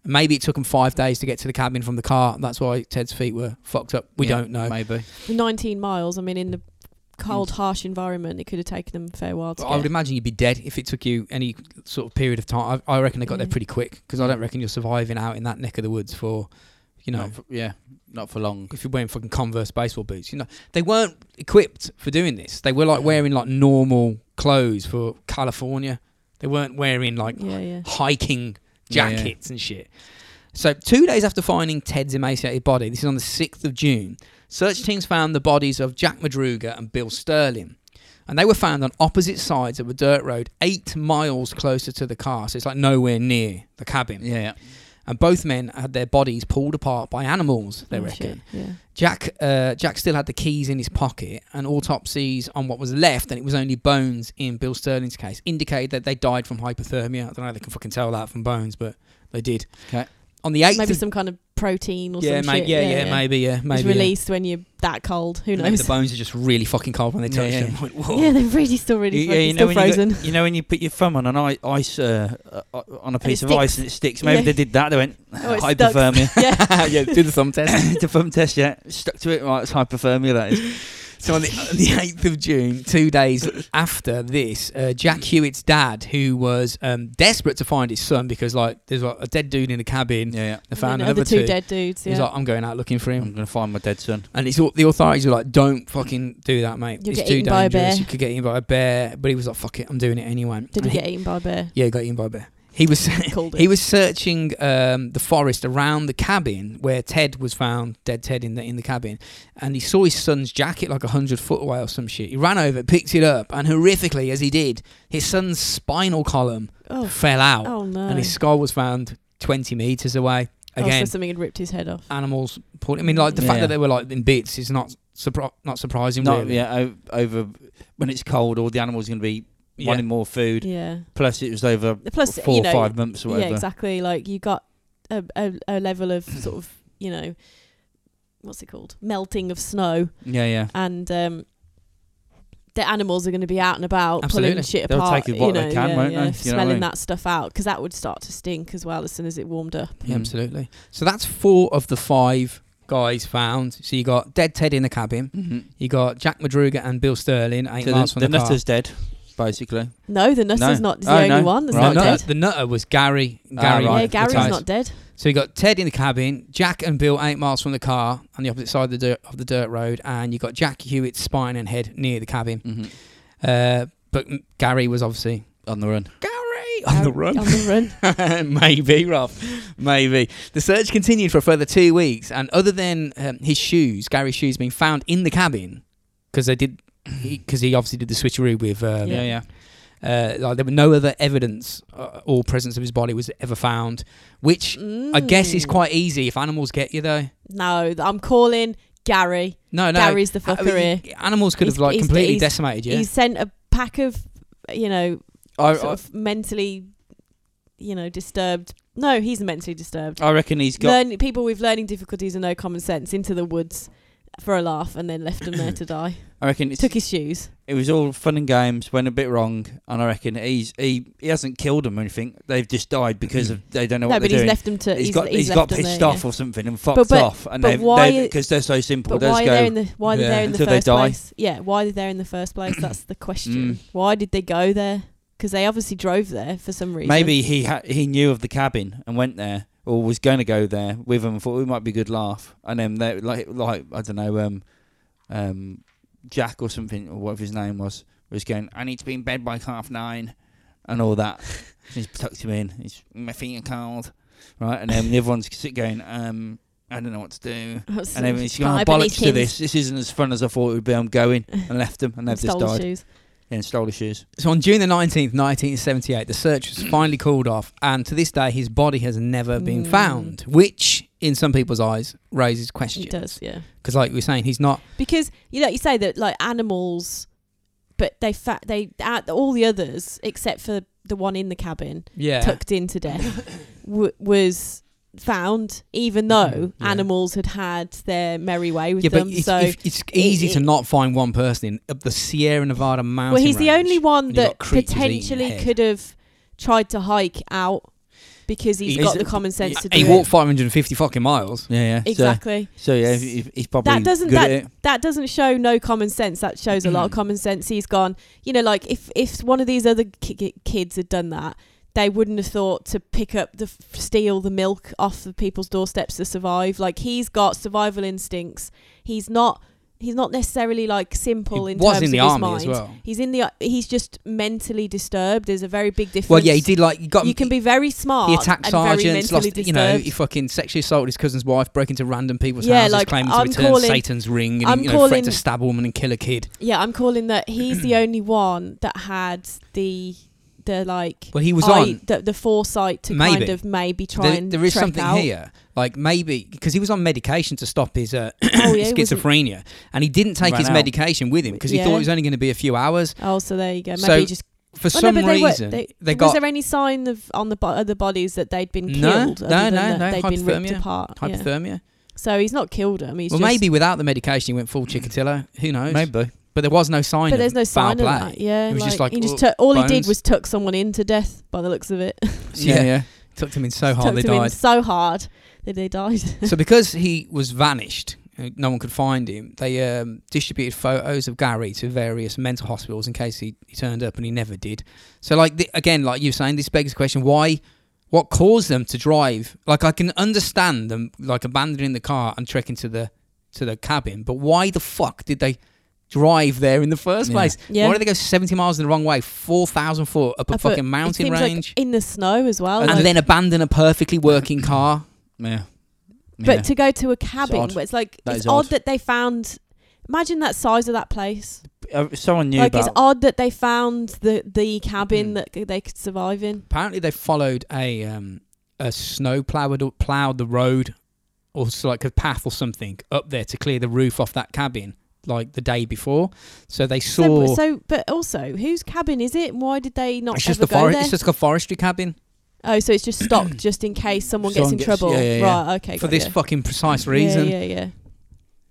Speaker 4: Maybe it took him five days to get to the cabin from the car. That's why Ted's feet were fucked up. We
Speaker 2: Yeah,
Speaker 4: don't know.
Speaker 2: Maybe.
Speaker 3: For 19 miles. I mean, in the cold, harsh environment, it could have taken them a fair while to
Speaker 4: Mm. I would
Speaker 3: get.
Speaker 4: imagine you'd be dead if it took you any sort of period of time. I, I reckon they got there
Speaker 3: Yeah.
Speaker 4: pretty quick because I don't reckon you're surviving out in that neck of the woods for, you know,
Speaker 2: Not for, yeah. Not for long.
Speaker 4: if you're wearing fucking Converse baseball boots. You know, they weren't equipped for doing this. They were like wearing like normal clothes for California. They weren't wearing like
Speaker 3: Yeah, yeah.
Speaker 4: hiking
Speaker 2: Yeah, yeah.
Speaker 4: jackets and shit. So, two days after finding Ted's emaciated body, this is on the 6th of June, search teams found the bodies of Jack Madruga and Bill Sterling. And they were found on opposite sides of a dirt road, eight miles closer to the car. So, it's like nowhere near the cabin.
Speaker 2: Yeah. yeah.
Speaker 4: And both men had their bodies pulled apart by animals, they
Speaker 3: Oh,
Speaker 4: reckon.
Speaker 3: shit, Yeah.
Speaker 4: Jack uh, Jack still had the keys in his pocket, and autopsies on what was left, and it was only bones in Bill Sterling's case, indicated that they died from hypothermia. I don't know if they can fucking tell that from bones, but they did.
Speaker 2: 'Kay.
Speaker 4: On the eighth,
Speaker 3: Maybe
Speaker 4: of-
Speaker 3: some kind of protein or
Speaker 4: yeah,
Speaker 3: some
Speaker 4: ma-
Speaker 3: shit.
Speaker 4: yeah, yeah, maybe, yeah,
Speaker 3: It's
Speaker 4: maybe. yeah.
Speaker 3: released when you're that cold. Who
Speaker 4: Maybe
Speaker 3: knows?
Speaker 4: the bones are just really fucking cold when they touch
Speaker 2: Yeah, yeah.
Speaker 4: them. Like, whoa.
Speaker 3: Yeah, they're really still really
Speaker 2: Yeah,
Speaker 3: fucking
Speaker 2: you know
Speaker 3: still
Speaker 2: when you go-
Speaker 3: frozen.
Speaker 2: You know when you put your thumb on an i- ice uh, uh, on a piece of
Speaker 3: sticks.
Speaker 2: ice and it sticks. Maybe
Speaker 3: Yeah.
Speaker 2: they did that. They went
Speaker 3: Oh, it's stuck.
Speaker 2: hypothermia.
Speaker 3: yeah.
Speaker 4: yeah, do the thumb test.
Speaker 2: the thumb test. Yeah, stuck to it. Right, it's hypothermia. That is.
Speaker 4: So on the, on the 8th of June, two days after this, uh, Jack Hewitt's dad, who was um, desperate to find his son because like there's like, a dead dude in the cabin,
Speaker 2: Yeah, yeah.
Speaker 4: they found
Speaker 3: And then
Speaker 4: another
Speaker 3: the two,
Speaker 4: two.
Speaker 3: dead dudes. Yeah.
Speaker 4: He's like, I'm going out looking for him.
Speaker 2: I'm gonna find my dead son.
Speaker 4: And it's all, the authorities were like, "Don't fucking do that, mate.
Speaker 3: You'll
Speaker 4: it's
Speaker 3: get
Speaker 4: too
Speaker 3: eaten by a
Speaker 4: dangerous.
Speaker 3: bear."
Speaker 4: You could get eaten by a bear." But he was like, "Fuck it, I'm doing it anyway."
Speaker 3: Did
Speaker 4: And
Speaker 3: he get eaten by a bear?
Speaker 4: Yeah, he got eaten by a bear. He was
Speaker 3: Called it.
Speaker 4: he was searching um, the forest around the cabin where Ted was found, dead Ted in the in the cabin, and he saw his son's jacket like a hundred foot away or some shit. He ran over, picked it up, and horrifically as he did, his son's spinal column
Speaker 3: Oh,
Speaker 4: fell out,
Speaker 3: oh no.
Speaker 4: and his skull was found twenty meters away.
Speaker 3: oh,
Speaker 4: Again,
Speaker 3: so something had ripped his head off.
Speaker 4: animals. Pulled, I mean, like the fact
Speaker 2: Yeah.
Speaker 4: that they were like in bits is not surpri- not surprising.
Speaker 2: Not
Speaker 4: really.
Speaker 2: yeah, o- over when it's cold, all the animals going to be wanting more food.
Speaker 3: Yeah.
Speaker 2: Plus, it was over
Speaker 3: Plus,
Speaker 2: four
Speaker 3: you
Speaker 2: or
Speaker 3: know,
Speaker 2: five months or whatever.
Speaker 3: Yeah, exactly. Like you got a, a, a level of sort of you know what's it called melting of snow,
Speaker 2: Yeah, yeah.
Speaker 3: and um, the animals are going to be out and about
Speaker 4: Absolutely.
Speaker 3: pulling shit
Speaker 2: They'll
Speaker 3: apart.
Speaker 2: take what
Speaker 3: you
Speaker 2: they
Speaker 3: know,
Speaker 2: can,
Speaker 3: yeah,
Speaker 2: won't
Speaker 3: yeah,
Speaker 2: they? You know what I
Speaker 3: Smelling
Speaker 2: mean?
Speaker 3: that stuff out because that would start to stink as well as soon as it warmed up.
Speaker 4: Yeah,
Speaker 2: Mm.
Speaker 4: absolutely. So that's four of the five guys found. So you got Dead Ted in the cabin.
Speaker 2: Mhm.
Speaker 4: You got Jack Madruga and Bill Sterling eight
Speaker 2: So
Speaker 4: miles from
Speaker 2: the,
Speaker 4: the,
Speaker 2: the
Speaker 4: car.
Speaker 2: nutter's dead, basically.
Speaker 3: No, the nutter's not is the
Speaker 2: Oh,
Speaker 3: only
Speaker 2: no.
Speaker 3: one that's
Speaker 4: The
Speaker 2: Right.
Speaker 3: not
Speaker 4: nutter-
Speaker 3: dead.
Speaker 4: The nutter was Gary.
Speaker 2: Ah,
Speaker 4: Gary.
Speaker 2: right.
Speaker 3: Yeah,
Speaker 2: the
Speaker 3: Gary's
Speaker 4: Matthias.
Speaker 3: not dead.
Speaker 4: So you got Ted in the cabin, Jack and Bill eight miles from the car on the opposite side of the dirt, of the dirt road, and you got Jack Hewitt's spine and head near the cabin.
Speaker 2: hmm
Speaker 4: Uh, but m- Gary was obviously
Speaker 2: On the run.
Speaker 4: Gary
Speaker 3: Gary- On the run.
Speaker 4: Maybe, Rob. Maybe. The search continued for a further two weeks, and other than um, his shoes, Gary's shoes being found in the cabin, because they did, because he, obviously did the switcheroo with. Um,
Speaker 3: Yeah.
Speaker 2: Yeah, yeah.
Speaker 4: Uh, like there were no other evidence uh, or presence of his body was ever found, which I guess is
Speaker 3: Mm.
Speaker 4: quite easy if animals get you though.
Speaker 3: No, th- I'm calling Gary.
Speaker 4: No, no.
Speaker 3: Gary's the
Speaker 4: I
Speaker 3: fucker
Speaker 4: mean,
Speaker 3: here.
Speaker 4: Animals could
Speaker 3: He's-
Speaker 4: have like
Speaker 3: he's-
Speaker 4: completely
Speaker 3: he's-
Speaker 4: decimated you.
Speaker 3: He sent a pack of, you know,
Speaker 2: I,
Speaker 3: sort
Speaker 2: Oh, I,
Speaker 3: of mentally, you know, disturbed. No, he's mentally disturbed.
Speaker 2: I reckon Oh, he's got.
Speaker 3: Learn, people with learning difficulties and no common sense into the woods for a laugh and then left them there to die.
Speaker 2: I reckon it's,
Speaker 3: Took his shoes.
Speaker 2: it was all fun and games. Went a bit wrong, and I reckon he's he, he hasn't killed them or anything. They've just died because of they don't know
Speaker 3: No,
Speaker 2: what they're
Speaker 3: but he's
Speaker 2: doing.
Speaker 3: left them to. He's,
Speaker 2: he's got
Speaker 3: he's
Speaker 2: got
Speaker 3: left them
Speaker 2: pissed
Speaker 3: there,
Speaker 2: off
Speaker 3: yeah.
Speaker 2: or something and fucked
Speaker 3: but-
Speaker 2: off, and
Speaker 3: but
Speaker 2: they've
Speaker 3: why-
Speaker 2: because they're so simple.
Speaker 3: But why
Speaker 2: they
Speaker 3: are they
Speaker 2: go.
Speaker 3: in the why are they there in the
Speaker 2: Until they
Speaker 3: first
Speaker 2: die.
Speaker 3: place? Yeah, why are they there in the first place? That's the question.
Speaker 2: Mm.
Speaker 3: Why did they go there? Because they obviously drove there for some reason.
Speaker 2: Maybe he ha- he knew of the cabin and went there, or was going to go there with him. Thought it might be a good laugh, and then they like like I don't know, um, um, Jack or something or whatever his name was was going. I need to be in bed by half nine, and all that. he's tucked him in. He's my feet are cold, right? And then the other one's sit going. Um, I don't know what to do.
Speaker 3: That's-
Speaker 2: And then she's
Speaker 3: Can't
Speaker 2: going,
Speaker 3: open
Speaker 2: oh,
Speaker 3: these
Speaker 2: bollocks to
Speaker 3: tins.
Speaker 2: this. This isn't as fun as I thought it would be. I'm going. And left them, and they've just
Speaker 3: Stole his
Speaker 2: died.
Speaker 3: shoes.
Speaker 2: Yeah, and stole his shoes.
Speaker 4: So on June the 19th, 1978, the search was finally called off, and to this day, his body has never been
Speaker 3: Mm.
Speaker 4: found, which, in some people's eyes, raises
Speaker 3: He
Speaker 4: questions.
Speaker 3: does, yeah.
Speaker 4: Because, like we were saying, he's not.
Speaker 3: because you know you say that like animals but they fa- they uh, all the others except for the one in the cabin
Speaker 4: Yeah.
Speaker 3: tucked into death w- was found even though
Speaker 4: Mhm, yeah.
Speaker 3: animals had had their merry way with
Speaker 4: yeah, but
Speaker 3: them
Speaker 4: it's,
Speaker 3: so
Speaker 4: if- it's easy to
Speaker 3: it-
Speaker 4: not find one person in up the Sierra Nevada mountain.
Speaker 3: well he's the
Speaker 4: range.
Speaker 3: only one
Speaker 4: and you got
Speaker 3: that
Speaker 4: creatures eating your
Speaker 3: potentially
Speaker 4: head.
Speaker 3: could have tried to hike out because he's
Speaker 4: He's
Speaker 3: got
Speaker 2: the-
Speaker 3: the common sense to do
Speaker 4: He
Speaker 3: it.
Speaker 4: walked 550 fucking miles.
Speaker 2: Yeah, yeah. So-
Speaker 3: exactly
Speaker 2: So, yeah, he- he's probably
Speaker 3: That doesn't-
Speaker 2: good
Speaker 3: that-
Speaker 2: at it.
Speaker 3: that doesn't show no common sense. That shows a lot of common sense. He's gone. You know, like if if one of these other ki- kids had done that, they wouldn't have thought to pick up the f- steal the milk off the people's doorsteps to survive. Like he's got survival instincts. He's not. He's not necessarily like simple
Speaker 4: He
Speaker 3: in
Speaker 4: was
Speaker 3: terms
Speaker 4: in the
Speaker 3: of his
Speaker 4: army
Speaker 3: mind.
Speaker 4: as well.
Speaker 3: He's in the. He's just mentally disturbed. There's a very big difference.
Speaker 4: Well, yeah, he did like he got
Speaker 3: You can be very smart.
Speaker 4: He attacked
Speaker 3: and very
Speaker 4: sergeants,
Speaker 3: mentally
Speaker 4: lost,
Speaker 3: disturbed.
Speaker 4: you know, he fucking sexually assaulted his cousin's wife, broke into random people's
Speaker 3: Yeah,
Speaker 4: houses,
Speaker 3: like,
Speaker 4: claiming to
Speaker 3: I'm
Speaker 4: return
Speaker 3: calling-
Speaker 4: Satan's ring, and
Speaker 3: I'm
Speaker 4: he, you know, threatened to
Speaker 3: calling-
Speaker 4: stab a woman and kill a kid.
Speaker 3: Yeah, I'm calling that he's the only one that had the the like
Speaker 4: Well, he was
Speaker 3: eye-
Speaker 4: on.
Speaker 3: the, the foresight to
Speaker 4: Maybe.
Speaker 3: kind of maybe try
Speaker 4: There-
Speaker 3: and
Speaker 4: there is
Speaker 3: trek
Speaker 4: something
Speaker 3: out.
Speaker 4: here, like maybe because he was on medication to stop his uh,
Speaker 3: Oh yeah, he wasn't-
Speaker 4: schizophrenia, and he didn't take
Speaker 2: Ran
Speaker 4: his
Speaker 2: out.
Speaker 4: medication with him because he thought
Speaker 3: Yeah.
Speaker 4: it was only going to be a few hours.
Speaker 3: Oh, so there you go. Maybe
Speaker 4: So,
Speaker 3: he just
Speaker 4: For
Speaker 3: Oh, no,
Speaker 4: some
Speaker 3: but they were-
Speaker 4: reason,
Speaker 3: they-
Speaker 4: they,
Speaker 3: was
Speaker 4: got
Speaker 3: there any sign of on the bo- other bodies that they'd been
Speaker 4: No,
Speaker 3: killed?
Speaker 4: no,
Speaker 3: other than
Speaker 4: no,
Speaker 3: that
Speaker 4: no,
Speaker 3: They'd been ripped
Speaker 4: hypothermia,
Speaker 3: apart. yeah.
Speaker 4: hypothermia.
Speaker 3: So he's not killed them. He's
Speaker 4: Well,
Speaker 3: just,
Speaker 4: maybe without the medication, he went full Chikatilo. Who knows?
Speaker 2: Maybe.
Speaker 4: But there was no sign.
Speaker 3: But
Speaker 4: of
Speaker 3: there's no
Speaker 4: foul
Speaker 3: sign of
Speaker 4: play.
Speaker 3: that. Yeah,
Speaker 4: It was just like,
Speaker 3: he just
Speaker 4: oh,
Speaker 3: took, all he
Speaker 4: bones.
Speaker 3: did was tuck someone in to death by the looks of it.
Speaker 4: So, yeah,
Speaker 2: yeah.
Speaker 4: tucked him in so hard
Speaker 3: Tucked
Speaker 4: they
Speaker 3: him in
Speaker 4: died.
Speaker 3: so hard that they died.
Speaker 4: so because he was vanished, uh, no one could find him. They um, distributed photos of Gary to various mental hospitals in case he, he turned up, and he never did. So, like the, again, like you were saying, this begs the question: Why? What caused them to drive? Like I can understand them, like abandoning the car and trekking to the to the cabin, but why the fuck did they drive there in the first
Speaker 2: Yeah.
Speaker 4: place?
Speaker 3: Yeah.
Speaker 4: Why do they go 70 miles in the wrong way, 4,000 foot up a
Speaker 3: I thought
Speaker 4: fucking
Speaker 3: it
Speaker 4: mountain
Speaker 3: seems like
Speaker 4: range,
Speaker 3: in the snow as well.
Speaker 4: and
Speaker 3: like-
Speaker 4: then abandon a perfectly working car?
Speaker 2: Yeah.
Speaker 3: but
Speaker 4: Yeah.
Speaker 3: to go to a cabin,
Speaker 2: odd.
Speaker 3: where it's like
Speaker 2: That
Speaker 3: it's
Speaker 2: is odd.
Speaker 3: odd that they found. Imagine that size of that place.
Speaker 2: Uh, someone knew
Speaker 3: like
Speaker 2: about
Speaker 3: it's odd that they found the the cabin
Speaker 4: Mm.
Speaker 3: that c- they could survive in.
Speaker 4: Apparently, they followed a um, a snow plowed plowed the road, or so like a path or something up there to clear the roof off that cabin, like the day before. So they saw.
Speaker 3: So, so, but also, whose cabin is it? And why did they not
Speaker 4: it's
Speaker 3: ever
Speaker 4: just the
Speaker 3: go
Speaker 4: forest.
Speaker 3: there?
Speaker 4: It's just like a forestry cabin
Speaker 3: oh, so it's just stocked just in case someone
Speaker 4: Someone
Speaker 3: gets in
Speaker 4: gets-
Speaker 3: trouble.
Speaker 4: yeah, yeah, yeah.
Speaker 3: Right? Okay.
Speaker 4: for
Speaker 3: got
Speaker 4: this
Speaker 3: ya.
Speaker 4: fucking precise reason.
Speaker 3: Yeah, yeah, yeah.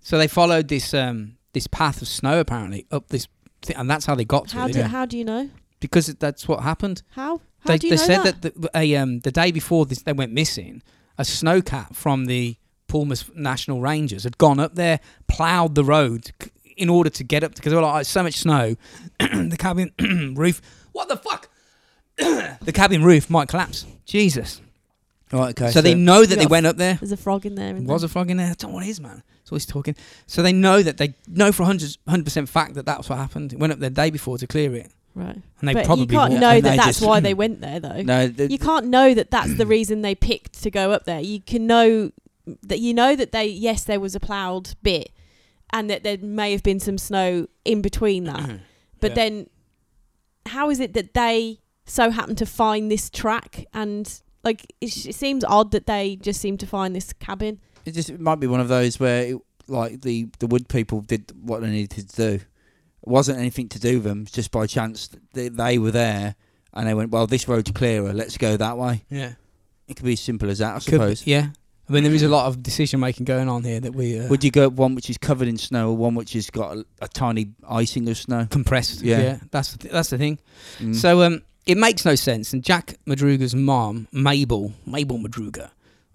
Speaker 4: So they followed this um, this path of snow apparently up this, thi- and that's how they got to
Speaker 3: How
Speaker 4: it
Speaker 3: do how do you know?
Speaker 4: because that's what happened.
Speaker 3: How? How
Speaker 4: they
Speaker 3: do you
Speaker 4: they
Speaker 3: know
Speaker 4: said that, the, a, um, the day before this, they went missing. A snowcat from the Palmer's National Rangers had gone up there, ploughed the road c- in order to get up because they were like, "Oh, it's so much snow, the cabin roof. What the fuck? the cabin roof might collapse. Jesus.
Speaker 2: Right, okay.
Speaker 4: So, they know that they
Speaker 3: Yeah.
Speaker 4: went up there.
Speaker 3: There's a frog in there. isn't
Speaker 4: Was
Speaker 3: there?
Speaker 4: a frog in there? I don't know what it is, man. It's always talking. So they know that they know for 100 percent fact that that's what happened. It went up there the day before to clear it,
Speaker 3: right.
Speaker 4: and they
Speaker 3: but
Speaker 4: probably
Speaker 3: you can't
Speaker 4: walked-
Speaker 3: know
Speaker 2: and
Speaker 3: that
Speaker 2: they
Speaker 3: that's
Speaker 2: just-
Speaker 3: why they went there, though.
Speaker 2: No, the,
Speaker 3: you can't know that that's the reason they picked to go up there. You can know that you know that they yes there was a ploughed bit, and that there may have been some snow in between that. but
Speaker 4: Yeah.
Speaker 3: then, how is it that they so happened to find this track and like it, sh- it seems odd that they just seem to find this cabin?
Speaker 2: it just it might be one of those where, it, like the the wood people did what they needed to do. It wasn't anything to do with them. it's Just by chance, they, they were there and they went, "Well, this road's clearer. Let's go that way."
Speaker 4: Yeah,
Speaker 2: It could be as simple as that, I
Speaker 4: Could be-
Speaker 2: suppose.
Speaker 4: yeah. I mean, there is a lot of decision making going on here that we uh,
Speaker 2: Would you go one which is covered in snow or one which has got a, a tiny icing of snow?
Speaker 4: compressed.
Speaker 2: Yeah.
Speaker 4: that's the th- that's the thing.
Speaker 2: Mm.
Speaker 4: So um, it makes no sense. And Jack Madruga's mom, Mabel, Mabel Madruga,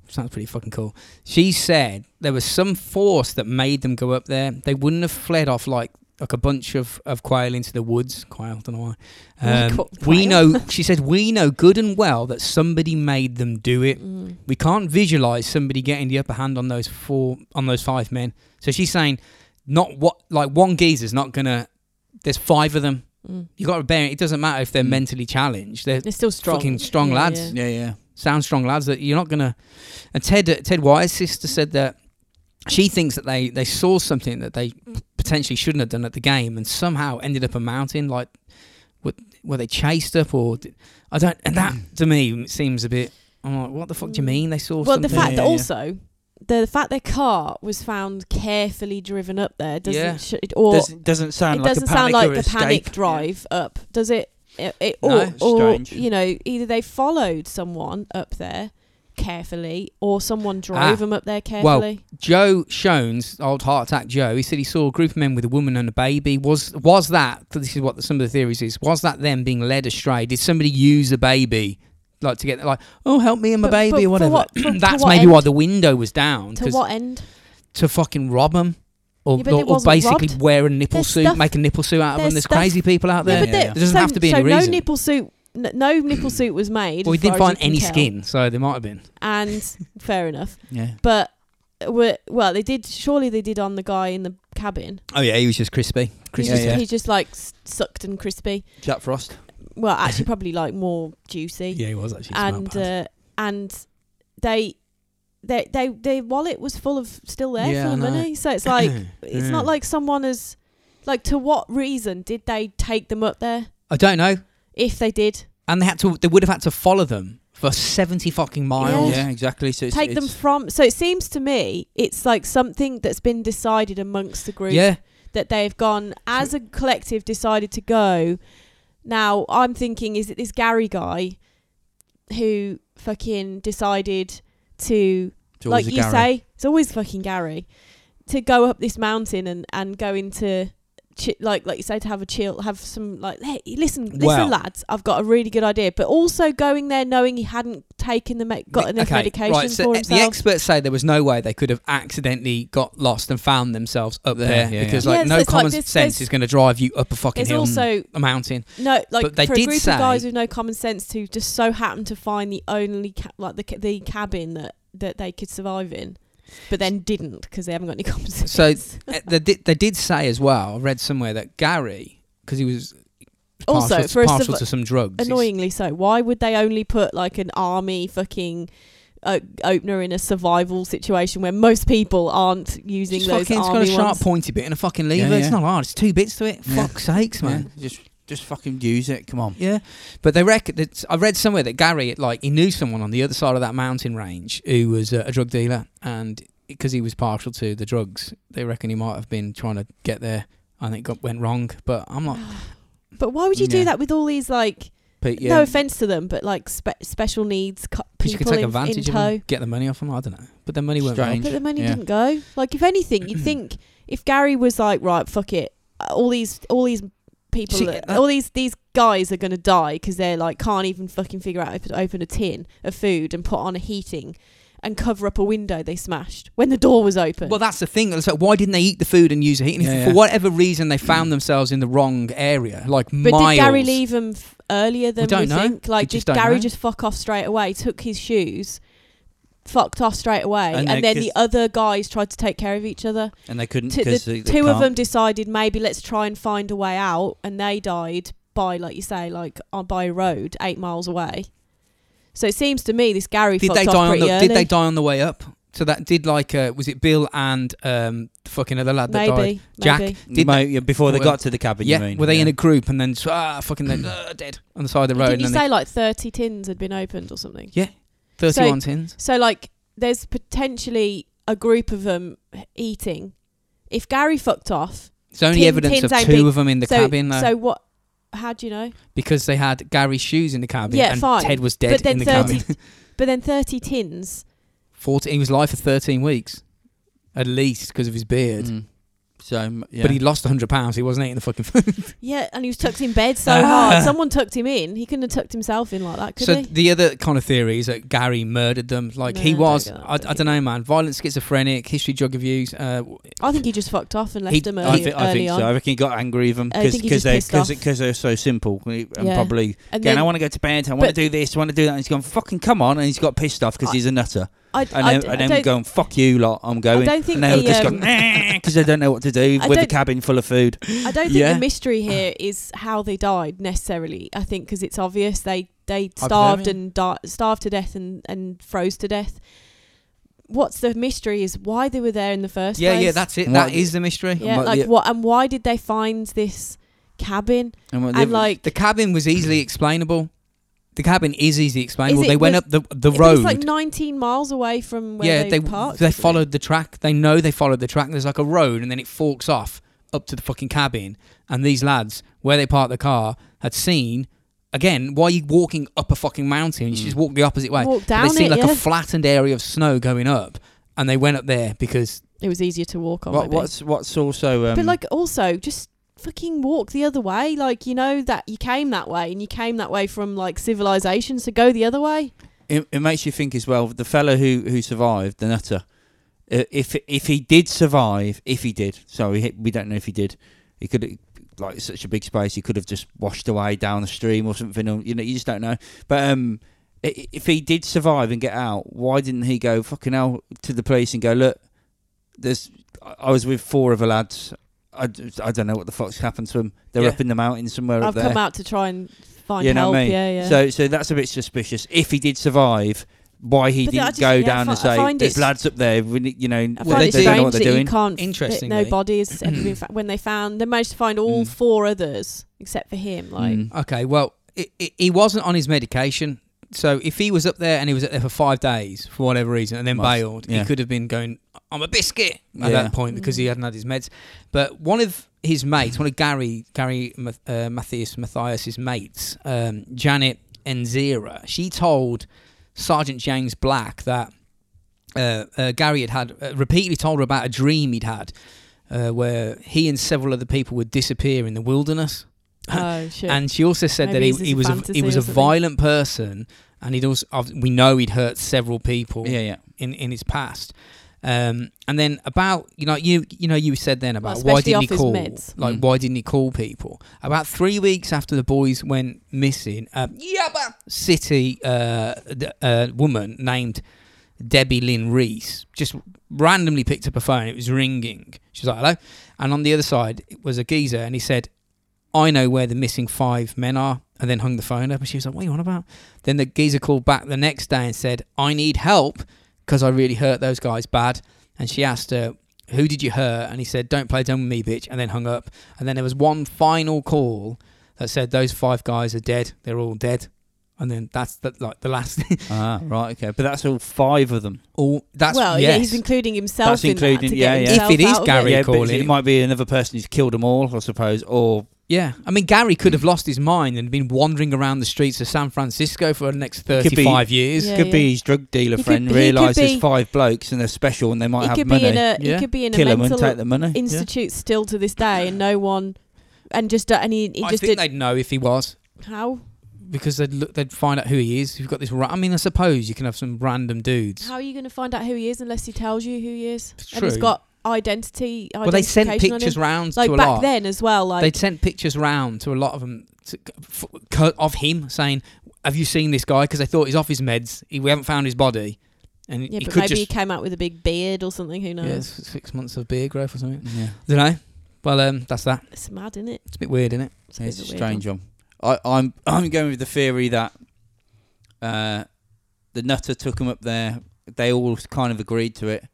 Speaker 4: sounds pretty fucking cool. She said there was some force that made them go up there. They wouldn't have fled off like like a bunch of, of quail into the woods. Quail, don't know why.
Speaker 3: Like
Speaker 4: Um,
Speaker 3: what,
Speaker 4: we
Speaker 3: quail?
Speaker 4: know. She said we know good and well that somebody made them do it.
Speaker 3: Mm.
Speaker 4: We can't visualize somebody getting the upper hand on those four on those five men. So she's saying, not what like one geezer's not gonna. There's five of them.
Speaker 3: Mm.
Speaker 4: You got to bear. It doesn't matter if they're
Speaker 3: Hmm.
Speaker 2: Mm.
Speaker 4: mentally challenged. They're
Speaker 3: They're still strong,
Speaker 4: fucking strong
Speaker 3: Yeah,
Speaker 4: lads.
Speaker 3: yeah.
Speaker 2: yeah, yeah.
Speaker 4: sound strong lads that you're not gonna. And Ted uh, Ted Wyatt's sister said that she thinks that they they saw something that they potentially shouldn't have done at the game and somehow ended up a mountain like. Were, were they chased up or did, I don't? And that
Speaker 3: Hmm.
Speaker 4: to me seems a bit. I'm like, what the fuck do you
Speaker 3: Mm.
Speaker 4: mean they saw?
Speaker 3: Well, the
Speaker 4: something?
Speaker 3: fact
Speaker 2: Yeah,
Speaker 3: that
Speaker 2: yeah.
Speaker 3: also the, the fact their car was found carefully driven up there doesn't
Speaker 4: Yeah.
Speaker 3: sh- or
Speaker 2: doesn't doesn't sound
Speaker 3: it
Speaker 2: like
Speaker 3: doesn't
Speaker 2: a panic
Speaker 3: sound like
Speaker 2: or
Speaker 3: the
Speaker 2: escape.
Speaker 3: panic drive up, does it? It, it
Speaker 4: No,
Speaker 3: or,
Speaker 2: it's
Speaker 3: or
Speaker 2: strange.
Speaker 3: you know, either they followed someone up there carefully, or someone drove
Speaker 4: Ah.
Speaker 3: them up there carefully.
Speaker 4: Joe Shones, old heart attack Joe, he said he saw a group of men with a woman and a baby. Was was that? This is what some of the theories is. Was that them being led astray? Did somebody use a baby, like to get like, oh help me and my
Speaker 3: But- but
Speaker 4: baby
Speaker 3: for
Speaker 4: or whatever? Mm,
Speaker 3: what- for- to
Speaker 4: That's
Speaker 3: what
Speaker 4: maybe
Speaker 3: end?
Speaker 4: why the window was down
Speaker 3: to
Speaker 4: 'cause-
Speaker 3: what end?
Speaker 4: to fucking rob them, or,
Speaker 3: Yeah, but
Speaker 4: or,
Speaker 3: they
Speaker 4: or
Speaker 3: wasn't
Speaker 4: basically
Speaker 3: robbed.
Speaker 4: wear a nipple
Speaker 3: Their
Speaker 4: suit,
Speaker 3: stuff-
Speaker 4: make a nipple suit out of
Speaker 3: their
Speaker 4: them. There's
Speaker 3: stuff-
Speaker 4: crazy people out
Speaker 2: Yeah,
Speaker 4: there.
Speaker 2: but they-
Speaker 4: There doesn't
Speaker 3: so,
Speaker 4: have to be
Speaker 3: so
Speaker 4: any
Speaker 3: no
Speaker 4: reason.
Speaker 3: nipple suit. n- No nipple suit was made.
Speaker 4: well, we
Speaker 3: as
Speaker 4: didn't
Speaker 3: far as
Speaker 4: find
Speaker 3: you can
Speaker 4: any
Speaker 3: tell.
Speaker 4: skin, so there might have been.
Speaker 3: and fair enough.
Speaker 2: Yeah.
Speaker 3: But uh, were, well, they did. Surely they did on the guy in the cabin.
Speaker 4: Oh yeah, he was just crispy.
Speaker 3: He's
Speaker 4: Crispy.
Speaker 2: Yeah,
Speaker 3: just,
Speaker 2: yeah.
Speaker 3: he's just like s- sucked and crispy.
Speaker 2: Jack Frost.
Speaker 3: Well, actually, probably like more juicy.
Speaker 4: he was actually.
Speaker 3: and uh, and they they they their wallet was full of still there
Speaker 4: Yeah,
Speaker 3: full
Speaker 4: I
Speaker 3: of
Speaker 4: know.
Speaker 3: money so it's like it's
Speaker 4: Yeah.
Speaker 3: not like someone has like to what reason did they take them up there
Speaker 4: I don't know.
Speaker 3: if they did
Speaker 4: and they had to they would have had to follow them for 70 fucking miles
Speaker 2: Yeah, exactly. So it's,
Speaker 3: take them
Speaker 2: it's-
Speaker 3: from so it seems to me it's like something that's been decided amongst the group
Speaker 4: yeah
Speaker 3: that they've gone as a collective decided to go. Now I'm thinking, is it this Gary guy who fucking decided to,
Speaker 2: It's
Speaker 3: like
Speaker 2: always a
Speaker 3: you
Speaker 2: Gary.
Speaker 3: say, it's always fucking Gary to go up this mountain and and go into. Chi- like like you say to have a chill have some like hey listen listen
Speaker 4: Well-
Speaker 3: lads I've got a really good idea but also going there knowing he hadn't taken the me- got enough
Speaker 4: Okay,
Speaker 3: medication
Speaker 4: right, so
Speaker 3: for
Speaker 4: e-
Speaker 3: himself
Speaker 4: the experts say there was no way they could have accidentally got lost and found themselves up there
Speaker 2: Yeah, yeah,
Speaker 4: because
Speaker 3: yeah.
Speaker 4: like
Speaker 3: Yeah, so
Speaker 4: no
Speaker 3: it's like
Speaker 4: common
Speaker 3: this-
Speaker 4: sense
Speaker 3: there's-
Speaker 4: is going to drive you up a fucking
Speaker 3: there's
Speaker 4: hill
Speaker 3: also
Speaker 4: a mountain
Speaker 3: No, like
Speaker 4: But they
Speaker 3: for a
Speaker 4: did
Speaker 3: group
Speaker 4: say-
Speaker 3: of guys with no common sense who just so happened to find the only ca- like the ca- the cabin that that they could survive in. but then didn't because they haven't got any compensations.
Speaker 4: So uh, they did, they did say as well. I read somewhere that Gary, because he was
Speaker 3: Also,
Speaker 4: partial,
Speaker 3: for a
Speaker 4: partial
Speaker 3: civil-
Speaker 4: to some drugs, it's-
Speaker 3: annoyingly so. Why would they only put like an army fucking uh, opener in a survival situation where most people aren't using
Speaker 4: Just
Speaker 3: those
Speaker 4: fucking, it's got a
Speaker 3: army
Speaker 4: sharp
Speaker 3: ones?
Speaker 4: pointy bit and a fucking lever.
Speaker 2: Yeah,
Speaker 4: It's
Speaker 2: yeah.
Speaker 4: not hard. It's two bits to it.
Speaker 2: Yeah.
Speaker 4: Fuck's sakes, man.
Speaker 2: Yeah, Just, just fucking use it. Come on.
Speaker 4: Yeah, but they reckon that I read somewhere that Gary, like, he knew someone on the other side of that mountain range who was a, a drug dealer, and because he was partial to the drugs, they reckon he might have been trying to get there, and it got went wrong. But I'm not.
Speaker 3: But why would you do
Speaker 4: Yeah.
Speaker 3: that with all these like?
Speaker 2: But yeah,
Speaker 3: No offense to them, but like spe- special needs co-
Speaker 4: Because
Speaker 3: people
Speaker 4: you could take
Speaker 3: in,
Speaker 4: advantage
Speaker 3: in
Speaker 4: of
Speaker 3: tow.
Speaker 4: them, get the money off them. I don't know, but the money weren't.
Speaker 2: Strange.
Speaker 3: But the money
Speaker 2: Yeah.
Speaker 3: didn't go. Like, if anything, you'd think if Gary was like, right, fuck it, all these, all these people,
Speaker 4: See,
Speaker 3: that-
Speaker 4: that-
Speaker 3: all these these guys are gonna die because they're like can't even fucking figure out how to open a tin of food and put on a heating and cover up a window they smashed when the door was open.
Speaker 4: Well, that's the thing. It's like, why didn't they eat the food and use a heat? And if
Speaker 2: Yeah,
Speaker 4: for
Speaker 2: yeah. Mm.
Speaker 4: whatever reason they found themselves in the wrong area, like
Speaker 3: but
Speaker 4: miles.
Speaker 3: did Gary leave him f- earlier than we,
Speaker 4: don't know.
Speaker 3: think? Like,
Speaker 4: just
Speaker 3: did
Speaker 4: don't
Speaker 3: Gary
Speaker 4: know.
Speaker 3: just fuck off straight away? Took his shoes. Fucked off straight away,
Speaker 2: And
Speaker 3: and,
Speaker 2: they-
Speaker 3: then the
Speaker 2: 'cause-
Speaker 3: other guys tried to take care of each other.
Speaker 2: and they couldn't
Speaker 3: T- the
Speaker 2: because they, they
Speaker 3: two
Speaker 2: can't.
Speaker 3: of them decided maybe let's try and find a way out, and they died by, like you say, like on by a road eight miles away. So it seems to me this Gary
Speaker 4: Did
Speaker 3: fucked
Speaker 4: they
Speaker 3: off
Speaker 4: die on
Speaker 3: pretty
Speaker 4: the?
Speaker 3: early.
Speaker 4: Did they die on the way up? So that did like uh, was it Bill and um the fucking other lad that
Speaker 3: maybe,
Speaker 4: died?
Speaker 3: maybe.
Speaker 4: Jack?
Speaker 2: Did
Speaker 4: Did
Speaker 2: Mo- yeah, before they
Speaker 4: Were-
Speaker 2: got to the cabin.
Speaker 4: yeah,
Speaker 2: you mean?
Speaker 4: were they
Speaker 2: yeah. Hmm.
Speaker 4: in a group and then s- ah fucking then uh, dead on the side of the road?
Speaker 3: Didn't you
Speaker 4: and
Speaker 3: say
Speaker 4: then
Speaker 3: like thirty tins had been opened or something?
Speaker 4: they- thirty-one tins?
Speaker 3: So like, there's potentially a group of them eating. If Gary fucked off,
Speaker 4: It's only
Speaker 3: tin-
Speaker 4: evidence
Speaker 3: tins
Speaker 4: of
Speaker 3: ain't
Speaker 4: two
Speaker 3: big.
Speaker 4: of them in the
Speaker 3: so
Speaker 4: cabin though,
Speaker 3: so what? How do you know?
Speaker 4: because they had Gary's shoes in the cabin
Speaker 3: Yeah,
Speaker 4: and
Speaker 3: fine.
Speaker 4: Ted was dead
Speaker 3: but then
Speaker 4: in the
Speaker 3: thirty,
Speaker 4: cabin.
Speaker 3: but then thirty tins.
Speaker 4: Fourteen. He was alive for thirteen weeks, at least because of his beard.
Speaker 2: Mm. So m- yeah.
Speaker 4: But he lost hundred pounds. He wasn't eating the fucking food.
Speaker 3: Yeah, and he was tucked in bed so
Speaker 4: Ah.
Speaker 3: hard. Someone tucked him in. He couldn't have tucked himself in like that, could
Speaker 4: so
Speaker 3: he?
Speaker 4: the other kind of theory is that Gary murdered them. Like
Speaker 3: No,
Speaker 4: he
Speaker 3: don't
Speaker 4: was,
Speaker 3: do that,
Speaker 4: I, I
Speaker 3: don't do
Speaker 4: don't know, man. Violent schizophrenic, history drug abuse. Uh, w-
Speaker 3: I think he just fucked off and left
Speaker 4: He-
Speaker 3: him
Speaker 4: I
Speaker 3: early,
Speaker 2: I think,
Speaker 3: early
Speaker 2: I think
Speaker 3: on.
Speaker 2: so. I reckon he got angry with them
Speaker 3: I
Speaker 2: because
Speaker 3: think he just
Speaker 2: they're
Speaker 3: pissed
Speaker 2: because
Speaker 3: off.
Speaker 2: because they're so simple and
Speaker 3: Yeah.
Speaker 2: probably
Speaker 3: And
Speaker 2: going.
Speaker 3: then
Speaker 2: I want to go to bed. I want to
Speaker 3: But-
Speaker 2: do this. I want to do that. And he's gone. Fucking come on! And he's got pissed off because
Speaker 3: I-
Speaker 2: he's a nutter.
Speaker 3: I,
Speaker 2: And
Speaker 3: I
Speaker 2: then,
Speaker 3: d-
Speaker 2: and
Speaker 3: I
Speaker 2: then
Speaker 3: don't-
Speaker 2: going fuck you lot. I'm going.
Speaker 3: I don't think
Speaker 2: and they've
Speaker 3: the,
Speaker 2: just
Speaker 3: um,
Speaker 2: gone because they don't know what to do
Speaker 3: I
Speaker 2: with a
Speaker 3: don't-
Speaker 2: cabin full of food.
Speaker 3: I don't think
Speaker 2: Yeah.
Speaker 3: the mystery here is how they died necessarily. I think because it's obvious they they starved
Speaker 4: Hypothermia.
Speaker 3: and di- starved to death and and froze to death. What's the mystery is why they were there in the first
Speaker 4: yeah,
Speaker 3: place.
Speaker 4: yeah, that's it.
Speaker 2: And
Speaker 4: That
Speaker 2: what-
Speaker 4: is the mystery.
Speaker 3: yeah,
Speaker 2: what
Speaker 3: like
Speaker 2: the-
Speaker 3: what and why did they find this cabin
Speaker 2: And, what
Speaker 3: and
Speaker 2: the-
Speaker 3: like
Speaker 4: The cabin was easily explainable. The cabin is easily explainable.
Speaker 3: it-
Speaker 4: they went
Speaker 3: was-
Speaker 4: up the the
Speaker 3: it was
Speaker 4: road.
Speaker 3: like 19 miles away from where
Speaker 4: yeah,
Speaker 3: they,
Speaker 4: they
Speaker 3: parked.
Speaker 4: they
Speaker 3: wasn't it?
Speaker 4: followed the track. They know they followed the track. There's like a road, and then it forks off up to the fucking cabin. And these lads, where they parked the car, had seen. Again, why are you walking up a fucking mountain? You should just walk the opposite way.
Speaker 3: Walk
Speaker 4: But
Speaker 3: down
Speaker 4: they seen
Speaker 3: it,
Speaker 4: like
Speaker 3: yeah.
Speaker 4: a flattened area of snow going up, and they went up there because
Speaker 3: It was easier to walk on.
Speaker 2: what,
Speaker 3: maybe.
Speaker 2: what's what's also um,
Speaker 3: but like also just fucking walk the other way. Like you know that you came that way and you came that way from like civilization, so go the other way.
Speaker 2: it, it makes you think as well. The fellow who who survived, the nutter, uh, if if he did survive, if he did, sorry, he- we don't know if he did. He could like such a big space, he could have just washed away down the stream or something. Or, you know, you just don't know. But um, i- i- if he did survive and get out, why didn't he go fucking hell to the police and go look? There's, I I was with four other lads. I, d- I don't know what the fuck's happened to them. They're
Speaker 4: Yeah.
Speaker 2: up in the mountains somewhere up
Speaker 3: I've
Speaker 2: there.
Speaker 3: come out to try and find
Speaker 2: You know
Speaker 3: help.
Speaker 2: what I mean?
Speaker 3: Yeah, yeah.
Speaker 2: So so that's a bit suspicious. If he did survive, why he
Speaker 3: But I
Speaker 2: didn't
Speaker 3: just-
Speaker 2: go
Speaker 3: yeah, I
Speaker 2: down
Speaker 3: fi-
Speaker 2: and
Speaker 3: I
Speaker 2: say
Speaker 3: find
Speaker 2: there's
Speaker 3: it's-
Speaker 2: lads up there, we need- you know,
Speaker 3: I
Speaker 2: they-
Speaker 4: well,
Speaker 3: find it
Speaker 2: they don't know
Speaker 3: strange
Speaker 2: what
Speaker 3: that
Speaker 2: they're
Speaker 3: you
Speaker 2: doing.
Speaker 3: can't. that
Speaker 4: Interestingly-
Speaker 3: no bodies ever been found. When they found, they managed to find all
Speaker 2: Mm.
Speaker 3: four others except for him. Like,
Speaker 2: Mm.
Speaker 4: Okay, well, i i he wasn't on his medication. So if he was up there and he was up there for five days for whatever reason and then
Speaker 2: Must-
Speaker 4: bailed,
Speaker 2: yeah.
Speaker 4: he could have been going, I'm a biscuit at
Speaker 2: Yeah.
Speaker 4: that point because he hadn't had his meds. But one of his mates, one of Gary, Gary Ma- uh, Matthias, Matthias's mates, um, Janet Enzira, she told Sergeant James Black that uh, uh, Gary had had uh, repeatedly told her about a dream he'd had uh, where he and several other people would disappear in the wilderness.
Speaker 3: oh shit.
Speaker 4: And she also said
Speaker 3: Maybe
Speaker 4: that
Speaker 3: it's
Speaker 4: he,
Speaker 3: just
Speaker 4: he
Speaker 3: a
Speaker 4: was a,
Speaker 3: fantasy
Speaker 4: he was
Speaker 3: or
Speaker 4: a
Speaker 3: something.
Speaker 4: violent person, and he'd also ob- we know he'd hurt several people
Speaker 2: Yeah, yeah.
Speaker 4: in, in his past. Um, and then about you know you you know you said then about
Speaker 3: Well,
Speaker 4: why
Speaker 3: especially
Speaker 4: didn't he
Speaker 3: off his
Speaker 4: call
Speaker 3: meds.
Speaker 4: like
Speaker 2: Mm.
Speaker 4: why didn't he call people about three weeks after the boys went missing a Yabba City uh, d- uh, woman named Debbie Lynn Reese just randomly picked up a phone. It was ringing. She was like, hello. And on the other side it was a geezer, and he said, I know where the missing five men are, and then hung the phone up. And she was like, what are you on about? Then the geezer called back the next day and said, I need help because I really hurt those guys bad. And she asked her, who did you hurt? And he said, don't play dumb with me, bitch, and then hung up. And then there was one final call that said, those five guys are dead. They're all dead. And then that's the, like the last
Speaker 2: Ah, right, okay. But that's all five of them.
Speaker 4: all that's
Speaker 3: well, yeah,
Speaker 4: yes.
Speaker 3: he's including himself.
Speaker 2: That's
Speaker 3: in that
Speaker 2: including-
Speaker 3: to
Speaker 2: yeah,
Speaker 3: get
Speaker 2: yeah.
Speaker 3: himself
Speaker 4: If it is
Speaker 3: out of
Speaker 4: Gary- Harry
Speaker 2: yeah, but
Speaker 4: Calling.
Speaker 2: it might be another person who's killed them all, I suppose, or
Speaker 4: yeah. I mean Gary could have lost his mind and been wandering around the streets of San Francisco for the next
Speaker 2: could be-
Speaker 4: 35 years.
Speaker 3: Yeah,
Speaker 2: could
Speaker 3: yeah.
Speaker 2: be his drug dealer
Speaker 3: He could-
Speaker 2: friend
Speaker 3: he could
Speaker 2: realises
Speaker 3: be-
Speaker 2: there's five blokes and they're special and they might
Speaker 3: He
Speaker 2: have
Speaker 3: could
Speaker 2: money.
Speaker 3: be in a
Speaker 4: Yeah.
Speaker 3: he could be in a
Speaker 2: Kill them and
Speaker 3: mental
Speaker 2: take the money. Yeah.
Speaker 3: institute still to this day, and no one, and just uh, and he, he
Speaker 4: I
Speaker 3: just
Speaker 4: think
Speaker 3: did
Speaker 4: they'd know if he was
Speaker 3: how
Speaker 4: because they'd look, they'd find out who he is. You've got this. Ra- I mean, I suppose you can have some random dudes.
Speaker 3: how are you going to find out who he is unless he tells you who he is?
Speaker 4: It's
Speaker 3: And he's
Speaker 4: true.
Speaker 3: got identity.
Speaker 4: well, they sent
Speaker 3: identification on
Speaker 4: pictures
Speaker 3: him.
Speaker 4: round
Speaker 3: like
Speaker 4: to a
Speaker 3: back
Speaker 4: lot.
Speaker 3: then as well. Like
Speaker 4: They'd sent pictures round to a lot of them to, f- c- of him saying, "Have you seen this guy?" Because they thought he's off his meds. He, we haven't found his body, and
Speaker 3: yeah,
Speaker 4: he
Speaker 3: but
Speaker 4: could
Speaker 3: maybe he
Speaker 4: just
Speaker 3: came out with a big beard or something. Who knows?
Speaker 4: yeah, s- six months of beard growth or something.
Speaker 2: Yeah,
Speaker 4: Don't know. Well, um, that's that.
Speaker 3: It's mad, isn't it?
Speaker 4: It's a bit weird, isn't it?
Speaker 3: It's,
Speaker 2: it's a
Speaker 3: bit of weird one.
Speaker 2: strange one. I, I'm I'm going with the theory that uh, the nutter took him up there. They all kind of agreed to it.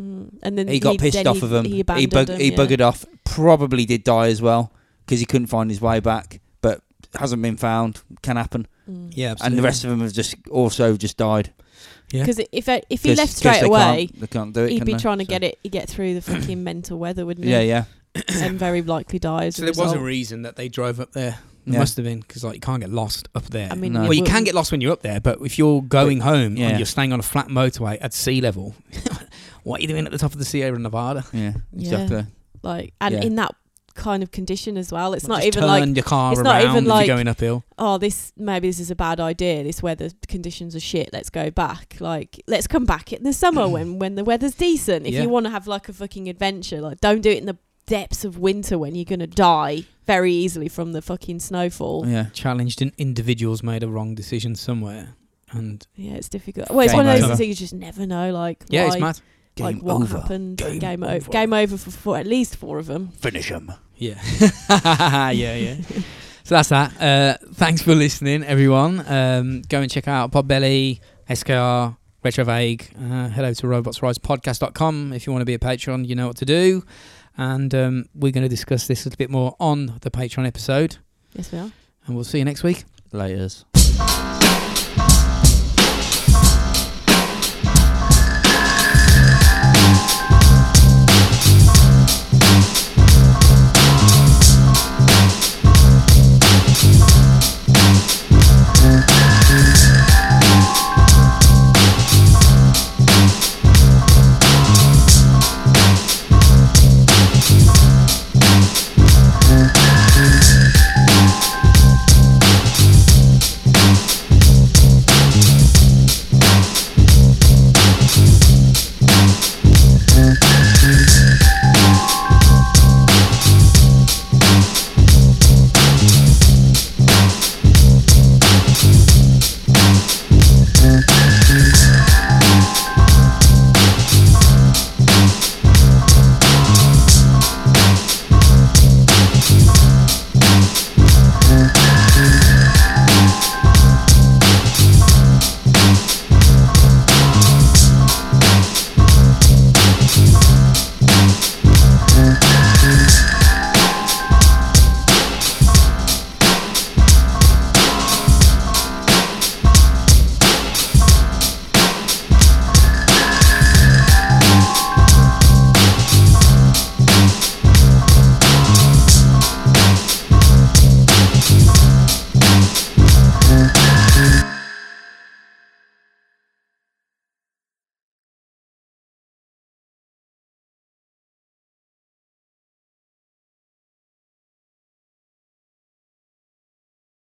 Speaker 3: Mm. And then
Speaker 2: He got pissed
Speaker 3: then
Speaker 2: off
Speaker 3: he-
Speaker 2: of him.
Speaker 3: He
Speaker 2: He,
Speaker 3: abandoned
Speaker 2: bug-
Speaker 3: him,
Speaker 2: he
Speaker 3: yeah.
Speaker 2: buggered off. Probably did die as well because he couldn't find his way back. But hasn't been found. Can happen.
Speaker 3: Mm.
Speaker 4: Yeah,
Speaker 2: And the rest of them have just also just died.
Speaker 4: Yeah.
Speaker 3: Because if I- if he
Speaker 2: 'Cause-
Speaker 3: left
Speaker 2: 'cause
Speaker 3: straight
Speaker 2: they
Speaker 3: away,
Speaker 2: can't, they can't do it.
Speaker 3: he'd
Speaker 2: can
Speaker 3: be
Speaker 2: they?
Speaker 3: trying to
Speaker 2: So-
Speaker 3: get it, get through the fucking mental weather, wouldn't
Speaker 2: Yeah,
Speaker 3: he?
Speaker 2: yeah.
Speaker 3: And very likely die as
Speaker 4: So
Speaker 3: a
Speaker 4: there was
Speaker 3: result.
Speaker 4: a reason that they drove up there. There
Speaker 2: Yeah.
Speaker 4: must have been because like you can't get lost up there.
Speaker 3: I mean,
Speaker 2: No.
Speaker 4: well, you
Speaker 3: would-
Speaker 4: can get lost when you're up there, but if you're going home
Speaker 2: yeah.
Speaker 4: and you're staying on a flat motorway at sea level, what are you doing at the top of the Sierra Nevada?
Speaker 2: Yeah,
Speaker 3: Yeah.
Speaker 2: exactly.
Speaker 3: like, and
Speaker 2: Yeah.
Speaker 3: in that kind of condition as well. It's not
Speaker 4: Just
Speaker 3: even
Speaker 4: turn
Speaker 3: like,
Speaker 4: your car
Speaker 3: it's
Speaker 4: around
Speaker 3: not even
Speaker 4: if
Speaker 3: like-
Speaker 4: you're going uphill.
Speaker 3: oh, this maybe this is a bad idea. This weather conditions are shit. Let's go back. Like, let's come back in the summer when when the weather's decent. If
Speaker 4: Yeah.
Speaker 3: you want to have like a fucking adventure, like don't do it in the depths of winter when you're gonna die very easily from the fucking snowfall.
Speaker 4: Mm.
Speaker 2: Yeah.
Speaker 4: Challenged in- individuals made a wrong decision somewhere, and
Speaker 3: Yeah, it's difficult. Well, it's one of
Speaker 4: Game
Speaker 3: those
Speaker 4: over.
Speaker 3: things you just never know. Like,
Speaker 4: yeah,
Speaker 3: why,
Speaker 4: it's mad.
Speaker 3: like
Speaker 2: Game
Speaker 3: what
Speaker 2: over.
Speaker 3: happened?
Speaker 2: Game
Speaker 3: game over.
Speaker 2: over.
Speaker 3: Game over for, for at least four of them.
Speaker 2: Finish him.
Speaker 4: Yeah, yeah, yeah. so that's that. Uh, thanks for listening, everyone. Um, go and check out Podbelly, SKR, Retrovague. Uh, head over to robotsrisepodcast.com if you want to be a patron. You know what to do. And um, we're going to discuss this a little bit more on the Patreon episode.
Speaker 3: Yes, we are.
Speaker 4: And we'll see you next week.
Speaker 2: Laters.